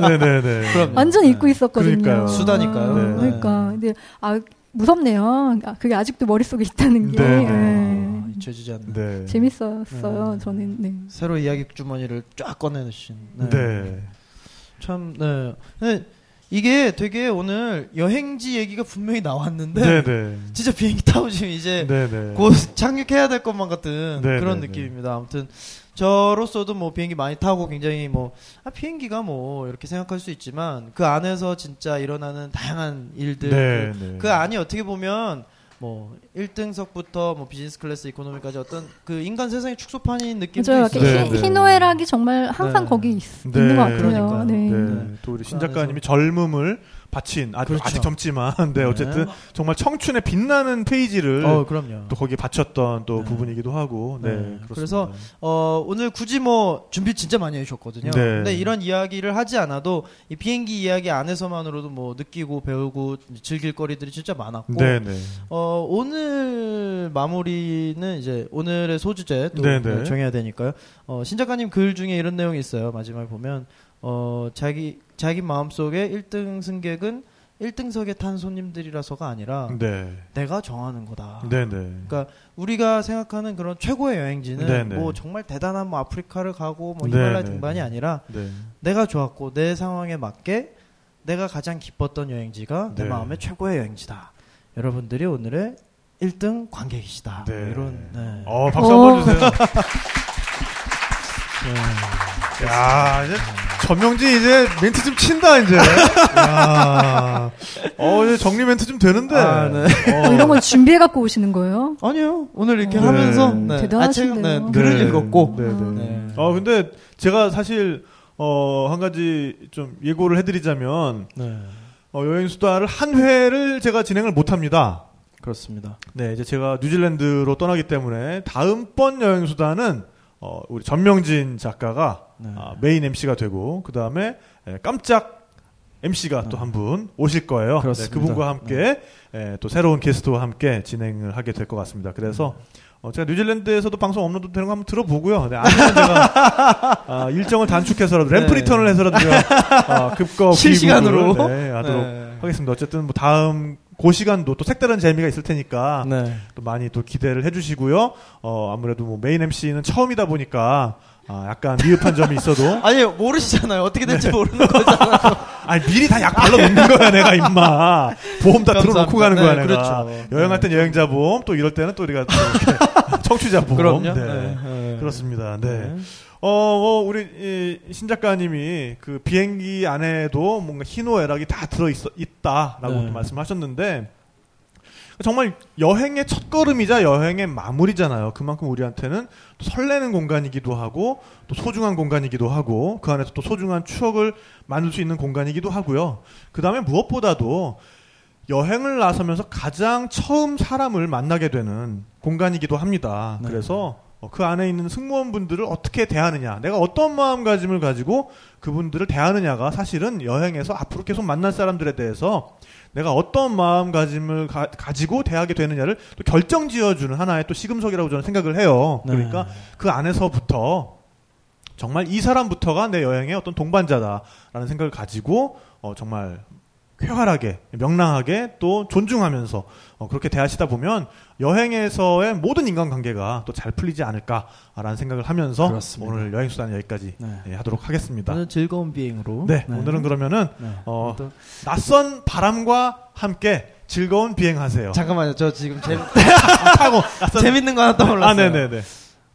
[SPEAKER 6] 네, 네, 네.
[SPEAKER 5] <laughs> 그럼요.
[SPEAKER 7] 완전 잊고 있었거든요.
[SPEAKER 6] 그러니까요.
[SPEAKER 5] 수다니까요.
[SPEAKER 6] 네.
[SPEAKER 7] 그러니까. 근데, 아, 무섭네요. 아, 그게 아직도 머릿속에 있다는 게.
[SPEAKER 6] 네, 네.
[SPEAKER 7] 네.
[SPEAKER 5] 잊혀지지 않는
[SPEAKER 6] 네.
[SPEAKER 7] 재밌었어요, 저는. 네.
[SPEAKER 5] 새로 이야기 주머니를 쫙 꺼내신. 네.
[SPEAKER 6] 네.
[SPEAKER 5] 참, 네. 네. 이게 되게 오늘 여행지 얘기가 분명히 나왔는데
[SPEAKER 6] 네, 네.
[SPEAKER 5] 진짜 비행기 타고 지금 이제
[SPEAKER 6] 네, 네.
[SPEAKER 5] 곧 착륙해야 될 것만 같은
[SPEAKER 6] 네,
[SPEAKER 5] 그런
[SPEAKER 6] 네, 네.
[SPEAKER 5] 느낌입니다. 아무튼 저로서도 뭐 비행기 많이 타고 굉장히 뭐 아, 비행기가 뭐 이렇게 생각할 수 있지만 그 안에서 진짜 일어나는 다양한 일들
[SPEAKER 6] 네,
[SPEAKER 5] 그,
[SPEAKER 6] 네.
[SPEAKER 5] 그 안이 어떻게 보면 뭐 1등석부터 뭐 비즈니스 클래스 이코노미까지 어떤 그 인간 세상의 축소판인 느낌도
[SPEAKER 7] 맞아요.
[SPEAKER 5] 있어요.
[SPEAKER 6] 네,
[SPEAKER 7] 히,
[SPEAKER 6] 네.
[SPEAKER 7] 희노애락이 정말 항상
[SPEAKER 5] 네.
[SPEAKER 7] 거기 있,
[SPEAKER 6] 네,
[SPEAKER 7] 는것 같아요.
[SPEAKER 5] 그러니까요.
[SPEAKER 7] 네.
[SPEAKER 6] 네.
[SPEAKER 5] 네.
[SPEAKER 6] 또 우리
[SPEAKER 5] 그
[SPEAKER 6] 신 작가님이 젊음을 바친 아직,
[SPEAKER 5] 그렇죠.
[SPEAKER 6] 아직 젊지만 <laughs> 네, 어쨌든
[SPEAKER 5] 네.
[SPEAKER 6] 정말 청춘의 빛나는 페이지를
[SPEAKER 5] 어, 그럼요.
[SPEAKER 6] 또 거기에 바쳤던 또
[SPEAKER 5] 네.
[SPEAKER 6] 부분이기도 하고 네,
[SPEAKER 5] 네,
[SPEAKER 6] 그렇습니다.
[SPEAKER 5] 그래서 어, 오늘 굳이 뭐 준비 진짜 많이 해주셨거든요.
[SPEAKER 6] 네.
[SPEAKER 5] 근데 이런 이야기를 하지 않아도 이 비행기 이야기 안에서만으로도 뭐 느끼고 배우고 즐길 거리들이 진짜 많았고
[SPEAKER 6] 네, 네.
[SPEAKER 5] 어, 오늘 마무리는 이제 오늘의 소주제 또
[SPEAKER 6] 네, 네.
[SPEAKER 5] 정해야 되니까요. 어, 신 작가님 글 중에 이런 내용이 있어요. 마지막에 보면 어, 자기 자기 마음속에 1등 승객은 1등석에 탄 손님들이라서가 아니라
[SPEAKER 6] 네.
[SPEAKER 5] 내가 정하는 거다.
[SPEAKER 6] 네, 네.
[SPEAKER 5] 그러니까 우리가 생각하는 그런 최고의 여행지는
[SPEAKER 6] 네네.
[SPEAKER 5] 뭐 정말 대단한 뭐 아프리카를 가고 뭐
[SPEAKER 6] 네네.
[SPEAKER 5] 히말라야 등반이 아니라
[SPEAKER 6] 네.
[SPEAKER 5] 내가 좋았고 내 상황에 맞게 내가 가장 기뻤던 여행지가 내
[SPEAKER 6] 네.
[SPEAKER 5] 마음의 최고의 여행지다. 여러분들이 오늘의 1등 관객이시다.
[SPEAKER 6] 네.
[SPEAKER 5] 이런 네.
[SPEAKER 6] 어, 박수 한 번
[SPEAKER 7] <laughs>
[SPEAKER 6] 주세요. 네. 야, 이제 전명진 이제 멘트 좀 친다 이제. 야. 어, 이제 정리 멘트 좀 되는데.
[SPEAKER 5] 아, 네.
[SPEAKER 7] 어, 이런 걸 준비해 갖고 오시는 거예요?
[SPEAKER 5] 아니요. 오늘 이렇게
[SPEAKER 6] 네.
[SPEAKER 5] 하면서 네.
[SPEAKER 7] 대단하신데요.
[SPEAKER 5] 아, 제가, 네. 글을
[SPEAKER 6] 네.
[SPEAKER 5] 읽었고
[SPEAKER 6] 네, 네.
[SPEAKER 5] 네.
[SPEAKER 6] 어, 근데 제가 사실 어, 한 가지 좀 예고를 해드리자면
[SPEAKER 5] 네.
[SPEAKER 6] 어, 여행 수다를 한 회를 제가 진행을 못 합니다.
[SPEAKER 5] 그렇습니다.
[SPEAKER 6] 네, 이제 제가 뉴질랜드로 떠나기 때문에 다음번 여행 수단은 어, 우리 전명진 작가가
[SPEAKER 5] 네.
[SPEAKER 6] 아, 메인 MC가 되고 그 다음에 깜짝 MC가 또 한 분 오실 거예요.
[SPEAKER 5] 네.
[SPEAKER 6] 네,
[SPEAKER 5] 그렇습니다. 네.
[SPEAKER 6] 그분과 함께 에, 또 새로운 게스트와 함께 진행을 하게 될 것 같습니다. 그래서
[SPEAKER 5] 음.
[SPEAKER 6] 어, 제가 뉴질랜드에서도 방송 업로드 되는 거 한번 들어보고요. 네, 아니면 제가 아, 일정을 단축해서라도 램프
[SPEAKER 5] 네.
[SPEAKER 6] 리턴을 해서라도 제가 어, 급거
[SPEAKER 5] 실시간으로.
[SPEAKER 6] 귀국을, 네, 하도록
[SPEAKER 5] 네.
[SPEAKER 6] 하겠습니다. 어쨌든 뭐 다음 고 시간도 또 색다른 재미가 있을 테니까
[SPEAKER 5] 네.
[SPEAKER 6] 또 많이 또 기대를 해주시고요. 어, 아무래도 뭐 메인 MC는 처음이다 보니까 아, 약간 미흡한 점이
[SPEAKER 5] <laughs>
[SPEAKER 6] 있어도
[SPEAKER 5] 아니 모르시잖아요. 어떻게 될지
[SPEAKER 6] 네.
[SPEAKER 5] 모르는 거잖아요.
[SPEAKER 6] <laughs> 아니 미리 다 약 발라 놓는 거야 내가 임마 보험 다
[SPEAKER 5] 감사합니다.
[SPEAKER 6] 들어놓고 가는 거야
[SPEAKER 5] 네,
[SPEAKER 6] 내가
[SPEAKER 5] 그렇죠.
[SPEAKER 6] 여행할 땐 여행자 보험 또 이럴 때는 또
[SPEAKER 5] <laughs>
[SPEAKER 6] 우리가 또 이렇게 청취자 보험
[SPEAKER 5] 그럼요.
[SPEAKER 6] 네.
[SPEAKER 5] 네, 네.
[SPEAKER 6] 그렇습니다.
[SPEAKER 5] 네.
[SPEAKER 6] 네. 어, 뭐 우리 이, 신 작가님이 그 비행기 안에도 뭔가 희노애락이 다 들어 있어 있다라고
[SPEAKER 5] 네.
[SPEAKER 6] 말씀하셨는데 정말 여행의 첫 걸음이자 여행의 마무리잖아요. 그만큼 우리한테는 또 설레는 공간이기도 하고 또 소중한 공간이기도 하고 그 안에서 또 소중한 추억을 만들 수 있는 공간이기도 하고요. 그 다음에 무엇보다도 여행을 나서면서 가장 처음 사람을 만나게 되는 공간이기도 합니다.
[SPEAKER 5] 네.
[SPEAKER 6] 그래서 어, 그 안에 있는 승무원분들을 어떻게 대하느냐, 내가 어떤 마음가짐을 가지고 그분들을 대하느냐가 사실은 여행에서 앞으로 계속 만날 사람들에 대해서 내가 어떤 마음가짐을 가, 지고 대하게 되느냐를 또 결정 지어주는 하나의 또 시금석이라고 저는 생각을 해요.
[SPEAKER 5] 네.
[SPEAKER 6] 그러니까 그 안에서부터 정말 이 사람부터가 내 여행의 어떤 동반자다라는 생각을 가지고 어, 정말 쾌활하게 명랑하게 또 존중하면서 어, 그렇게 대하시다 보면 여행에서의 모든 인간관계가 또 잘 풀리지 않을까라는 생각을 하면서
[SPEAKER 5] 그렇습니다.
[SPEAKER 6] 오늘 여행 수단 여기까지
[SPEAKER 5] 네.
[SPEAKER 6] 예, 하도록 하겠습니다.
[SPEAKER 5] 오늘 즐거운 비행으로.
[SPEAKER 6] 네, 오늘은 그러면은
[SPEAKER 5] 네.
[SPEAKER 6] 어,
[SPEAKER 5] 또-
[SPEAKER 6] 낯선 바람과 함께 즐거운 비행하세요.
[SPEAKER 5] 잠깐만요. 저 지금 제,
[SPEAKER 6] <laughs> 타고 낯선-
[SPEAKER 5] 재밌는 거 하나
[SPEAKER 6] 어. 아,
[SPEAKER 5] 떠올랐어요.
[SPEAKER 6] 네, 네, 네.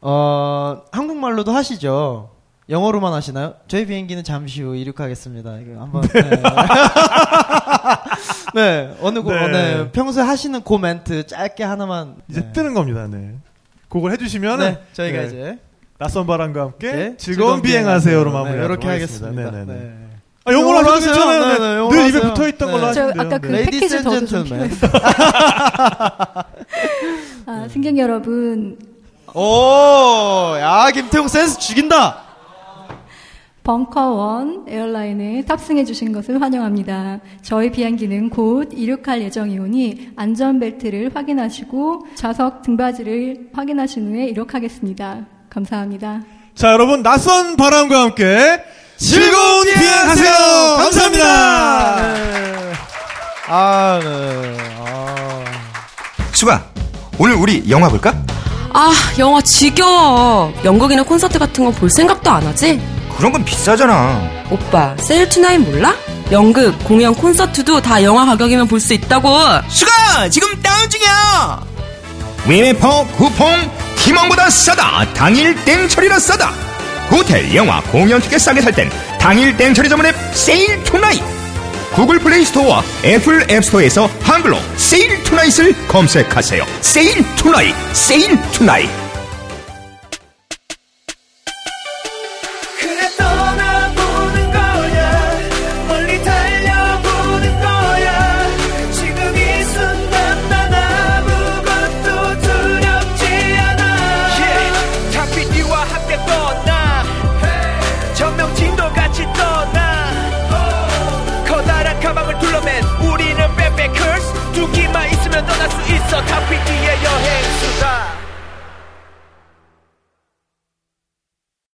[SPEAKER 5] 어, 한국말로도 하시죠. 영어로만 하시나요? 저희 비행기는 잠시 후 이륙하겠습니다. 이거 한번 네. <laughs> 네, 어느 곳
[SPEAKER 6] 네.
[SPEAKER 5] 네. 평소에 하시는 코멘트 짧게 하나만
[SPEAKER 6] 이제
[SPEAKER 5] 네.
[SPEAKER 6] 뜨는 겁니다. 네. 그걸 해주시면은
[SPEAKER 5] 네, 저희가
[SPEAKER 6] 네,
[SPEAKER 5] 이제
[SPEAKER 6] 낯선 바람과 함께
[SPEAKER 5] 네,
[SPEAKER 6] 즐거운
[SPEAKER 5] 즐거운 비행하세요.
[SPEAKER 6] 비행하세요로 마무리
[SPEAKER 5] 네, 이렇게 하겠습니다.
[SPEAKER 6] 네네네.
[SPEAKER 5] 네.
[SPEAKER 6] 아, 영어로
[SPEAKER 5] 영어로
[SPEAKER 6] 하셔도
[SPEAKER 5] 하세요.
[SPEAKER 6] 괜찮아요.
[SPEAKER 5] 네, 네, 영어로
[SPEAKER 6] 늘 입에
[SPEAKER 5] 하세요.
[SPEAKER 6] 붙어 있던
[SPEAKER 5] 네.
[SPEAKER 6] 걸로 하시면
[SPEAKER 11] 저
[SPEAKER 6] 돼요.
[SPEAKER 11] 아까 그
[SPEAKER 5] Ladies
[SPEAKER 11] 패키지
[SPEAKER 5] and
[SPEAKER 11] 저도 좀
[SPEAKER 5] gentlemen.
[SPEAKER 11] 필요해서.
[SPEAKER 5] 네.
[SPEAKER 7] 아, 승객 여러분,
[SPEAKER 5] 오, 야 김태용 센스 죽인다.
[SPEAKER 7] 벙커원 에어라인에 탑승해주신 것을 환영합니다. 저희 비행기는 곧 이륙할 예정이오니 안전벨트를 확인하시고 좌석 등받이를 확인하신 후에 이륙하겠습니다. 감사합니다.
[SPEAKER 6] 자, 여러분, 낯선 바람과 함께 즐거운 비행하세요. 감사합니다.
[SPEAKER 5] 네. 아, 네. 아.
[SPEAKER 3] 수가 오늘 우리 영화 볼까?
[SPEAKER 2] 아, 영화 지겨워. 연극이나 콘서트 같은 건 볼 생각도 안 하지?
[SPEAKER 3] 그런 건 비싸잖아.
[SPEAKER 2] 오빠, 세일 투나인 몰라? 연극, 공연, 콘서트도 다 영화 가격이면 볼 수 있다고.
[SPEAKER 3] 수가 지금 다운 중이야. 위메퍼 쿠폰 희망보다 싸다. 당일 땡처리라 싸다. 호텔, 영화, 공연 티켓 싸게 살 땐 당일 땡처리 전문 앱 세일 투나잇. 구글 플레이 스토어와 애플 앱 스토어에서 한글로 세일 투나잇을 검색하세요. 세일 투나잇, 세일 투나잇.